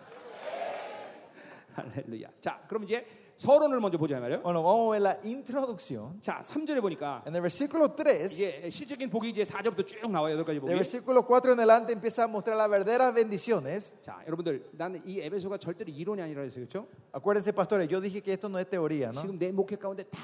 할렐루야. 자, 그럼 이제 서론을 먼저 보자 이 말이에요. Bueno, vamos a ver la introducción. 자, 3절에 보니까 En el versículo 3, del 이게 실적인 복이 이제 4절부터 쭉 나와요. 여덟 가지 복이. 네, versículo 4 en adelante empieza a mostrar las verdaderas bendiciones. 자, 여러분들, 나는 이 에베소가 절대로 이론이 아니라 그랬어요. 그렇죠? Acuérdense, pastores, yo dije que esto no es teoría, ¿no? 지금 내 목회 가운데 다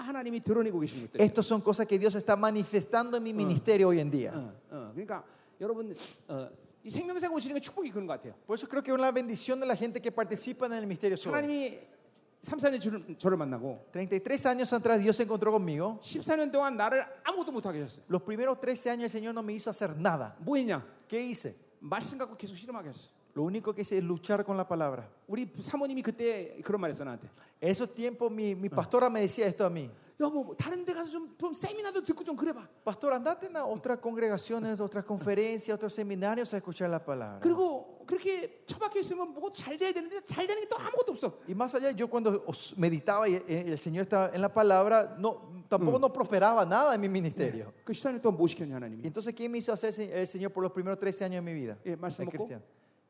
하나님이 드러내고 계신 것들. Estas son cosas que Dios está manifestando en mi ministerio hoy en 어, día. 어, 그러니까 여러분 어, 이 생명사가 오시는 게 축복이 그런 것 같아요. Por eso creo que es una bendición de la gente que participa en el ministerio. Soy. 하나님이 34년 저를, 저를 만나고 33 años atrás Dios se encontró conmigo. 14년 동안 나를 아무것도 못하게 하셨어요. Los primeros 13 años el Señor no me hizo hacer nada. 뭐 했냐? ¿Qué hice? 말씀 갖고 계속 실험하게 했어요. Lo único que hice es luchar con la palabra. 우리 사모님이 그때 그런 말 했어 나한테. En esos tiempos mi, mi pastora me decía esto a mí. 여보 다른 데 가서 좀, 좀 세미나도 듣고 좀 그래봐. Pastor, andate a otras congregaciones, otras conferencias, otros seminarios a escuchar la palabra. 그리고 그렇게 처박혀 있으면 뭐 잘 돼야 되는데 잘 되는 게 또 아무것도 없어. Y más allá, yo cuando os- meditaba y eh, el Señor estaba en la palabra, no, tampoco no prosperaba nada en mi ministerio. 그 14년 동안 뭐 시켰냐 Y 하나님이. entonces, ¿qué me hizo hacer se- el Señor por los primeros 13 años de mi vida? 예, 말씀 de 먹고? cristiano?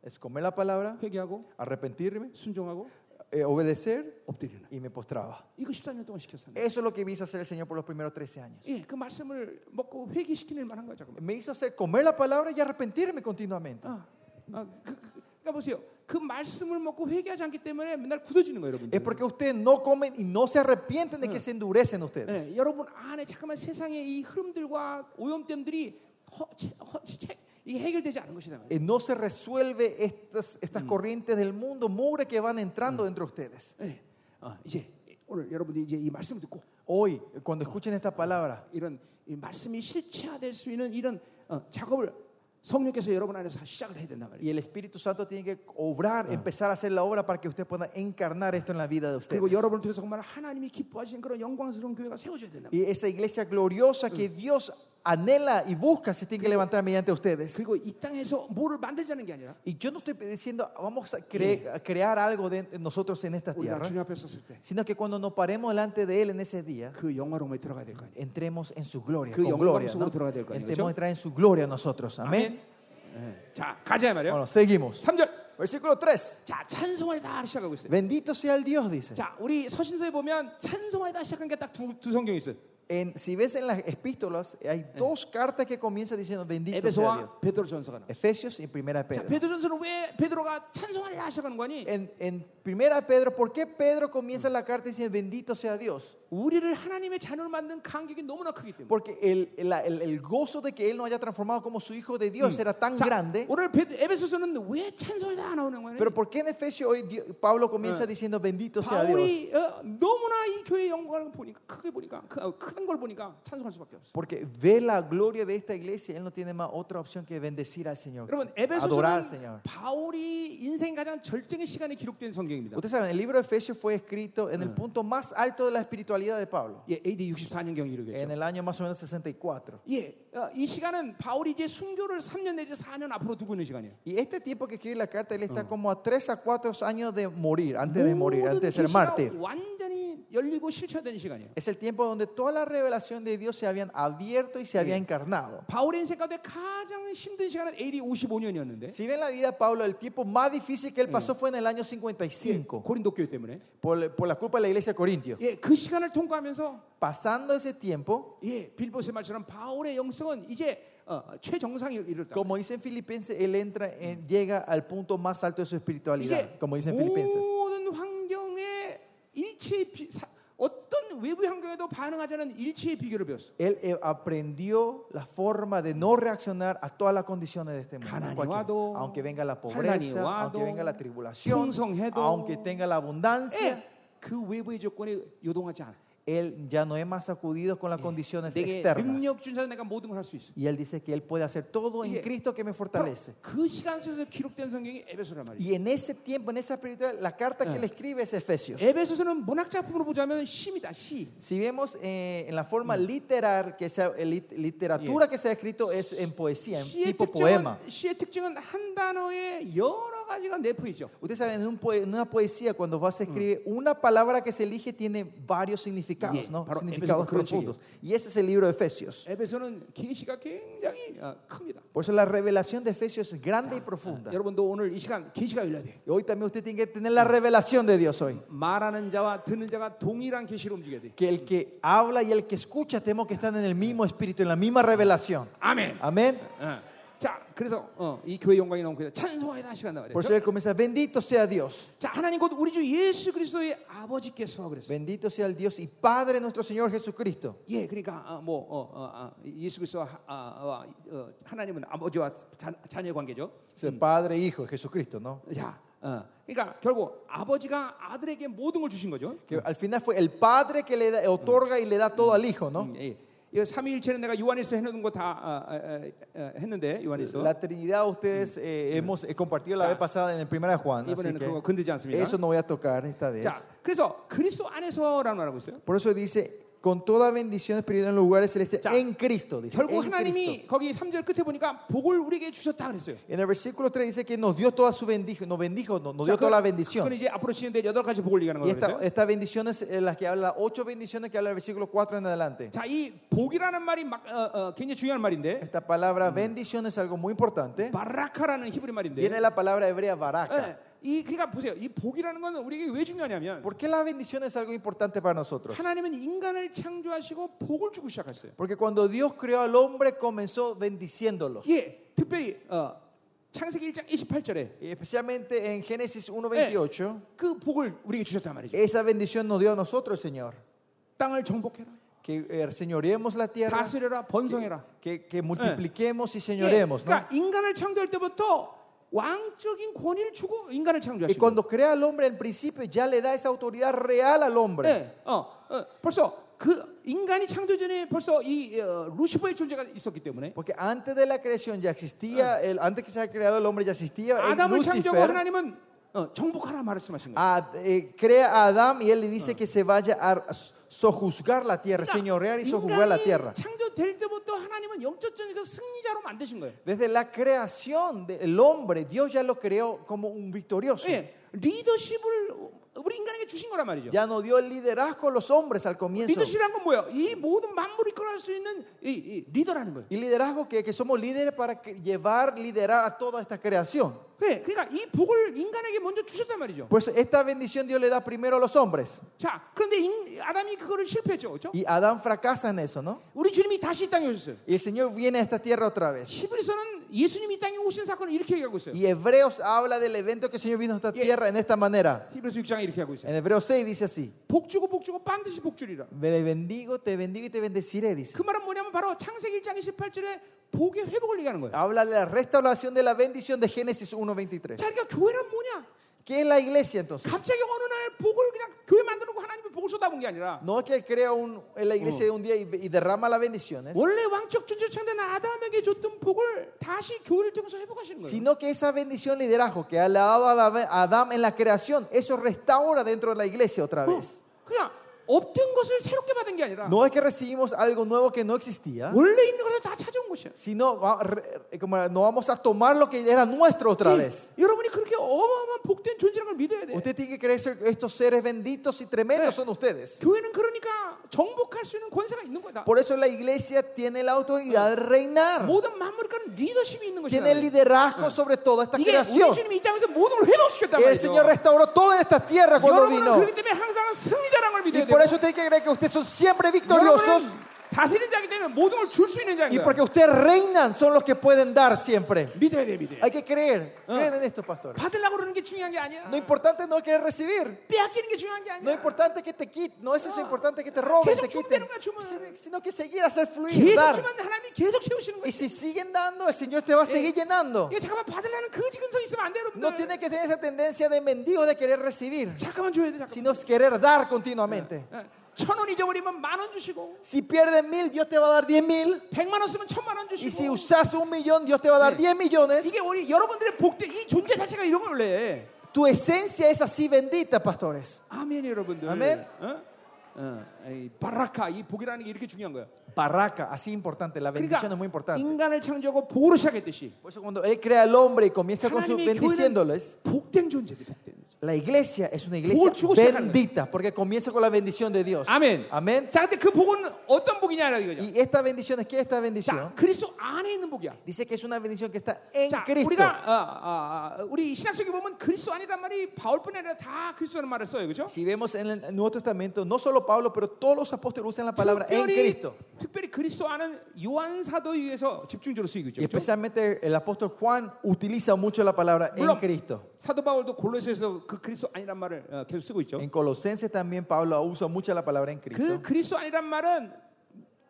Es comer la palabra, 회개하고 arrepentirme, 순종하고 eh, obedecer 엎드리는. y me postraba. 이거 14년 동안 시켰어. 하나님. Eso es lo que me hizo hacer el Señor por los primeros 13 años. 예, 그 말씀을 먹고 회개시키는 만한 거죠. 그러면. Me hizo hacer comer la palabra y arrepentirme continuamente. 아, 아, 그, 그- 그러니까 보세요. 그 말씀을 먹고 회개하지 않기 때문에 맨날 굳어지는 거예요, Es 여러분들. porque ustedes no comen y no se arrepienten de que se endurecen ustedes. 예, 여러분 안에 잠깐만 세상의 이 흐름들과 오염됨들이 허, 채, 허, 채, 이 해결되지 않은 것이다. 말이에요. Eh, no se resuelve estas, estas corrientes del mundo, mugre que van entrando dentro de ustedes. 예, 어, 이제 오늘 여러분들이 이제 이 말씀을 듣고 Hoy, eh, cuando escuchen esta palabra, 이런 이 말씀이 실체화될 수 있는 이런 어, 작업을 성령께서 여러분 안에서 시작을 해야 된단 말이에요. y el Espíritu Santo tiene que obrar, empezar a hacer la obra para que usted pueda encarnar esto en la vida de ustedes. 그리고 여러분을 통해서 정말 하나님이 기뻐하시는 그런 영광스러운 교회가 세워져야 된다. Mm. Y esa iglesia gloriosa que Dios anhela y busca se tiene que levantar mediante ustedes. 그리고 이 땅에서 뭐를 만들자는 게 아니라 Y yo no estoy diciendo vamos a, cre- a crear algo de nosotros en esta 우리가 tierra, 주님 앞에 섰을 sino que cuando nos paremos delante de Él en ese día, 때 그 영화로움에 들어가야 될 거 아니에요. entremos en su gloria. 그 Con 영광 gloria 속으로 ¿no? 들어가야 될거 아니에요, 그렇죠? Entremos a entrar en su gloria nosotros. Amén. 예. 자, 가자 이 말이에요. Bueno, seguimos. 3절. Versículo 3. 자, 찬송을 다 시작하고 있어요. Bendito sea el Dios, dice. 자, 우리 서신서에 보면 찬송에다 시작한 게 딱 두 두 성경이 있어요. En- si ves en las epístolas, hay dos cartas que comienzan diciendo 네, bendito sea Dios. 에베소와 베드로 전서가 나와요. Efesios y Primera 자, Pedro. 베드로전서는 왜 베드로가 찬송을 다 시작하는 거니? En, en Primera Pedro, ¿por qué Pedro comienza la carta diciendo bendito sea Dios? 우리를 하나님의 자녀로 만든 간격이 너무나 크기 때문에. Porque el, el- el- el gozo de que él nos haya transformado como su hijo de Dios era tan 자, grande. 오늘 베드- 에베소서는 왜 찬송이 다 나오는 거니? Pero ¿por qué en Efesios hoy Dios- Pablo comienza Eh. diciendo bendito sea Dios? 바울이 어, 너무나 이 교회의 영광을 보니까 크게 보니까 크- 어, 큰걸 보니까 찬송할 수밖에 없어. Porque ve la gloria de esta iglesia, él no tiene más otra opción que bendecir al Señor, 여러분 adorar al Señor. 에베소서는 바울이 인생 가장 절정의 시간에 기록된 성경입니다. Ustedes saben, el libro de Efesios fue escrito en el punto más alto de la espiritualidad de Pablo, 예, AD 64년 경이 en 이르겠죠. el año más o menos 64. 예, 어, 이 시간은 바울이 이제 순교를 3년 내지 4년 앞으로 두고 있는 시간이에요. Y este tiempo que escribe la carta, él está como a 3 a 4 años de morir, antes de morir, 모든 antes de ser 계시가 mártir. 완전히 열리고 실체화된 시간이에요. Es el tiempo donde toda la revelación de Dios se habían abierto y se había Sí. encarnado. 바울의 인생 가운데 가장 힘든 시간은 AD 55년이었는데 Si ven la vida de Pablo, el tiempo más difícil que él pasó fue en el año 55, 예, 고린도 교회 때문에 por, por la culpa de la iglesia de Corintio. 예, 그 시간을 통과하면서 Pasando ese tiempo, 예, 빌보스의 말처럼 바울의 영성은 이제 어, 최정상에 이르렀다. como dice en Filipenses, él entra, en- llega al punto más alto de su espiritualidad, 이제 como dice en Filipenses. 모든 환경에 일체의 비, 사, 어떤 외부 환경에도 반응하지 않은 일체의 비결을 배웠어. Él eh, aprendió la forma de no reaccionar a todas las condiciones de este mundo. 가난이 cualquiera. 와도, aunque venga la 환란이 pobreza, 와도, aunque venga la tribulación, 풍성해도, aunque tenga la abundancia, 예, 그 외부의 조건에 요동하지 않아. él ya no es más sacudido con las condiciones 내게 externas. 능력 준 자는 내가 모든 걸 할 수 있어. Y él dice que él puede hacer todo en 이게- Cristo que me 바로 fortalece. 그 시간 속에서 기록된 성경이 에베소란 말이야. Y en ese tiempo, en esa espiritualidad, la carta que Eh. él escribe es Efesios. 에베소서는 문학 작품으로 보자면 시입니다. 시. Si vemos eh, en la forma literar que sea, eh, lit- literatura que se ha escrito es en poesía, en 시의 tipo 특징은 poema. 시의 특징은 한 단어에 여러 가지가 내포 있죠. Ustedes saben, en, un poe- en una poesía, cuando vas a escribir, una palabra que se elige tiene varios significados, Bien, ¿no? 바로 Éfeso 그런 significados profundos. Y ese es el libro de Efesios. 에베소는 계시가 굉장히 어, 큽니다. Por eso la revelación de Efesios es grande y profunda. 여러분도 오늘 이 시간 계시가 열려야 돼. Y hoy también usted tiene que tener la revelación de Dios hoy. 말하는 자와 듣는 자가 동일한 계시로 움직여야 돼. Que el que habla y el que escucha tenemos que estar en el mismo espíritu, en la misma revelación. 아멘. Amén. 어. 자, 그래서 어, 이 교회 영광이 너무 크다. 찬송하다 시간 나와야 돼. Por eso él comienza, bendito sea Dios. 자, 하나님 곧 우리 주 예수 그리스도의 아버지께서 그랬어요. Bendito sea el Dios y Padre nuestro Señor Jesucristo. 예, 그러니까 어, 뭐 어, 어, 아, 예수 그리스도와 하- 아, 아, 어, 하나님은 아버지와 자, 자녀의 관계죠. O sea, Padre, Hijo, Jesucristo, ¿no? 자, 어, 그러니까 결국 아버지가 아들에게 모든 걸 주신 거죠. Que al final fue el Padre que le da- otorga y le da todo al Hijo, ¿no? 음, 예. 이 삼위일체는 내가 요한에서 해놓은 거 다 아, 했는데 요한에서 La Trinidad ustedes eh, hemos eh, compartido la Ya. vez pasada en el 1 de Juan, así 이번에는 그거 que 건드지 않습니다. eso no voy a tocar esta vez. 자, 그래서 그리스도 안에서라는 말하고 있어요. Por eso dice, con toda bendición espiritual en los lugares celestes Ya. en Cristo, dice, 결국 en 하나님이 Cristo. 거기 3절 끝에 보니까 복을 우리에게 주셨다 그랬어요. En el versículo 3 dice que nos dio toda su bendición, nos bendijo, nos, 뭐 nos dio toda la bendición. 그건 이제 앞으로 치는데 여덟 가지 복을 얘기하는 거예요. Y esta- estas bendiciones, eh, las que habla, ocho bendiciones que habla el versículo 4 en adelante. 자, 이 복이라는 말이 막, 어, 어, 굉장히 중요한 말인데 Esta palabra bendición es algo muy importante. 네. 바라카라는 히브리 말인데 Viene la palabra hebrea baraka. 예, 이 그러니까 보세요. 이 복이라는 건 우리에게 왜 중요하냐면 ¿Por qué la bendición es algo importante para nosotros? 하나님은 인간을 창조하시고 복을 주고 시작했어요. Porque cuando Dios creó al hombre comenzó bendiciéndolos. 예, 특별히 어, 창세기 1장 28절에 Y especialmente en Génesis 1.28, 그 복을 우리에게 주셨단 말이죠. esa bendición nos dio a nosotros, Señor. 땅을 정복해라, Que eh, señoreemos la tierra, 다스려라, 번성해라. que, que multipliquemos y 예, señoreemos. ¿no? 그러니까 인간을 창조할 때부터 왕적인 권위를 주고 인간을 Y 창조하시고. cuando crea al hombre, en principio ya le da esa autoridad real al hombre. 예, 어, 어, 벌써 그 인간이 창조 전에 벌써 이 어, 루시퍼의 존재가 있었기 때문에 Porque antes de la creación ya existía, el, antes que se haya creado el hombre ya existía el 아담을 창조하고 Lucifer. 하나님은 어, 정복하라 말씀하신 거예요. a- eh, crea a Adán y él le dice que se vaya a sojuzgar la tierra, señorear y sojuzgar la 그러니까 인간이 tierra. 창조될 때부터 하나님 하나님은 영적인 그 승리자로 만드신 거예요. Desde la creación del hombre, Dios ya lo creó como un victorioso. 예, 리더십을 우리 인간에게 주신 거란 말이죠. Ya no dio el liderazgo a los hombres al comienzo. 리더십이란 건 뭐예요? 이 모든 만물이 끌어갈 수 있는 이, 이 리더라는 거예요. Y liderazgo que, que somos líderes para que- llevar, liderar a toda esta creación. 예, 그러니까 이 복을 인간에게 먼저 주셨단 말이죠. Pues esta bendición Dios le da primero a los hombres. 자, 그런데 인- 아담이 그거를 실패했죠, 그렇죠? Y Adán fracasa en eso, ¿no? 우리 주님이 다시 이 땅에 오셨어요. Y el Señor viene a esta tierra otra vez. 히브리서는 예수님이 이 땅에 오신 사건을 이렇게 얘기하고 있어요. Y Hebreos habla del evento que el Señor vino a esta Yeah. tierra en esta manera. 히브리서 6장에 이렇게 하고 있어요. En Hebreos 6 dice así: 복 주고 복 주고 반드시 복 주리라. Me bendigo, te bendigo y te bendeciré. Dice: 그 말은 뭐냐면 바로 창세기 1장 18절에 복의 회복을 얘기하는 거예요. Habla de la restauración de la bendición de Génesis 1:23. 자, 그러니까 교회란 뭐냐? ¿Qué es la iglesia entonces? 갑자기 어느 날 복을 그냥 교회 만들어 놓고 하나님이 복을 쏟아본 게 아니라 No es que él crea un- en la iglesia de un día y, y derrama las bendiciones, 원래 왕적 존재 창된 아담에게 줬던 복을 다시 교회를 통해서 회복하시는 거예요. sino que esa bendición liderazgo que ha dado a Adab- a Adán en la creación, eso restaura dentro de la iglesia otra 어, vez. 그냥 없던 것을 새롭게 받은 게 아니라 No es que recibimos algo nuevo que no existía, 원래 있는 것을 다 찾아온 것이야. sino va- re- como no vamos a tomar lo que era nuestro otra vez. 이- 여러분이 그렇게 어마어마한 복된 존재라는 걸 믿어야 돼. Usted tiene que creer que estos seres benditos y tremendos Sí. son ustedes. 교회는 그러니까 정복할 수 있는 권세가 있는 거다. Por eso la iglesia tiene la autoridad de reinar. 모든 만물과는 리더십이 있는 것이야. Tiene el liderazgo sobre toda esta 이게 우리 creación. 주님이 이 땅에서 모든 걸 회복시켰단 El 말이죠. Señor restauró toda esta tierra cuando 여러분은 vino. 그렇기 때문에 항상 승리자라는 걸 Y 믿어야 por 돼요. eso usted tiene que creer que ustedes son siempre victoriosos. 여러분은 다스리는 자기 때문에 모든 걸 줄 수 있는 자인 Y 거야. porque ustedes reinan, son los que pueden dar siempre. 믿어야 돼, 믿어야 돼. Hay que creer. Creer en esto, pastor. 받으려고 그러는 게 중요한 게 아니야. Lo importante no es querer recibir. 빼앗기는 게 중요한 게 No 아니야. importante que te quiten, no es eso importante que te roben, 계속 te 주면 quiten, 되는 거야, 주면. si- sino que seguir hacer fluir, 계속 dar. 주면 하나님이 계속 채우시는 Y 거야. si siguen dando, el Señor te va a seguir llenando. 이게 잠깐만 받으려는 그 지근성 있으면 안 돼, No 여러분들. tiene que tener esa tendencia de mendigo de querer recibir, 잠깐만 줘야 돼, 잠깐만. 예. sino es querer dar continuamente. Ah. 천 원 잊어버리면 만 원 주시고 Si pierdes mil, Dios te va a dar diez mil. 백만 원 쓰면 천만 원 Y si 주시고 usas un millón, Dios te va a dar Sí. diez millones. 이게 우리 여러분들의 복대 이 존재 자체가 이런 걸 원래 Tu esencia es así bendita, pastores. 아멘 여러분들 아멘. 어? 어, 이 바라카 이 복이라는 게 이렇게 중요한 거야 Barraca, así importante, la 그러니까 bendición es muy importante. 인간을 창조하고 복으로 시작했듯이 Por eso cuando Él crea al hombre y comienza con sus 하나님의 교회는 bendiciéndoles, 복된 존재들 복된 존재. La iglesia es Por una iglesia el chico se carga. bendita porque comienza con la bendición de Dios. 아멘 Amén. 자 근데 그 복은 어떤 복이냐 이거죠 Y esta bendición es que esta 자 bendición 그리스도 안에 있는 복이야 dice que es una bendición que está en 자 Cristo. 우리가 아, 아, 아, 우리 신학적에 보면 그리스도 안이란 말이 바울뿐 아니라 다 그리스도라는 말을 써요 그죠 Si vemos en el Nuevo Testamento, no solo Pablo, pero todos los apóstoles usan la palabra en 특별히, Cristo. 특별히 그리스도 아는 요한 사도에 의해서 집중적으로 쓰이고 있죠. Y 그렇죠? especialmente el apóstol Juan utiliza mucho la palabra en 물론 Cristo. 사도 바울도 골로새에서 그 그리스도 아니란 말을 어, 계속 쓰고 있죠. En Colosenses también Pablo usa mucho la palabra en 그 Cristo. 그리스도 아니란 말은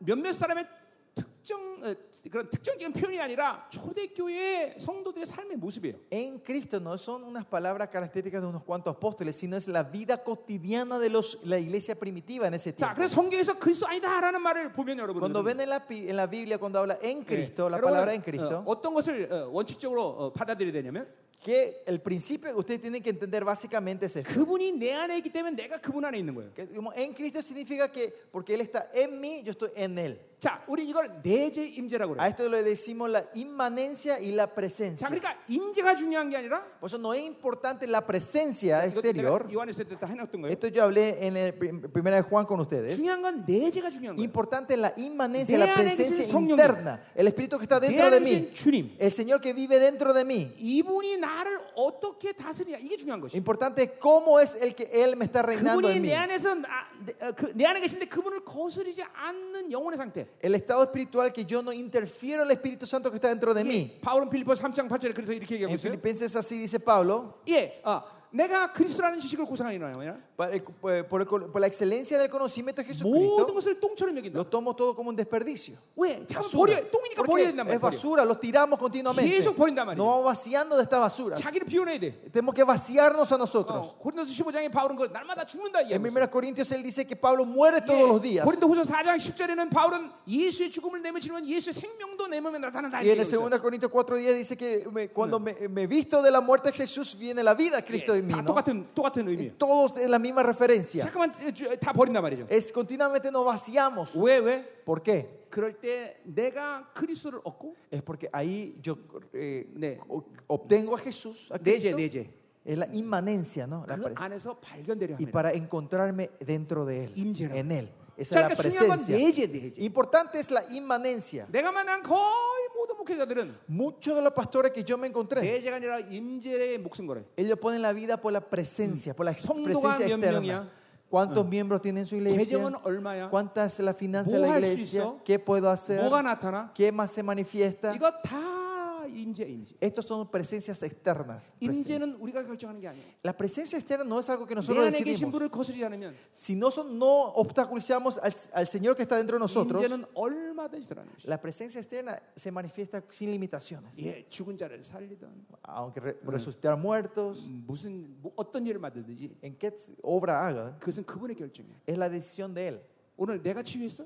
몇몇 사람의 특정 어, 그런 특정적인 표현이 아니라 초대교회 성도들의 삶의 모습이에요. En Cristo no son unas palabras características de unos cuantos apóstoles, sino es la vida cotidiana de los, la iglesia primitiva en ese tiempo. 자, 그래서 성경에서 그리스도 아니다라는 말을 보면 여러분 Cuando ven en la, pi- en la Biblia, cuando habla en Cristo, la palabra en Cristo, 어, 떤 것을 어, 원칙적으로 어, 받아들여야 되냐면 que el principio que ustedes tienen que entender básicamente es esto. 그분이 내 안에 있기 때문에 내가 그분 안에 있는 거예요. Que como en Cristo significa que porque Él está en mí, yo estoy en Él. 자, 우리 이걸 내재 임재라고 A 그래요. esto le decimos la inmanencia y la 자, presencia. 그러니까 임재가 중요한 게 아니라 Por eso no es importante la presencia 이것도 내가 exterior. 요한에서 때다 해놨던 거예요. Esto yo hablé en el prim- primera de Juan con ustedes. 중요한 건 내재가 중요한 거예요. Importante la inmanencia, 내 la 안에 presencia 계신 성령님. interna, el Espíritu que está 내 dentro de 안에 계신 mí, 주님. el Señor que vive dentro de mí. 이분이 나를 어떻게 다스리냐 이게 중요한 것이. Importante es cómo es el que Él me está reinando 그분이 en mí. 내 안에서 나, 내, 어, 그, 내 안에 계신데 그분을 거스르지 않는 영혼의 상태. El estado espiritual que yo no interfiero el Espíritu Santo que está dentro de mí. 예, 바울은 빌리포 3장 8절에 그래서 이렇게 얘기하고 En 있어요. Filipenses así dice Pablo, 예, 아, 내가 그리스도라는 지식을 고상하니라. para el- por, por- por la excelencia del conocimiento de 모든 Jesucristo, 것을 똥처럼 lo 여긴다. tomo todo como un desperdicio. 왜? 자꾸 Basura. 버려. 똥이니까 버려야 Porque 된단 es 말이야. 버려. basura, lo tiramos continuamente. 계속 버린단 말이에요. Nos vamos vaciando de estas basuras. 자기를 비워내야 돼. Tenemos que vaciarnos a nosotros. 어, 고린도서 15장에 바울은 그 날마다 죽는다 En 이야기했어요. 예. 1 Corintios él dice que Pablo muere todos los días. 고린도후서 4장 10절에는 바울은 예수의 죽음을 내면치면 예수의 생명도 내 몸에 나타난다. Y en 이렇게 el 얘기하고 있어요. 2 Corintios 4 días dice que me- cuando me, me visto de la muerte de Jesús viene la vida de Cristo 예. en 다 termino. 똑같은 똑같은 y 의미예요. Todos es la misma referencia. 잠깐만 예, 주- 다 버린단 말이죠. Es continuamente nos vaciamos. 왜 왜? ¿Por qué? 그럴 때 내가 그리스도를 얻고 Es porque ahí yo eh, 네. o- obtengo a Jesús. a 내재 Cristo. 내재 Es la inmanencia, ¿no? La 네 그 pres- 안에서 발견되려 y 합니다. para encontrarme dentro de Él, Imjera. en Él. Esa 자, es la 그러니까 중요한 건 presencia. 내재 내재. Importante es la inmanencia. 내가 만난 거의 모든 목회자들은 Muchos de los pastores que yo me encontré, 내재가 아니라 임재의 목숨 걸어요. ellos ponen la vida por la presencia, por la ex- 성도가 presencia 몇 externa. 명이야? ¿Cuántos miembros tienen su iglesia? 재정은 얼마야? ¿Cuánta es la finanza de ¿Puedo la hacer iglesia? eso? ¿Qué puedo hacer? 뭐가 나타나? ¿Qué más se manifiesta? 이거 다 임재 임재. Estos son presencias externas. presencias. 임재는 우리가 결정하는 게 아니에요. La presencia externa no es algo que 내 nosotros 안에 계신 decidimos. 분을 거스르지 않으면 Si nosotros no obstaculizamos al, al Señor que está dentro de nosotros, 임재는 얼마든지 드러나는 것이죠. la presencia externa se manifiesta sin limitaciones. 예, 죽은 자를 살리든 Aunque re- resucitar muertos, 무슨 뭐 어떤 일을 만들든지 en qué obra hagan, 그것은 그분의 결정이에요. es la decisión de Él. 오늘 내가 치유했어?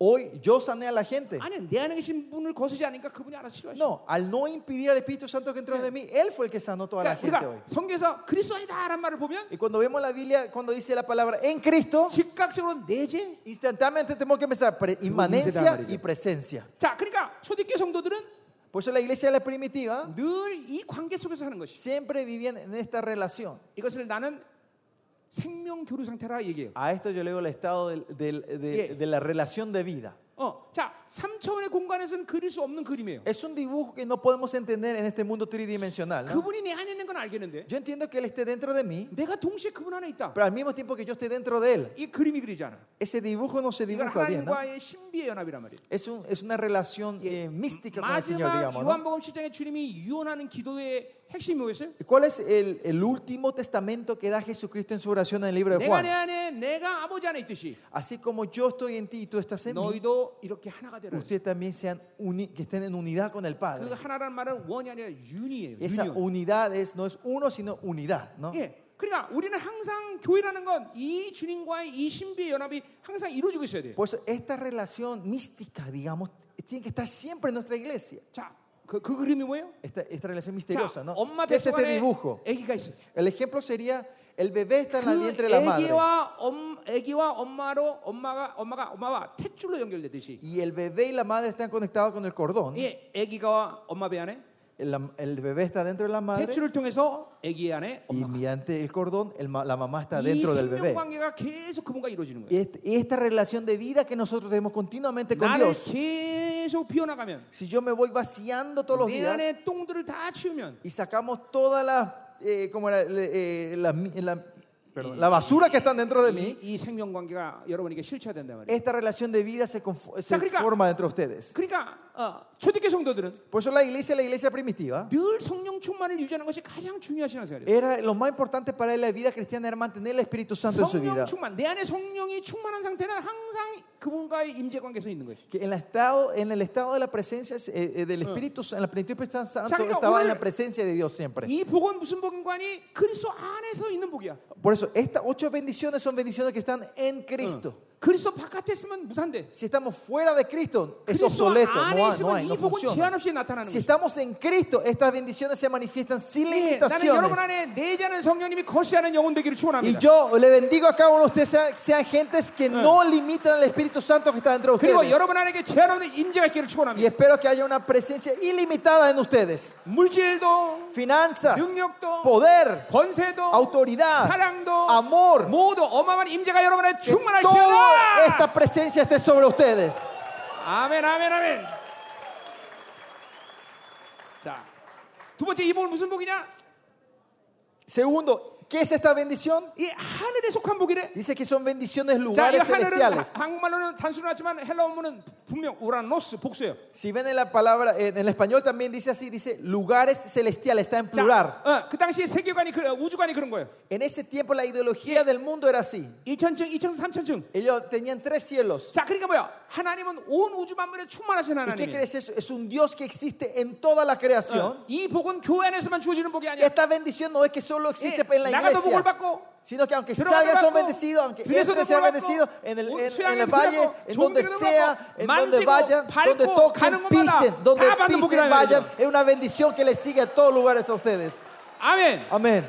Hoy yo sané a la gente. 아니, 내 안에 계신 분을 거스르지 않으니까 그분이 알아서 치료하시죠. 네. No, al no impedir al Espíritu Santo que entró de mí, Él fue el que sanó toda la 그러니까 gente hoy. 우리가 성경에서 그리스도 아니다라는 말을 보면 Y cuando vemos la Biblia, cuando dice la palabra en Cristo, 즉각적으로 내재. instantáneamente tenemos que pensar pre- inmanencia y presencia. 자, 그러니까 초대교회 성도들은 Por eso la iglesia de la primitiva 늘 이 관계 속에서 사는 것이. siempre vivían en esta relación. 이것을 나는 생명 교류 상태라 얘기해요. A esto yo le digo el estado del- del- de, Bien. de la relación de vida. 어, 자, 3차원의 공간에서는 그릴 수 없는 그림이에요. Es un dibujo que no podemos entender en este mundo tridimensional. ¿no? 그분이 내 안에 있는 건 알겠는데 Yo entiendo que Él esté dentro de mí, 내가 동시에 그분 안에 있다. pero al mismo tiempo que yo esté dentro de Él. 이 그림이 그리지 않아. Ese dibujo no se 이건 dibuja bien. ¿no? 하나님과의 신비의 연합이란 말이에요. Es, un- es una relación eh, mística con el Señor, 마지막 digamos. ¿no? 요한복음 7장에 주님이 유언하는 기도의 핵심이 뭐였어요? ¿Cuál es el, el último testamento que da Jesucristo en su oración en el libro de 내가 내 Juan? 안에 내가 아버지 안에 있듯이 Así como yo estoy en ti y tú estás en mí, 너희도 이렇게 하나가 되라. ustedes también sean uni- que estén en unidad con el 그 Padre. 하나라는 말은 원이 아니라 윤이에요. Esa 윤이요. unidad es, no es uno, sino unidad. ¿no? 예. 그러니까 우리는 항상 교회라는 건 이 주님과의 이 신비의 연합이 항상 이루어지고 있어야 돼요. Por eso esta relación mística, digamos, tiene que estar siempre en nuestra iglesia. 자, 그, 그 그림이 뭐예요? Esta, esta relación 자, misteriosa, ¿no? 엄마 ¿Qué es 뱃속 este 안에 dibujo? 아기가 있어요. El ejemplo sería el bebé está en la 그 vientre de la madre 아기와 엄 아기와 엄마로 엄마가 엄마가 엄마와 탯줄로 연결되듯이 y el bebé y la madre están conectados con el cordón. 예, 아기가 엄마 배 안에 El, el bebé está dentro de la madre 탯줄을 통해서 아기 안에 y 엄마가 mediante el cordón el ma- la mamá está 이 dentro del 생명 bebé. 관계가 계속 그분과 이루어지는 Y 거예요. est- y esta relación de vida que nosotros tenemos continuamente con 나를 Dios. 계속 비워나가면 Si yo me voy vaciando todos los 내 días 안에 똥들을 다 치우면 y sacamos toda la, eh, como la, eh, la, la- perdón, la basura que están dentro de mí, 이, 이 생명 관계가 여러분에게 실체화된단 말이에요. esta relación de vida se, confo- se 그러니까- forma dentro de ustedes. 그러니까 어, 초대교 성도들은 Por eso la iglesia, la iglesia primitiva, 늘 성령 충만을 유지하는 것이 가장 중요한 신앙생활이에요. era lo más importante para la vida cristiana era mantener el Espíritu Santo en su 성령 vida. 충만 내 안에 성령이 충만한 상태는 항상 그분과의 임재 관계에서 있는 것이. Que en, la estado, en el estado de la presencia eh, eh, del Espíritu Santo, en la plenitud del Espíritu Santo 그러니까 estaba en 오늘- la presencia de Dios siempre. 이 복은 무슨 복인관이 그리스도 안에서 있는 복이야. 어. Por eso, estas ocho bendiciones son bendiciones que están en Cristo. 그리스도 바깥에 있으면 무산돼. Si estamos fuera de Cristo, es 그리스도 obsoleto, no, 안에 hay- no 있으면 hay, 이 no 복은 제한 funciona. 없이 나타나는 것이야. Si estamos en Cristo, estas bendiciones se manifiestan sin 예, 나는 여러분 limitaciones. 안에 내자는 성령님이 거시하는 영혼 되기를 Y 축원합니다. yo le bendigo a cada uno de ustedes, sean, sean gentes que no limitan al Espíritu Santo que está dentro de 그리고 ustedes. 여러분 안에게 제한 없는 임재가 있기를 Y 축원합니다. espero que haya una presencia ilimitada en ustedes. 물질도 Finanzas, 능력도, poder, 권세도 autoridad, 사랑도 amor. 모두 어마어마한 임재가 여러분 안에 Que 충만할지어다. toda esta presencia esté sobre ustedes. 아멘 아멘 아멘 자두 번째 이 복은 무슨 복이냐 Segundo, ¿qué es esta bendición? 이 하늘에 속한 복이래 Dice que son bendiciones 자, 이 lugares 하늘은 celestiales. 하- 한국말로는 단순하지만 헬라어문은 분명 우라노스 복수예요 Si ven en la palabra, en el español también dice así, dice lugares celestiales, está en plural. 자, 어, 그 당시 세계관이 그, 우주관이 그런 거예요 En ese tiempo la ideología del mundo era así. 1천층 2천층 3천층 Ellos tenían tres cielos. 자 그러니까 뭐야 하나님은 온 우주 만물에 충만하신 ¿Y qué 하나님이에요 crees eso? Es un Dios que existe en toda la creación. 어, 이 복은 교회 안에서만 주어지는 복이 아니야 Esta bendición no es que solo 예, existe en la 나가도 복을 iglesia. 받고 Sino que aunque 들어가도 salgan son 받고, bendecidos, aunque 들에서도 entren sean 받고, bendecidos, en el, en- en 수양에도 el valle, 받고, en donde 종들에도 sea, 받고, en donde 만지고, vayan, 밟고, donde toquen, 가는 곳마다 pisen, donde 다 받는 pisen, 복이라는 vayan, 말이죠. es una bendición que les sigue a todos lugares a ustedes. 아멘 Amén.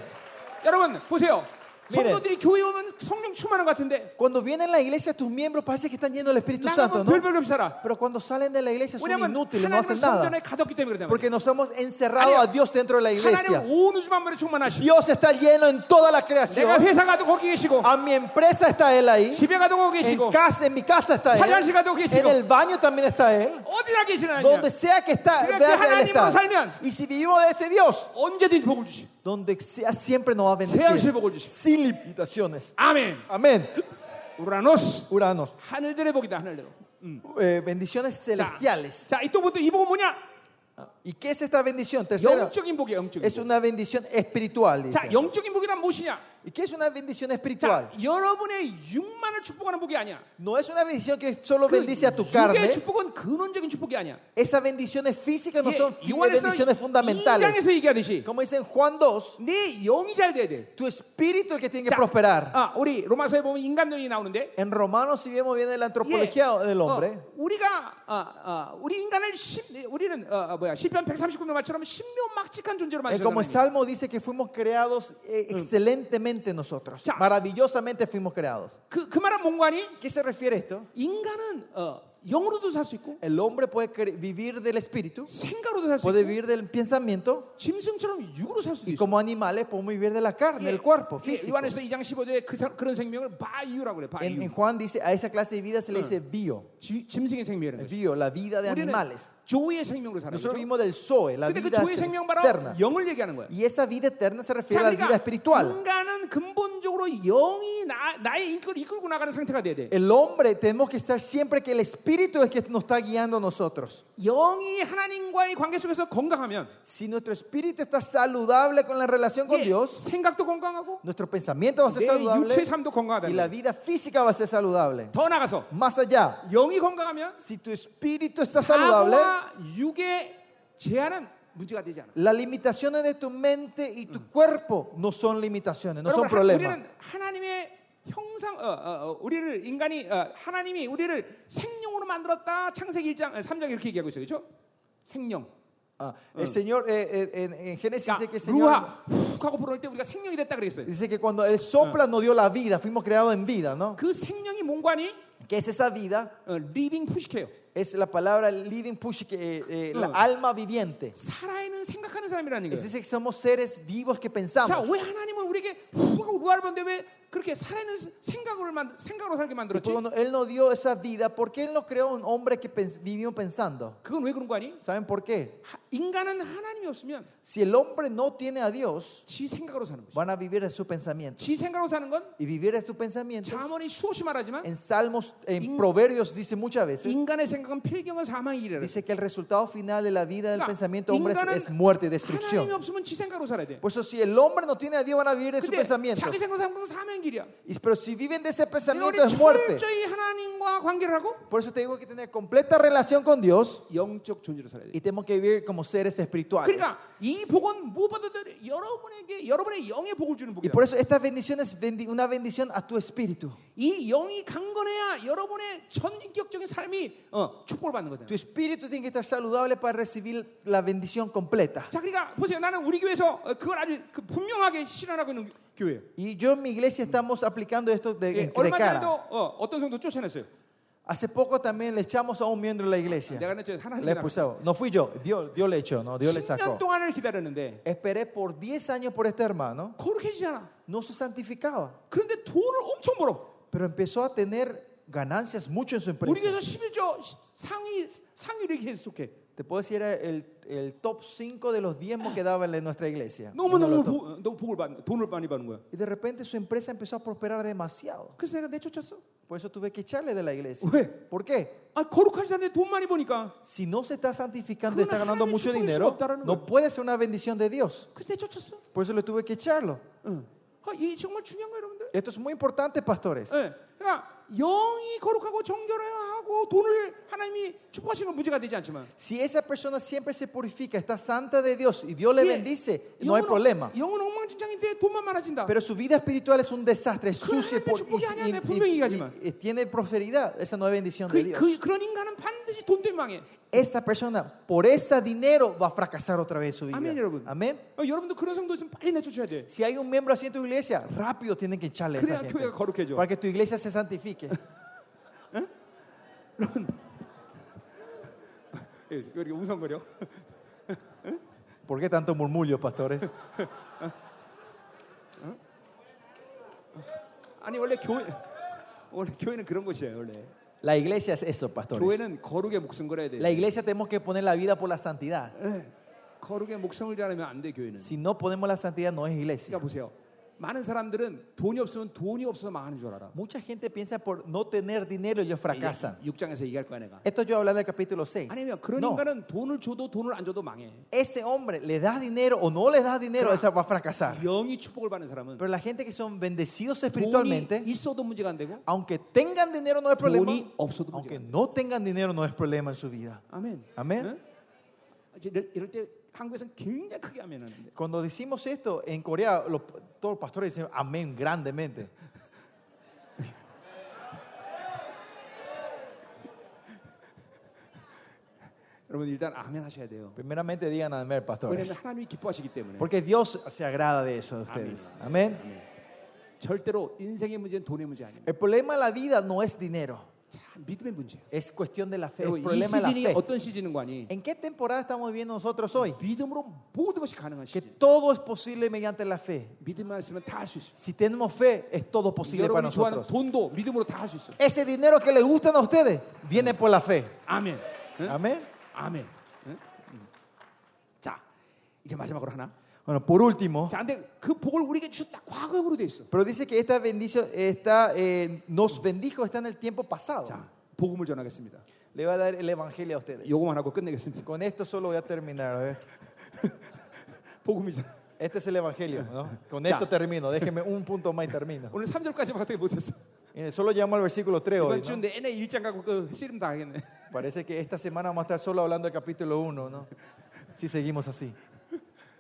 여러분 보세요. Miren. 성도들이 교회 오면 성령 충만한 것 같은데 Cuando vienen a la iglesia, tus miembros parece que están llenos del Espíritu Santo, 나가면 ¿no? 별별 없이 살아. Pero cuando salen de la iglesia son 왜냐면 inútiles, no 하나님을 hacen nada. 성전에 가뒀기 때문에 그러단 말이야. Porque nos hemos encerrado a Dios dentro de la iglesia. 하나님 온 우주 만물에 충만하시고 Dios está lleno en toda la 내가 creación. 회사 가도 거기 계시고 A mi empresa está Él ahí. 집에 가도 거기 En, 계시고 casa, en mi casa está 화장실 Él. 가도 En 계시고 el baño también está Él. 어디나 계시나 아니야. Donde sea que está, Mira, que vea que Él 하나님으로 está. 살면- Y si vivimos de ese Dios, 언제든지 복을 주시. donde sea siempre nos va a Sea bendecir. 복을 주시. Sin limitaciones. 아멘. Amén. 우라노스 Uranos. 하늘들의 복이다 하늘대로. eh, bendiciones celestiales. 자, 이 또부터 이 복은 뭐냐? ¿Y qué es esta bendición? Tercera, 영적인 복이야, 영적인 es 복. una bendición espiritual. dice. 자, 영적인 복이란 무엇이냐? ¿Y qué es una bendición 자, espiritual? 여러분의 육만을 축복하는 복이 아니야. No es una bendición que solo 그 bendice a tu 육의 carne. 축복은 근원적인 축복이 아니야. Esas bendiciones físicas no 예, son fi- 요한에서 bendiciones fundamentales. 2장에서 얘기하듯이 Como dice en Juan 2, 내 영이 잘 돼야 돼. tu espíritu es el que tiene que 자, prosperar. 아, 우리 로마서에 보면 인간론이 나오는데 En Romanos, si vemos bien 예, la antropología Oh. del hombre, 어, 우리가 아, 아, 우리 인간을 십, 우리는 어, 어, 뭐야 시편 139편처럼 신묘막직한 존재로 eh, como el 만드셨다. Salmo dice que fuimos creados eh, excelentemente nosotros. 자. Maravillosamente fuimos creados. 그그 말한 몽관이 ¿Qué se refiere esto? 인간은 어, 영으로도 살 수 있고 El hombre puede cre- vivir del espíritu, 생각으로도 살 수 puede 있고 vivir del pensamiento 짐승처럼 육으로 살 수도 y 있어. como animales podemos vivir de la carne, del cuerpo físico. 요한에서 2장 15절에 그, 사- 그런 생명을 바이유라고 그래. En, en 바이유. Juan dice, a esa clase de vida se le dice bio, 지- 짐승의 생명이라는 거죠. bio, la vida de 우리는 animales. 조의 생명으로 살아요. Nosotros vivimos del Zoe, la 근데 그 vida 조의 생명 바로 eterna. 영을 얘기하는 거야. Y esa vida eterna se 자, refiere a la vida 그러니까 espiritual. 인간은 근본적으로 영이 나, 나의 인격을 이끌고 나가는 상태가 돼야 돼. El hombre tenemos que estar siempre que el espíritu es que nos está guiando a nosotros. 영이 하나님과의 관계 속에서 건강하면 Si nuestro espíritu está saludable con la relación con 예, Dios, 생각도 건강하고 nuestro pensamiento va a ser 내 육체의 saludable 삶도 y la 건강하다. vida física va a ser saludable. 더 나가서 Más allá, 영이 건강하면 si tu espíritu está saludable, 사고와 육의 제한은 문제가 되지 않아. las limitaciones de tu mente y tu cuerpo no son limitaciones, no son 여러분, 하- problemas. 우리는 하나님의 형상, 어, 어, 어, 우리를 인간이 어, 하나님이 우리를 생명으로 만들었다. 창세기 1장, 어, 3장 이렇게 얘기하고 있어요, 그렇죠? 생명. Ah, el Señor eh, eh, en, en Génesis dice que el 그러니까 Señor 루하 훅 하고 불어올 때 우리가 생명이 됐다 그랬어요. dice que cuando Él sopla nos dio la vida, fuimos creados en vida, ¿no? 그 생명이 몽관이 Que es esa vida, 어, 리빙 푸시케요. es la palabra living push, que, eh, eh, la Mm. alma viviente. 살아있는 생각하는 사람이라는 Es 거예요. decir, que somos seres vivos que pensamos. 자, 왜 하나님은 우리에게 훅 하고 루아를 보는데 왜 그렇게 살아있는 생각으로 만 생각으로 살게 Y 만들었지? cuando Él nos dio esa vida, ¿por qué Él nos creó un hombre que pens- vivimos pensando? 그건 왜 그런 거 아니? ¿Saben por qué? 하- 인간은 하나님이 없으면 Si el hombre no tiene a Dios, 지 생각으로 사는 거죠. van a vivir de sus pensamientos. 지 생각으로 사는 건 Y vivir de tus pensamientos. 자문이 수없이 말하지만 En Salmos, en In- Proverbios dice muchas veces, 인간의 생각은 필경은 사망이래요. dice que el resultado final de la vida del 그러니까 pensamiento hombre es- 인간은 es muerte y 하나님이 destrucción. 없으면 지 생각으로 살아야 돼. Por eso si el hombre no tiene a Dios van a vivir de sus 근데 pensamientos. 자기 생각으로 사는 건 사명길이야. Y- Pero si viven de ese 그러니까 pensamiento es 우리 muerte. 철저히 하나님과 관계를 하고 Por eso te digo que tener completa relación con Dios 영적 존재로 살아야 돼. y tenemos que vivir como seres espirituales. 그러니까 이 복은 무엇보다도 여러분에게 여러분의 영의 복을 주는 Y 복이다. por eso esta bendición es bendi- una bendición a tu espíritu. 이 영이 강건해야 여러분의 전인격적인 삶이 어, 축복을 받는 거다. Tu espíritu tiene que estar saludable para recibir la bendición completa. 자, 그러니까 보세요. 나는 우리 교회에서 어, 그걸 아주 그 분명하게 실현하고 있는 교회예요. Y yo en mi iglesia estamos aplicando esto de, 예, de 얼마 전에도 cara. 어, 어떤 성도 쫓아냈어요. Hace poco también le echamos a un miembro de la iglesia. 내가 냈죠. Le 하나님이 나갔어. expulsamos. No fui yo, Dios, Dios le echó, no, Dios le 10년 sacó. 동안을 기다렸는데 Esperé por 10 años por este hermano, 거룩해지잖아. no se santificaba, 그런데 돈을 엄청 벌어. pero empezó a tener ganancias mucho en su 우리 교회에서 empresa. 11조 상위 상위를 계속해. Te puedo decir, era el, el top 5 de los diezmos que daba en nuestra iglesia. Uno de 너무너무 los top. 보, 너무 복을 받, 돈을 많이 받는 거야. Y de repente su empresa empezó a prosperar demasiado. 그래서 내가 내쫓았어. Por eso tuve que echarle de la iglesia. 왜? ¿Por qué? 아 거룩하지 않는데 돈 많이 버니까. Si no se está santificando, Con está la ganando jara de mucho chupón y dinero, soltaron, no güey. puede ser una bendición de Dios. 그래서 내쫓았어. Por eso le tuve que echarlo. 응. 아, 이 정말 중요한 거예요, 여러분들. Esto es muy importante, pastores. 예. 그러니까 영이 거룩하고 정결해야 하고 돈을 하나님이 축복하시는 건 문제가 되지 않지만 Si esa persona siempre se purifica, está santa de Dios y Dios le Bien. bendice, no hay 영은, problema. 영은 엉망 정신장인데 돈만 많아진다. Pero su vida espiritual es un desastre, es 그건 sucia y, 하나님의 por- 축복이 y- 아니야, y- 분명히 y- 얘기하지만. y- y tiene prosperidad. Esa no es bendición de 그, Dios. 그 그런 인간은 반드시 돈 때문에 망해. Esa persona, por ese dinero, va a fracasar otra vez su vida. Amén, 여러분. Amén. 어, 여러분도 그런 성도 있으면 빨리 내쫓아야 돼. Si hay un miembro así en tu iglesia, rápido tienen que echarle a 그래야 esa gente. 교회가 거룩해져. Para que tu iglesia se santifique. 예, 이렇게 웅성거려. ¿Por qué tanto murmullo, pastores? 아니 원래 교회 원래 교회는 그런 곳이에요 원래. La iglesia es eso, pastores. 교회는 거룩의 목숨 걸어야 돼. La iglesia tenemos que poner la vida por la santidad. 예, 거룩의 목숨을 자르면 안 돼 교회는. Si no ponemos la santidad, no es iglesia. 그러니까 보세요. 많은 사람들은 돈이 없으면 돈이 없어서 망하는 줄 알아. Mucha gente piensa por no tener dinero, ellos fracasan. 6장에서 얘기할 거야 내가. Esto yo hablando del capítulo 6. 아니면 그런 No. 인간은 돈을 줘도 돈을 안 줘도 망해. Ese hombre le da dinero o no le da dinero, esa va a fracasar. 영이 축복을 받는 사람은 Pero la gente que son bendecidos 돈이 espiritualmente, 있어도 문제가 안 되고 aunque tengan dinero no es problema, 돈이 없어도 문제가 aunque 안 돼. no tengan dinero no es problema en su vida. 아멘. 아멘. 예? 이제 이럴- 이럴 때 한국에서는 굉장히 크게 하면 안 돼. Cuando decimos esto en Corea, los- todos los pastores dicen amén grandemente. 여러분 일단 아멘 하셔야 돼요. Primeramente digan amén, 왜냐하면 pastores. 하나님이 기뻐하시기 때문에. Porque Dios se agrada de eso de Amén. ustedes. Amén. 아멘. 절대로 인생의 문제는 돈의 문제 아닙니다. El problema de la vida no es dinero, 참 믿음의 문제예요. es cuestión de la fe. El 여러분, 이 problema es la 시즌이 fe. 어떤 시즌인 거 아니? ¿En qué temporada estamos viviendo nosotros hoy? 믿음으로 모든 것이 가능한 Que 시즌. todo es posible mediante la fe. 믿음만 있으면 다 할 수 있어. Si tenemos fe, es todo posible para 여러분이 좋아하는 nosotros. 돈도 믿음으로 다 할 수 있어. Ese dinero que les gustan a ustedes viene por la fe. 아멘. 응? Amén. 아멘. 응? 응. 자, 이제 마지막으로 하나. Bueno, por último, 자, 근데 그 복을 우리에게 주셨다. 과거형으로 돼 있어. pero dice que esta bendición está, eh, nos bendijo, está en el tiempo pasado. 자, 복음을 전하겠습니다. Le va a dar el evangelio a ustedes. 요거만 하고 끝내겠습니다. Con esto solo voy a terminar. a ver. 복음이잖아. Este es el evangelio. ¿no? Con Ya. esto termino. Déjeme un punto más y termino. 오늘 3절까지 밖에 못했어. Eh, Solo llegamos al versículo 3 이번 hoy. ¿no? 주 내내 일장 갖고 그 씨름 다 하겠네. Parece que esta semana vamos a estar solo hablando del capítulo 1. ¿no? Si seguimos así.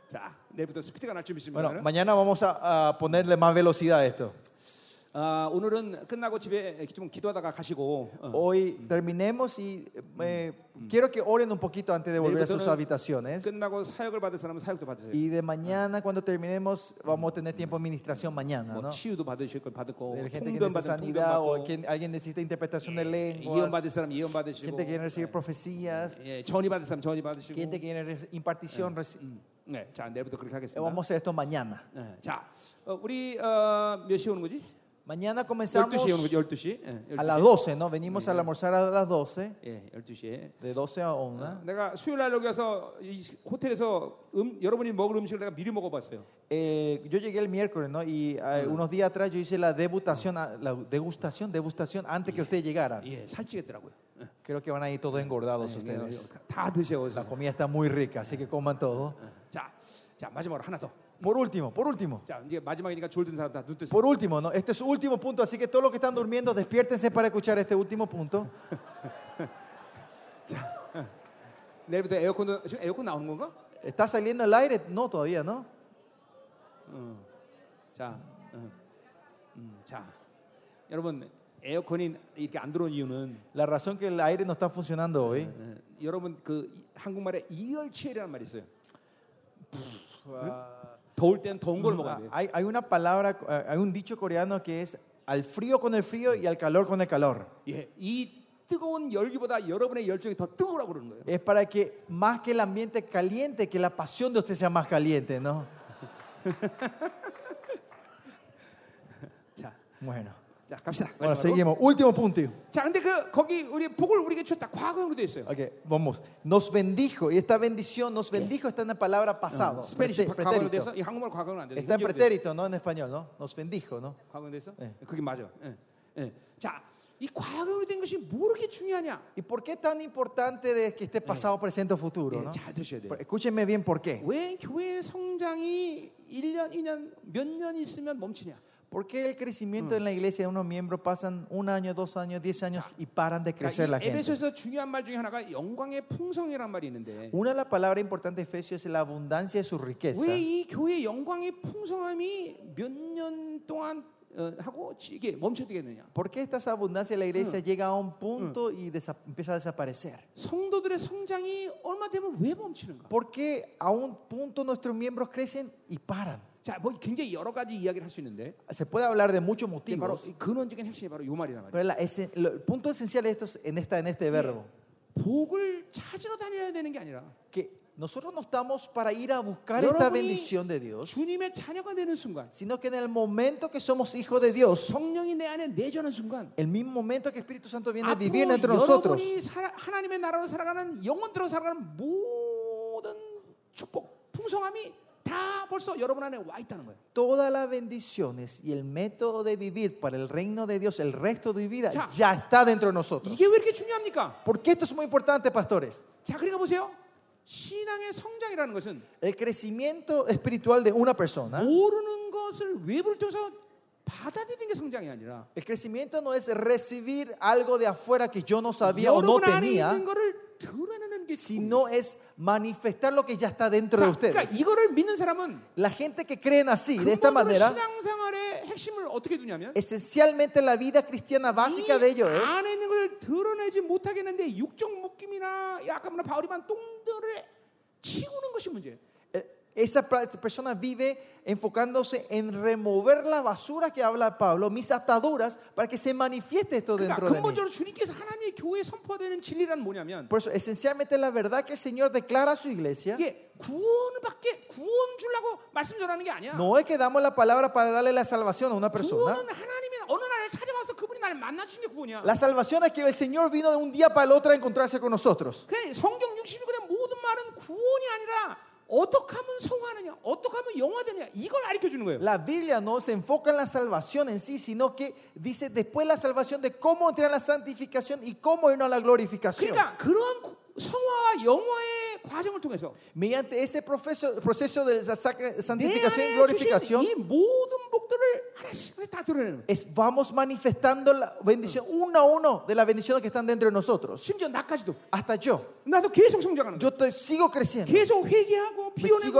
자, 내일부터 스피드가 날 준비했습니다. Bueno, mañana vamos a- a ponerle más velocidad a esto. 아, 오늘은 끝나고 집에 좀 기도하다가 가시고 어. Hoy terminemos y eh, quiero que oren un poquito antes de volver a sus Levantaron- habitaciones. 끝나고 사역을 받을 사람은 사역도 받으세요. Y de mañana, cuando terminemos, vamos a tener tiempo de administración mañana. 뭐 ¿no? 치유도 받으실 거 받을 거, Hay gente que 통변 necesita 받으면 통변 sanidad o 받고, quien- alguien necesita interpretación de 예언 lenguas, 받을 사람 예언 받으시고, gente que quiere recibir profecías, 예, 전이 받을 사람 전이 받으시고. gente que quiere re- impartición. reci- 네, 자 내일부터 그렇게 하겠습니다. Vamos a hacer esto mañana. 네, 자, 어, 우리 어, 몇 시에 오는 거지? Mañana 12 시에 오는 comenzamos 거지, 12 시. 예, 12 시. a las 12, ¿no? Venimos al almorzar a las 12, 예, 12 시에. de 12 a 1. 내가 수요일 날 여기 와서 이 호텔에서 음, 여러분이 먹을 음식을 내가 미리 먹어봤어요. Eh, yo llegué el miércoles, ¿no? Y eh, unos días atrás yo hice la debutación, a- la degustación, degustación antes que usted llegara. 예, 살찌겠더라고요. 예, Creo que van a ir todos engordados ustedes. 다- 다 드셔. La comida está muy rica, así que coman todo. 자, 자 마지막으로 하나 더. Por último, por último, 자 이제 마지막이니까 졸든 사람 다 눈 뜨세요. por último, ¿no? Este es su último punto, así que todos los que están durmiendo, despiértense para escuchar este último punto. 내일부터 에어컨도 지금 에어컨 나오는 건가? ¿Está saliendo el aire? No, todavía, ¿no? 어. 자, 어. 음, 자, 여러분 에어컨이 이렇게 안 들어온 이유는 La razón que el aire no está funcionando hoy. 어, 여러분 그 이- 한국말에 이열치열이라는 말이 있어요. 더울 땐 더운 걸 먹어야 돼요. Ah, Hay, hay una palabra, eh, hay un dicho coreano que es al frío con el frío y al calor con el calor. 예, 이 뜨거운 열기보다 여러분의 열정이 더 뜨거라고 그러는 거예요. Es para que más que el ambiente caliente, que la pasión de usted sea más caliente, ¿no? 자, Bueno, 자 갑시다. ahora 마지막으로. seguimos. Último punto. 자, 근데 그 거기 우리 복을 우리에게 줬다. 과거형으로 돼 있어요. Ok, vamos. Nos bendijo, y esta bendición, nos bendijo, está en la palabra pasado. 스페니쉬 prete- 과거형으로 pretérito. 돼서 이 한국말 과거형은 안 돼요. Está 현재형으로 돼 en 있어요. pretérito, ¿no? En español, ¿no? Nos bendijo, ¿no? 과거형 돼서? 네. 그게 맞아요. 예. 예. 자, 이 과거형이 된 것이 뭐 그렇게 중요하냐? ¿Y por qué tan importante de que esté pasado, presente o futuro, 예, no? 잘 드셔야 돼요. Por- Escúchenme bien por qué. 왜 교회 성장이 1년, 2년, 몇 년 있으면 멈추냐? ¿Por qué el crecimiento en la iglesia de unos miembros pasan un año, dos años, diez años y paran de crecer 그러니까 la 이 gente? 에베소에서 중요한 말 중에 하나가 영광의 풍성이란 말이 있는데 Una de las palabras importantes de Efesios es la abundancia de su riqueza. 왜 이 교회의 영광의 풍성함이 몇 년 동안 어, 하고 지- 이게 멈춰지게 되냐? ¿Por qué esta abundancia de la iglesia llega a un punto y desa- empieza a desaparecer? 성도들의 성장이 얼마 되면 왜 멈추는가? ¿Por qué a un punto nuestros miembros crecen y paran? 자, 뭐 굉장히 여러 가지 이야기를 할 수 있는데 Se puede hablar de muchos 이게 바로 motivos, 이 근원적인 핵심이 바로 요 말이란 말이에요. pero la esen- lo- el punto esencial de esto es en, esta, en este verbo, 복을 찾으러 다녀야 되는 게 아니라 que nosotros no estamos para ir a buscar esta 여러분이 bendición de Dios, 주님의 자녀가 되는 순간 sino que en el momento que somos hijos de Dios, 성령이 내 안에 내주하는 순간 el mismo momento que Espíritu Santo viene a vivir 앞으로 entre nosotros, 여러분이 살아- 하나님의 나라로 살아가는 영원토록 살아가는 모든 축복, 풍성함이 다 벌써 여러분 안에 와 있다는 거예요. todas las bendiciones y el método de vivir para el reino de Dios el resto de mi vida Ya. ya está dentro de nosotros. 이게 왜 이렇게 중요합니까? ¿Por qué esto es muy importante, pastores? 자, 그러니까 보세요. 신앙의 성장이라는 것은 El crecimiento espiritual de una persona. 모르는 것을 외부를 통해서 받아들이는 게 성장이 아니라 El crecimiento no es recibir algo de afuera que yo no sabía o no 여러분 안에 tenía, 있는 거를 드러내는 게 sino es manifestar lo que ya está dentro de 축복이에요. 자, 그러니까 ustedes. 이거를 믿는 사람은 La gente que creen así, de esta 근본적으로 manera, 신앙생활의 핵심을 어떻게 두냐면 esencialmente la vida cristiana básica de 이 ellos es 안에 있는 걸 드러내지 못하겠는데 육적 묶임이나 약간 뭐나 바울이만 똥들을 치우는 것이 문제예요. eh, esa pra- persona vive enfocándose en remover la basura que habla Pablo, mis ataduras, para que se manifieste esto 그러니까 dentro de mí. 근본적으로 주님께서 하나님의 교회에 선포되는 진리란 뭐냐면 Por eso, esencialmente la verdad que el Señor declara a su iglesia 이게 구원밖에 구원 주려고 말씀 전하는 게 아니야. no es que damos la palabra para darle la salvación a una persona. 구원은 하나님의 어느 날을 찾아와서 그분이 나를 만나 주신 게 구원이야. La salvación es que el Señor vino de un día para el otro a encontrarse con nosotros. 그래 성경 66권의 모든 말은 구원이 아니라 어떻게 하면 성화하느냐, 어떻게 하면 영화되느냐 이걸 가르쳐 주는 거예요. La Biblia no se enfoca en la salvación en sí, sino que dice después la salvación de cómo entrar a la santificación y cómo irnos a la glorificación. 그러니까 그런 구- 성화와 영화의 과정을 통해서 Mediante ese proceso- proceso de esa sacra- 내 santificación y 안에 주신 glorificación, 이 모든 복들을 하나씩 하나씩 다 드러내는 거예요. es- vamos manifestando la bendición uno a uno de las bendiciones que están dentro de nosotros. 심지어 나까지도 Hasta yo, 나도 계속 성장하는 yo 거예요. te- sigo creciendo, 계속 회개하고 me sigo 비워내고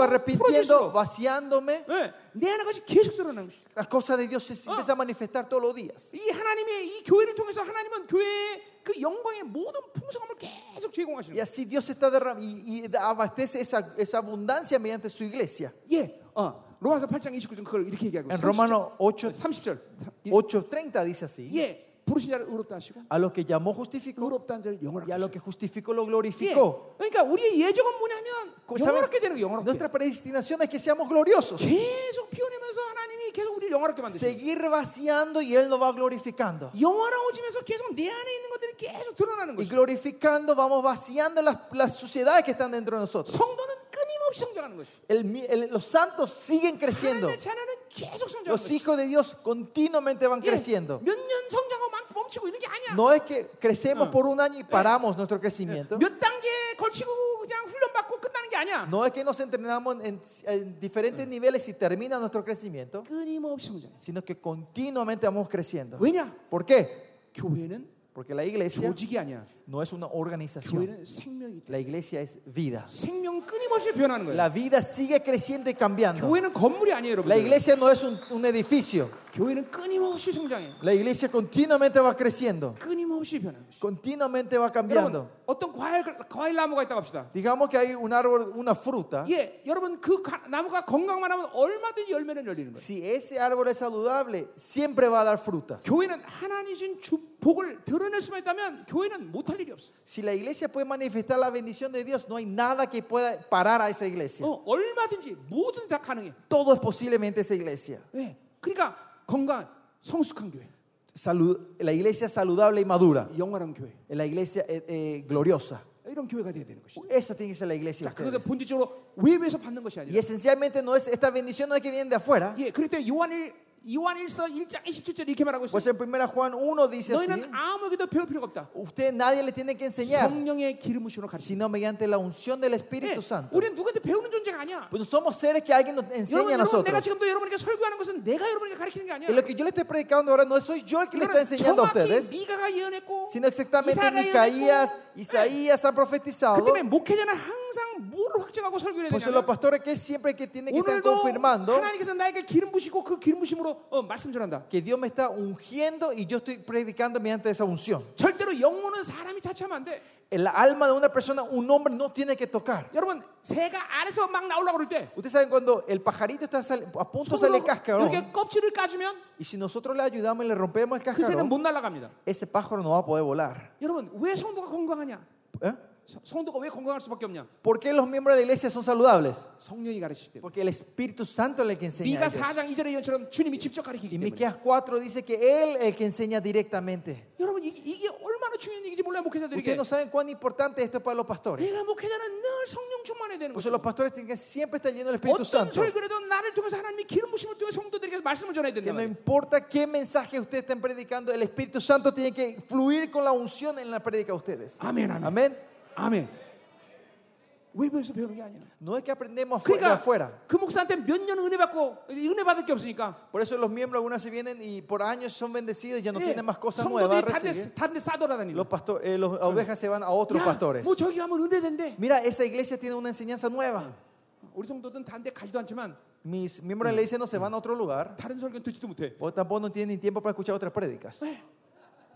풀어질수록 arrepintiendo, vaciándome. 예, 내 안에 것이 계속 드러나는 것이. Las cosas de Dios se empiezan a manifestar todos los días. 이 하나님의 이 교회를 통해서 하나님은 교회의 그 영광의 모든 풍성함을 계속 제공하시는 Y 거예요. así Dios está derramando y, y da- abastece esa, esa abundancia mediante su iglesia. 예, 어, 로마서 8장 29절 그걸 이렇게 얘기하고 En 있어요. 30절. Romanos 8, Pues, 30절. 8:30 dice así: 예, 부르신 자를 의롭다 하시고 A los que llamó justificó 의롭다는 자를 y 영원하게 a los 하시고 que justificó lo 예, glorificó. Pues, 그러니까 우리의 예정은 뭐냐면 ¿Saben? 영원하게 되는 거예요. 영원하게. Nuestra predestinación es que seamos 뭐 gloriosos. 계속 피워내면서 하나님이 계속 우리를 영원하게 만드시고 Seguir vaciando y Él nos va glorificando. 영원하고지면서 계속 내 안에 있는 것들이 계속 드러나는 Y 거죠. glorificando vamos vaciando las, las suciedades que están dentro de nosotros. 성도는 끊임없이 성장하는 것이. El mi- el- los santos siguen creciendo. 하나님의 자녀는 계속 성장하는 Los 것이. hijos de Dios continuamente van creciendo. 몇 년 성장하고 멈- 멈추고 있는 게 아니야. No es que crecemos por un año y paramos nuestro crecimiento. 몇 단계 걸치고 그냥 훈련받고 끝나는 게 아니야. No es que nos entrenamos en, en diferentes niveles y termina nuestro crecimiento, 끊임없이 성장해. sino que continuamente vamos creciendo. 왜냐? ¿Por qué? 교회는 Porque la iglesia 조직이 아니야. no es una organización. 교회는 생명이 La iglesia es vida. 생명 끊임없이 변하는 거예요. La vida sigue creciendo y cambiando. 교회는 건물이 아니에요, 여러분. La iglesia no es un, un edificio. 교회는 끊임없이 성장해. La iglesia continuamente va creciendo. 끊임없이 변하는 것이. Continuamente va 여러분, cambiando. 어떤 과일 과일 나무가 있다고 합시다. Digamos que hay un árbol, una fruta. 예, 여러분 그 가- 나무가 건강만 하면 얼마든지 열매는 열리는 거예요. Si ese árbol es saludable, siempre va a dar fruta. 교회는 하나님이신 주 복을 드러낼 수만 있다면 교회는 못할 일이 없어. Si la iglesia puede manifestar la bendición de Dios, no hay nada que pueda parar a esa iglesia. 어, 얼마든지 뭐든 다 가능해. Todo es posiblemente esa iglesia. 예. 그러니까 건강 성숙한 교회, Salud- la iglesia saludable y madura. 영원한 교회 La iglesia eh, eh, gloriosa. 이런 교회가 돼야 되는 것이죠. Esa tiene que ser la iglesia. 자, de 그래서 ustedes. 본질적으로 외부에서 받는 것이 Y 아니라 esencialmente no es esta bendición no es que viene de afuera, 예, 그럴 때 요한일 요한 1서 1장 27절 이렇게 말하고 Pues 있어요. en 1 Juan 1 dice así, 너희는 아무에게도 배울 필요가 없다. usted nadie le tiene que enseñar, 성령의 기름 부심으로 가르치. sino mediante la unción del Espíritu Santo. 우리는 누구한테 배우는 존재가 아니야. Pues Eh, no somos seres que alguien nos 여러분, enseña a 여러분 내가 nosotros. 지금도 여러분에게 설교하는 것은 내가 여러분에게 가르치는 게 아니야. Y lo que yo le estoy predicando ahora no soy yo el que le 이거는 está enseñando a 정확히 ustedes, 미가가 예언했고 sino exactamente 이사야가 Micaías, 예언했고, Isaías han 그 profetizado. 때문에 목회자는 항상 뭘 확증하고 설교를 해야 Por eso los 되냐면 pastores que siempre que tienen que estar 오늘도 confirmando 하나님께서 나에게 기름 부시고 그 기름 부심으로 어, 말씀 전한다. que Dios me está ungiendo y yo estoy predicando mediante esa unción. 절대로 영혼은 사람이 타치하면 안 돼. El alma de una persona, un hombre no tiene que tocar. 여러분 새가 안에서 막 나오려고 그럴 때 Ustedes saben cuando el pajarito está sal- a punto de 손으로 salir cascarón 이렇게 껍질을 까주면 y si nosotros le ayudamos y le rompemos el 그 새는 cascarón, 못 날아갑니다. ese pájaro no va a poder volar. 여러분 왜 성도가 건강하냐? ¿Eh? 성- 성도가 왜 건강할 수밖에 없냐? ¿Por qué los miembros de la iglesia son saludables? 성령이 가르치기 때문에. Porque el Espíritu Santo es el que enseña. a 미가 ellos. 4장 2절의 예언처럼 주님이 직접 Y 가르치기 때문에. Miqueas 4 dice que Él es el que enseña directamente. 여러분 이게, 이게 얼마나 중요한 얘기인지 몰라요 목회자들에게. Ustedes no saben cuán importante esto es para los pastores. 내가 목회자는 늘 성령 충만해야 되는 Por 거죠. eso los pastores tienen que Oh, siempre estar llenos del Espíritu 어떤 Santo. 설교라도 나를 통해서 하나님이 기름 부심을 통해 성도들에게 말씀을 전해야 Que 된다. no importa qué mensaje ustedes estén predicando, el Espíritu Santo tiene que fluir con la unción en la predica de ustedes. 아멘, 아멘, Amén. 아멘. 외부에서 배우는 게 아니야. No es que aprendemos afu- de 그러니까 afuera. 그 목사한테 몇 년 은혜 받고 은혜 받을 게 없으니까 Por eso los miembros algunas se vienen y por años son bendecidos y ya no 예, tienen más cosas nuevas. 성도들이 a 다른데 recibir. 다른데 싸돌아다니는. Los pastores, eh, los- las ovejas se van a otros pastores. 뭐 저기 가면 은혜 된대. Mira, esa iglesia tiene una enseñanza nueva. 우리 성도들은 다른데 가지도 않지만 Mis miembros de la iglesia no se van a otro lugar 다른 설교는 듣지도 못해. 네. o tampoco no tienen tiempo para escuchar otras prédicas.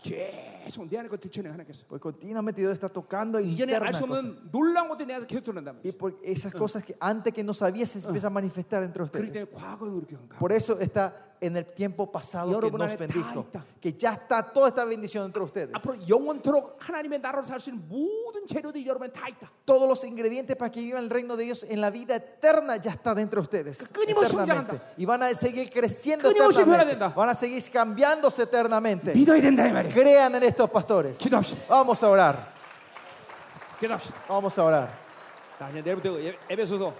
계속 내 안에 그 들춰내 하나님께서. Pues continuamente Dios está tocando y 이전에 알 수 없는 놀라운 것들이 내 안에서 계속 드러난다면. Y por esas cosas que antes que no sabías se empiezan a manifestar entre 그렇기 ustedes. 때문에 과거에 그렇게 간 Por eso está en el tiempo pasado que 여러분 nos 안에 bendijo. 다 있다. Que ya está toda esta bendición entre ustedes. 앞으로 영원토록 하나님의 나라로 살 수 있는 모든 재료들이 여러분에 다 있다. Todos los ingredientes para que vivan el reino de Dios en la vida eterna ya está dentro de ustedes. 끊임없이 eternamente. 성장한다. Y van a seguir creciendo 끊임없이 eternamente. 변화된다. Van a seguir cambiándose eternamente. 믿어야 된다 이 말이야. Crean en estos pastores. 기도합시다. Vamos a orar. 기도합시다. Vamos a orar. 자, 이제 내일부터 예- 에베소서.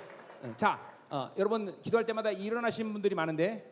응, 자, 어, 여러분 기도할 때마다 일어나시는 분들이 많은데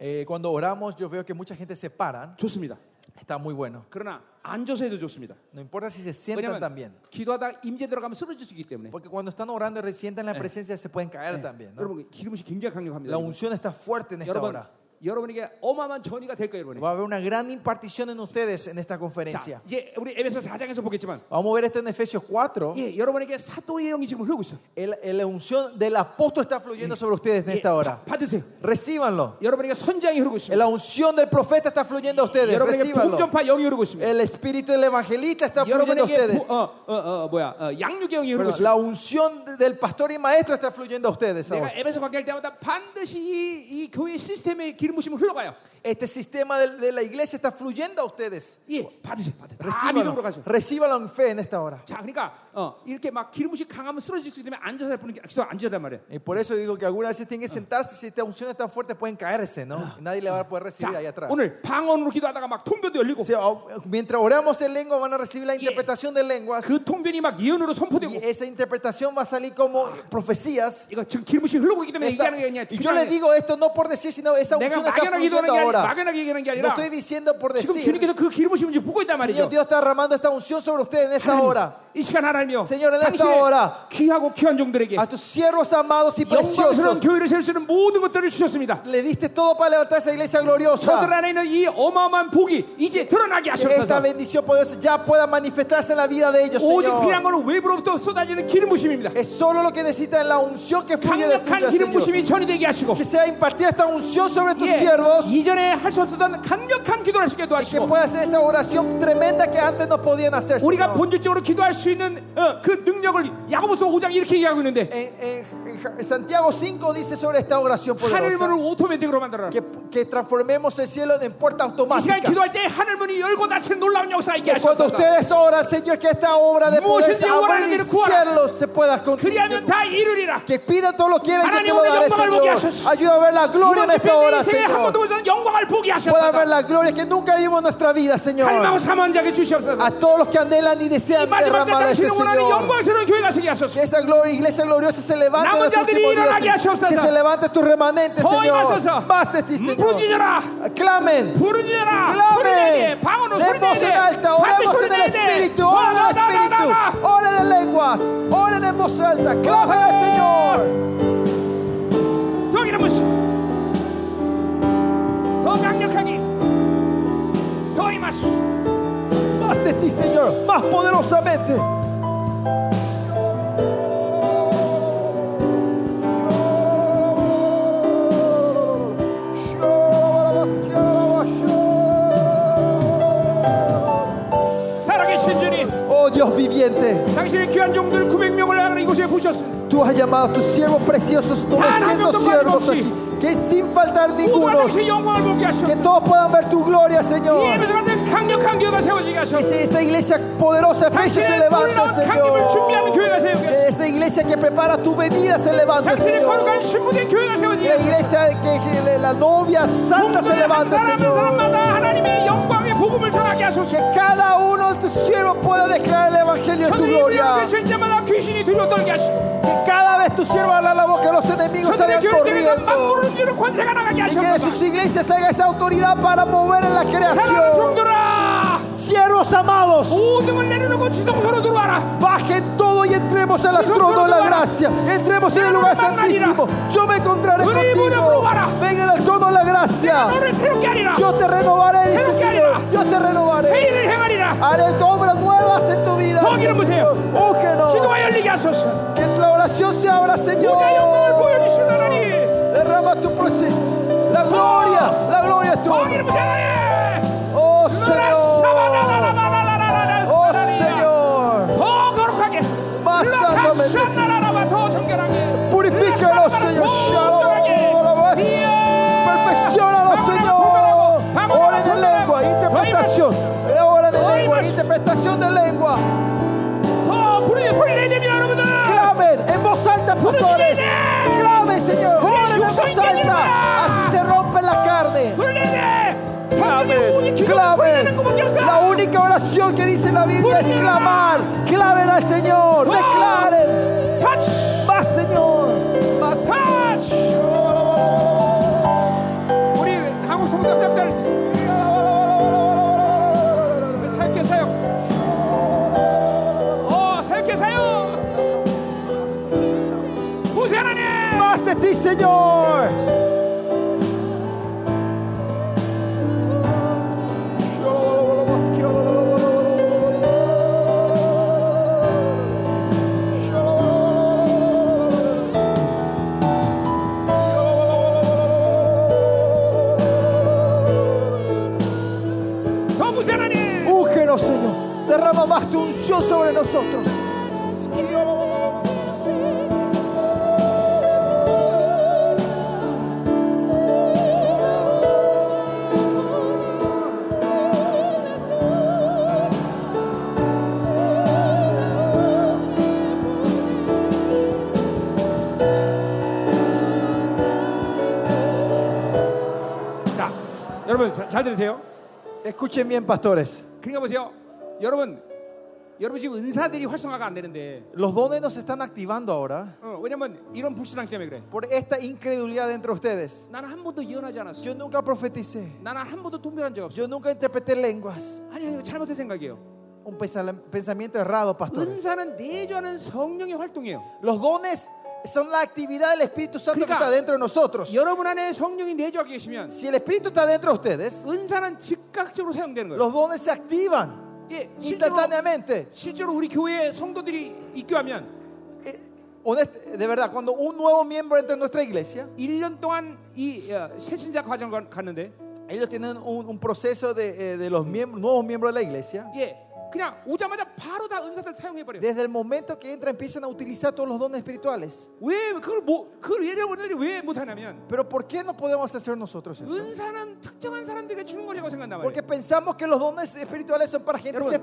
Eh, cuando oramos yo veo que mucha gente se paran. 좋습니다. Está muy bueno. 그러나 앉아서 해도 좋습니다. No importa si se sientan también. 왜냐하면 기도하다 임재 들어가면 쓰러지기 때문에. Porque cuando están orando y sientan la presencia se pueden caer también. ¿no? 여러분 기름이 굉장히 강력합니다. La unción está fuerte en esta 여러분, hora. 여러분에게 어마어마한 전이가 될 거예요, 여러분. Va a haber una gran impartición en ustedes en esta 자, conferencia. 이제 우리 에베소 4장에서 보겠지만 Vamos a ver esto en Efesios 4. 예, 여러분에게 사도의 영이 지금 흐르고 있어요. El- el- la unción del apóstol está fluyendo sobre ustedes en 예, esta hora. 받- 받으세요. Recíbanlo. 여러분에게 선장이 흐르고 있습니다. La unción del profeta está fluyendo a ustedes. 여러분에게 Recíbanlo. 복전파 영이 흐르고 있습니다. El espíritu del evangelista está fluyendo a 여러분에게 ustedes. 부, 어, 어, 어, 뭐야 어, 양육의 영이 흐르고 Perdón, 있습니다. la unción de- del pastor y maestro está fluyendo a ustedes. 내가 ahora. 에베소 관계할 때마다 반드시 이, 이 교회 시스템에 기름 부심을 흘러가요. Este sistema de, de la iglesia está fluyendo a ustedes. 예, 받으세요, 받으세요. 다 믿음으로 Recíbanlo. 가세요. Recíbanlo en fe en esta hora. 자, 그러니까 어, 이렇게 막 기름 부심 강하면 쓰러질 수 있기 때문에 앉아서 해보는 게 기도 앉아란 말이에요. Y por eso digo que algunas veces tienen que sentarse. Si esta unción es tan fuerte, pueden caerse, ¿no? Y Nadie le va a poder 자, recibir ahí atrás. 오늘 방언으로 기도하다가 막 통변도 열리고 O sea, o- mientras oramos en lengua, van a recibir la interpretación de lenguas. 그 통변이 막 예언으로 Y 선포되고 esa interpretación va a salir como profecías. 이거 지금 기름 부심 흘러고 있기 때문에 Esta- 얘기하는 게 아니야. y yo le digo esto no por decir, sino esa 내가 unción está 그러니까 막연하게 기도하는 fluyendo 게 아니라 ahora. 막연하게 얘기하는 게 아니라 No estoy diciendo por 지금 decir. 주님께서 그 기름 부심을 지금 붓고 있단 말이죠. Señor, Dios está derramando esta unción sobre ustedes en esta hora. 이 시간 하나님이여 Señor, en esta 당신의 hora. 귀하고 귀한 종들에게 A tus siervos amados y 영광스러운 preciosos. 교회를 세울 수 있는 모든 것들을 주셨습니다 Le diste todo para levantar esa iglesia gloriosa. 저들 안에 있는 이 어마어마한 복이 이제 드러나게 Que esta 하셨소서 bendición poderosa ya pueda manifestarse en la vida de ellos, 오직 필요한 Señor. 것은 외부로부터 쏟아지는 기름 부심입니다 Es solo lo que necesitan la unción que fluye de tu 강력한 기름 Señor. 부심이 전이되게 하시고 Que sea impartida esta unción sobre tus 예, siervos. 이전에 할 수 없었던 강력한 기도를 하시게 Que 도와주시고 pueda hacer esa oración tremenda que antes no podían hacer. 우리가 Señor. 본질적으로 기도할 수 있는 어, 그 능력을 야고보서 5장 이렇게 얘기하고 있는데 En, en- en Ja- Santiago 5 dice sobre esta oración 하늘문을 poderosa. 오토매틱으로 만들어라 Que, que transformemos el cielo en puerta 이 시간 automática. 기도할 때 하늘문이 열고 닫히는 놀라운 역사 있게 Que cuando 하셨소서 ustedes oran, Señor, que esta obra de poder 무엇인지 원하는 abrir 대로 구하라. cielos se pueda continuar. 그리하면 다 이루리라 Que pida todo lo que quiera y yo te 하나님 lo 오늘 daré, 영광을 보게 Señor. 하소서. Ayuda a ver la gloria en 이번 집회 esta 내 hora, 인생에 한 Señor. 번도 보지 않은 영광을 보게 pueda ver 하셨소서 la gloria que nunca vimos en nuestra vida, 갈망을 Señor. 사모한 자에게 주시옵소서 A todos los que anhelan y 이 아, desean 마지막 derramar de 때까지 este 원하는 Señor. 영광스러운 교회가 되게 하소서 Que esa gloria, iglesia gloriosa se levante en nuestro último día, Señor. Que se levante tu remanente, 더 Señor. 임하소서 Más de ti, 음, Señor. 부르짖어라 Clamen. 부르짖어라 소리내야 Clamen. 돼 방언으로 Demos en 소리내야 돼 alta. 반드시 Oremos en el 소리내야 돼 Espíritu. Oren en el Espíritu. Oren en lenguas. Oren en voz alta. Clamen al Señor. 더 이름으시 더 강력하게 더 임하시 Más de ti, Señor. Más poderosamente. 살아계신 주님 Oh Dios viviente. 당신의 귀한 종들 900명을 하는 이곳에 보셨습니다 Tú has llamado a tus siervos preciosos, 900 siervos aquí, que sin faltar 모두가 ninguno, 당신의 영광을 보게 que 하시옵소서 todos puedan ver tu gloria, 이 Señor. 예배소 같은 강력한 교회가 세워지게 Que 하소서 se- esa iglesia poderosa de Efesios se 당신의 놀라운 levante, 강림을 준비하는 Señor. 교회가 세워지게 하소서 Que esa iglesia que prepara tu venida se levante, 당신의 Señor. 거룩한 신부의 교회가 세워지게 Que la 하소서 iglesia, que, que la novia santa se 성도의 한 levante, 사람 한 Señor. 사람마다 하나님의 영광의 복음을 전하게 Que 하소서 cada uno de tus siervos pueda declarar el evangelio de tu 저들이 우리와 gloria. 계실 때마다 귀신이 두려워 떨게 하시고 Que cada vez tus siervos abran la boca, los enemigos 저들의 salgan 교회 중에서 corriendo. 만물을 주는 권세가 나가게 Y que de 하소서 sus iglesias haga esa autoridad para mover en la 사랑하는 creación. 종들아 Siervos amados, 모든 걸 내려놓고 지성소로 들어와라 bajen todo y entremos al trono de la gracia. Entremos en el lugar santísimo. Yo me encontraré contigo. Vengan al trono de la gracia. 너를 새롭게 하리라 Yo te renovaré, dice el Señor. Yo te renovaré. 회의를 행하리라 Haré obras nuevas en tu vida. dice el Señor. Úngenos. 기도가 열리게 하소서 Que la oración se abra, Señor. 모자의 영광을 보여주시는 하나님 Derrama tu presencia. La gloria, la gloria tú. 더 이름으로 하나님 Oh Señor. Oh 라사바라라라라라라라라라라라라라라라라라라라라라라라라라라라라라라라라라라라라라라라라라라라라 Señor. 더 거룩하게 Más santo, 락하샤나라라바 더 정결하게 Purifícanos, Señor. Shalom. Perfeccionanos, Señor. Ora de lengua, interpretación. Ora de lengua, interpretación de lengua. 더 부르게 소리내야 됩니다 여러분들 Clamen en voz alta, pastores. Clamen, Señor. Oren en voz alta. Así se rompe la carne. 소리내야 돼 성령이 오직 Clamen, 기도로 소리내는 것밖에 clamen. 없어 La única oración que dice la Biblia es clamar. Clamen al Señor. Declaren. 터치 Más, Señor. Más. Ah. 터치 우리 한국 성장자들 사역해 사역 어 사역해 사역 보세 하나님 Más de ti, Señor. 더 보세 하나님 Úngenos, Señor. Derrama más tu unción sobre nosotros. 자 여러분 자- 잘 들으세요 Escuchen bien, pastores. 그러니까 보세요 여러분 여러분 지금 은사들이 활성화가 안 되는데 Los dones nos están activando ahora 어, 왜냐면 이런 불신앙 때문에 그래 por esta incredulidad dentro de ustedes. 나는 한 번도 예언하지 않았어 Yo nunca profeticé. 나는 한 번도 통변한 적 없어 Yo nunca interpreté lenguas. 아니 아니 이거 잘못된 생각이에요 Un pensal- pensamiento errado, pastores. 은사는 내주하는 성령의 활동이에요 Los dones son la actividad del Espíritu Santo que Explica. está dentro de nosotros. 여러분 안에 성령이 내주하게 계시면 Si el Espíritu está dentro de ustedes, 은사는 즉각적으로 사용되는 거예요. los dones se activan 예, 실제로, instantáneamente. 실제로 우리 교회 성도들이 입교하면 Eh, honest- de verdad, cuando un nuevo miembro entra en nuestra iglesia, 1년 동안 이 어, 새신자 과정 갔는데 ellos tienen un, un proceso de, eh, de los miembros, nuevos miembros de la iglesia. 예, 그냥 오자마자 바로 다 은사들 사용해 버려. Desde el momento que entra empiezan a utilizar todos los dones espirituales. 왜 그걸 뭐 그걸 잃어버리들이 왜 못하냐면 Pero ¿por qué no podemos hacer nosotros esto? 은사는 특정한 사람들에게 주는 것이라고 생각한단 말이에요. Porque pensamos que los dones espirituales son para gentes 여러분, 내가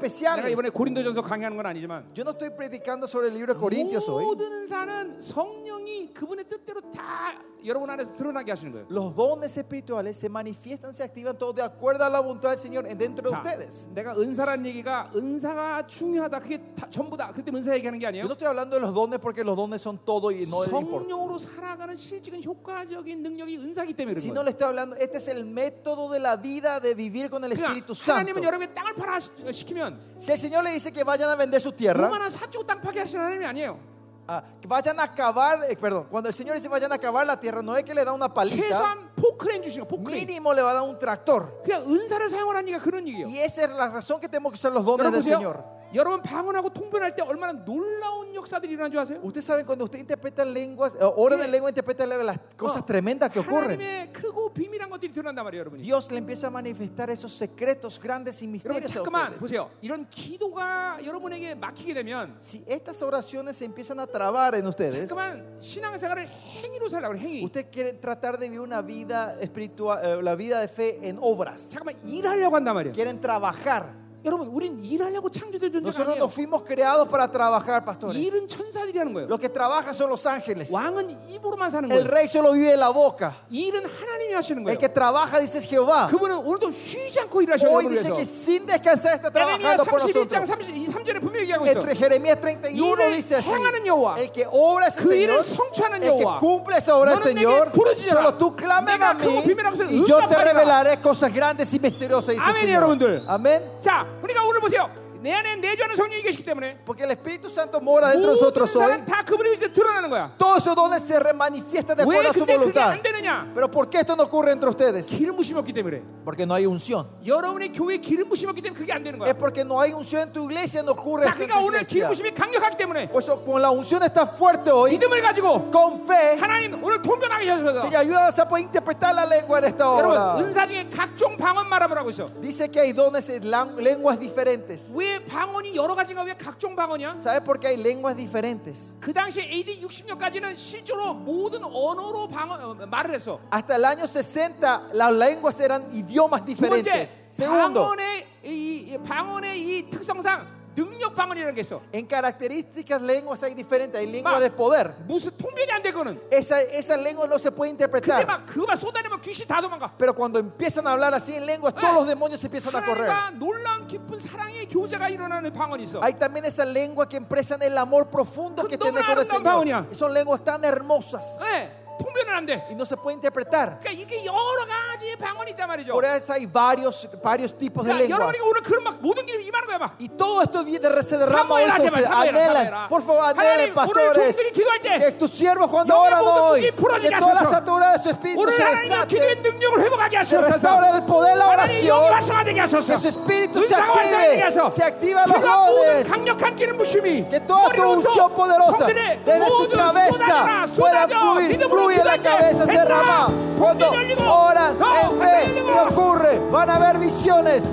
이번에 especiales. 고린도전서 강의하는 건 아니지만 Yo no estoy predicando sobre el libro de Corintios hoy. 모든 은사는 성령이 그분의 뜻대로 다 여러분 안에서 드러나게 하시는 거예요. Los dones espirituales se manifiestan, se activan todo de acuerdo a la voluntad del Señor en- dentro de 자, ustedes. 내가 은사란 얘기가 은사가 중요하다. 그게 다, 전부 다. 그때 은사 얘기하는 게 Yo 아니에요. no estoy hablando de los dones porque los dones son todo y no importa. 성령으로 살아가는 실질적인 효과적인 능력이 은사기 때문에 Si 그런 no 거예요. le estoy hablando, este es el método de la vida de vivir con el 그러니까 Espíritu 하나님은 Santo. 여러분의 땅을 팔아 시- 시키면 Si el Señor le dice que vayan a vender su tierra, 그만한 사주고 땅 파게 하시는 하나님이 아니에요. ah, que vayan a acabar, eh, perdón, cuando el Señor dice vayan a acabar la tierra, no es que le da una palita, 최소한 포크레인 주시는 거예요. 포크레인. mínimo le va a dar un tractor. 그냥 은사를 사용하라는 얘기가 그런 얘기예요. Y esa es la razón que tenemos que usar los dones 여러분 del 보세요. Señor. 여러분 방언하고 통변할 때 얼마나 놀라운 역사들이 일어난 줄 아세요? Ustedes saben, cuando usted interpreta lenguas, eh, oran Sí. en lengua, interpreta lenguas, las cosas 어, tremendas que ocurren. 하나님의 크고 비밀한 것들이 드러난단 말이에요, 여러분이. Dios le empieza a manifestar esos secretos grandes y 여러분 misterios. a 잠깐만 ustedes. 보세요. 이런 기도가 여러분에게 막히게 되면 Si estas oraciones se empiezan a trabar en ustedes, 잠깐만 신앙생활을 행위로 살라고 그래, 행위. usted quiere tratar de vivir una vida espiritual, eh, la vida de fe en obras. 잠깐만 일하려고 한단 말이에요. Quieren trabajar. 여러분 우린 일하려고 창조된 존재가 Nosotros 아니에요. no fuimos creados para trabajar, pastores. 일은 천사들이 하는 거예요. Los que trabajan son los ángeles. 왕은 입으로만 사는 El 거예요. rey solo vive de la boca. 일은 하나님이 하시는 거예요. El que trabaja dice es Jehová. 그분은 오늘도 쉬지 않고 일하셔요. Hoy 여러분을 dice que 위해서. sin descansar está 에레미야 trabajando por 31장 nosotros. 30, 3절에 분명히 얘기하고 있어. Entre Jeremías 31 일을 dice así: 행하는 여호와, El que obra es el 그 일을 Señor, 성취하는 el que 여호와. cumple esa obra es el 너는 내게 Señor. 부르짖어라. Solo tú clamas 내가 a 크고 mí 비밀한 것을 y yo te 응답하리라. revelaré cosas grandes y misteriosas. Dice el Amén, Señor. 여러분들. Amén. 자, 우리가 오늘 보세요. 내 안에 내주하는 성령이 계시기 때문에 Porque el Espíritu Santo mora dentro de 모든 nosotros hoy. 사람 다 그분의 의지에 드러나는 거야. Todos esos dones se re- manifiestan de acuerdo 왜 a su 근데 그게 voluntad. 안 되느냐? Pero ¿por qué esto no ocurre entre ustedes? 기름 부심이 없기 때문에. 그래. Porque no hay unción. 여러분의 교회에 기름 부심이 없기 때문에 그게 안 되는 거야. Es porque no hay unción en tu iglesia, no ocurre 자, esto en 그러니까 tu 오늘 기름 iglesia. 부심이 강력하기 때문에 Por eso, como la unción está fuerte hoy, 믿음을 가지고 con fe, 하나님 오늘 통변하게 하셔서 Señor, ayúdanos a poder interpretar la lengua en esta hora. 여러분 은사 중에 각종 방언 말함을 하고 있어. Dice que hay dones en lan- lenguas diferentes. 왜 방언이 여러 가지가 왜 각종 방언이야? ¿Sabes por qué hay lenguas diferentes? 그 당시 AD 60년까지는 실제로 모든 언어로 방언 어, 말을 했어. Hasta el año 60 las lenguas eran idiomas 두 번째 diferentes. Segundo, 방언의 이, 이 방언의 이 특성상 능력 방언이라는 게 있어. en características lenguas hay diferentes, hay lenguas Ma- de poder. 무슨 통변이 안 돼 그거는. Esa, esa lengua no se puede 근데 interpretar. 막 그거만 쏟아내면 귀신 다 도망가. Pero cuando empiezan a hablar así en lenguas, Ah. todos los demonios empiezan a correr. 하나님과 놀라운 깊은 사랑의 교제가 일어나는 방언이 있어. Hay también esa lengua que expresan el amor profundo que Con tiene toda con el arma, Baonia. Señor. Y Son lenguas tan hermosas 네, 통변은 안 돼. y no se puede interpretar. 그러니까 이게 여러 가지의 방언이 있단 말이죠. Por eso hay varios, varios tipos de 그러니까 lenguas. 여러분이 오늘 그런 막 모든 길이 임하는 거야 막. Y todo esto viene de se derrama hoy Samuel, sobre ustedes. Samuel, Samuel, ah. Anhelen, Samuel. por favor, anhelen, 하나님, 오늘 pastores. 종들이 기도할 때 Que tus siervos cuando 영의 oran 모든 hoy, 눈이 풀어지게 que toda la 하소서. satura de su espíritu 오늘 se 하나님과 기도의 desate. 능력을 회복하게 Se 하소서. restaure el poder de la 하나님 영이 oración. 활성화되게 하소서. Que su espíritu se 은사가 활성화되게 하소서. active. Se activa los 그가 모든 dones. 강력한 기름 부심이 Que toda tu 머리로부터 unción poderosa 성전에 desde su 모두 쏟아져라, cabeza pueda 쏟아져. fluir, 믿음으로 fluye la 기도할 때 cabeza, se 백마, derrama. Cuando 통비 열리고, oran 더 en 하늘이 fe, 열리고, se ocurre, van a haber visiones.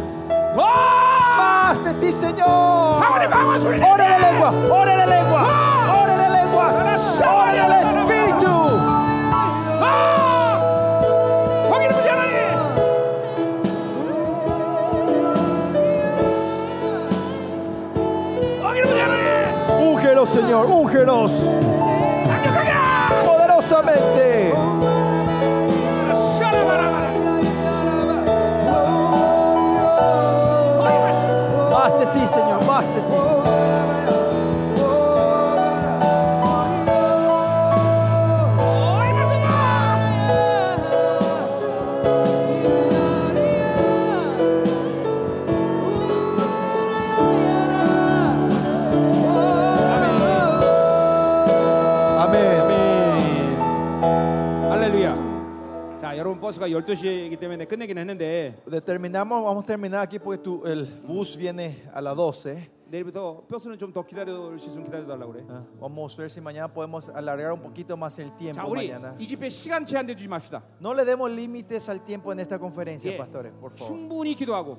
더 Más de ti, Señor. 방언의 방언 소리 내라. Ore la lengua, ore la lengua, ore la lengua, ore el Espíritu. 더! 더 기름 부심 아! 하나님. 더 기름 부심 하나님. Úngelos, Señor, úngelos 강력하게. poderosamente. Más de ti, Señor, más de ti. Amén. 할렐루야. 자, 여러분 버스가 12시이기 때문에 끝내긴 했는데 Determinamos, vamos a terminar aquí porque tu- el bus viene a las 12. 내일부터 버스는 좀 더 기다려 수 있으면 기다려 달라고 그래. Ah, Vamos a ver si mañana podemos alargar un poquito más el 자, tiempo 우리 mañana. 이 집회 시간 제한돼 주지 맙시다. No le demos límites al tiempo en esta conferencia, 예, pastores, por favor. 충분히 기도하고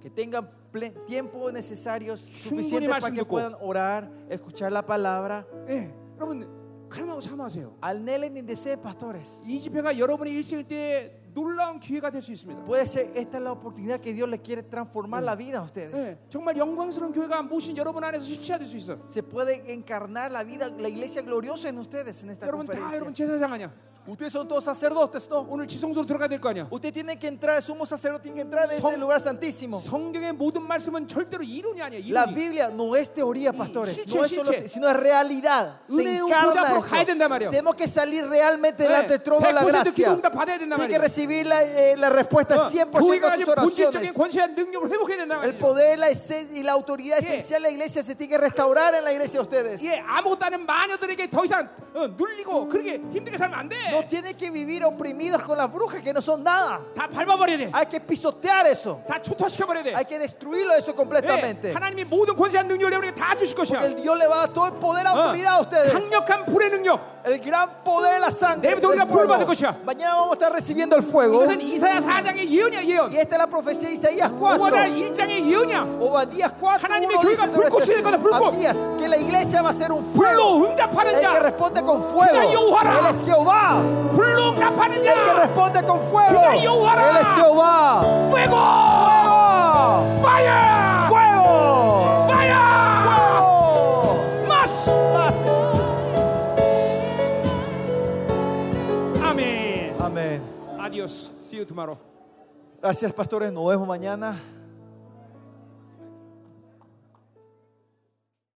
Que que tengan ple- tiempo necesario 충분히 suficiente para 말씀 que 듣고. puedan orar, escuchar la palabra. 예, 여러분 칼마하고 사모하세요. Anhelen y deseen, pastores. 이 집회가 여러분의 일생일 때 놀라운 기회가 될 수 있습니다. Puede ser esta es la oportunidad que Dios le quiere transformar la vida a ustedes. 예, 정말 영광스러운 교회가 무엇인 여러분 안에서 실체화될 수 있어. Se puede encarnar la vida, la iglesia gloriosa en ustedes en esta 여러분 다 여러분 conferencia. 제사장 아니야. Ustedes son todos sacerdotes, ¿no? 오늘 지성소로 들어가야 될 거 아니야. Usted tiene que entrar, el sumo sacerdote tiene que entrar en Son- ese lugar santísimo. 성경의 모든 말씀은 절대로 이론이 아니야. 뭐. La 이론이. Biblia no es teoría, pastores, 실체, no es solo, 실체. sino es realidad. Se 은혜의 보좌 encarna 앞으로 가야 된단 esto. 말이야. Tenemos que salir realmente delante del trono de la 100% gracia. 기도응답 받아야 된단 Tiene que 말이야. recibir la, eh, la respuesta 어, 100% 교회가 de tus 가진 본질적인 oraciones. 권세와 능력을 회복해야 된다 El 말이에요. poder la esen- y la autoridad Yeah. esencial de la iglesia se tiene que restaurar en la iglesia de ustedes. 예, 아무것도 아닌 마녀들에게 더 이상 어, 눌리고 그렇게 힘들게 살면 안 No 돼. tienen que vivir oprimidos con las brujas que no son nada. 다 밟아버려야 돼. Hay que pisotear eso. 다 초토화시켜버려야 돼. Hay que destruirlo eso 예, completamente. 하나님이 모든 권세와 능력을 우리에게 다 주실 것이야. El Dios le va a dar todo el poder y 어, autoridad a ustedes. 강력한 불의 능력. El gran poder de la sangre. 내일부터 del 우리가 불을 fuego. 받을 것이야. Mañana vamos a estar recibiendo el fuego. 이것은 이사야 4장의 예언이야 어, 예언. 예. Y esta es la profecía de Isaías 오바다 4. 1장의 예언이야. Obadías 4. 하나님의 uno 교회가 dice sobre 불꽃이 este 될 거다, 불꽃. Abdías, que la iglesia va a ser un fuego. 불로 응답하는 El que 자, responde con fuego. Mira, Jehová. Él es Jehová. 불로 응답하는 El que 자, responde con fuego. Mira, Jehová. Él es Jehová. fuego, ¡Fuego! fire, ¡Fuego! fire, ¡Fuego! mass. Más. 아멘. Amén. Adiós. See you tomorrow. Gracias, pastores. Nos vemos mañana.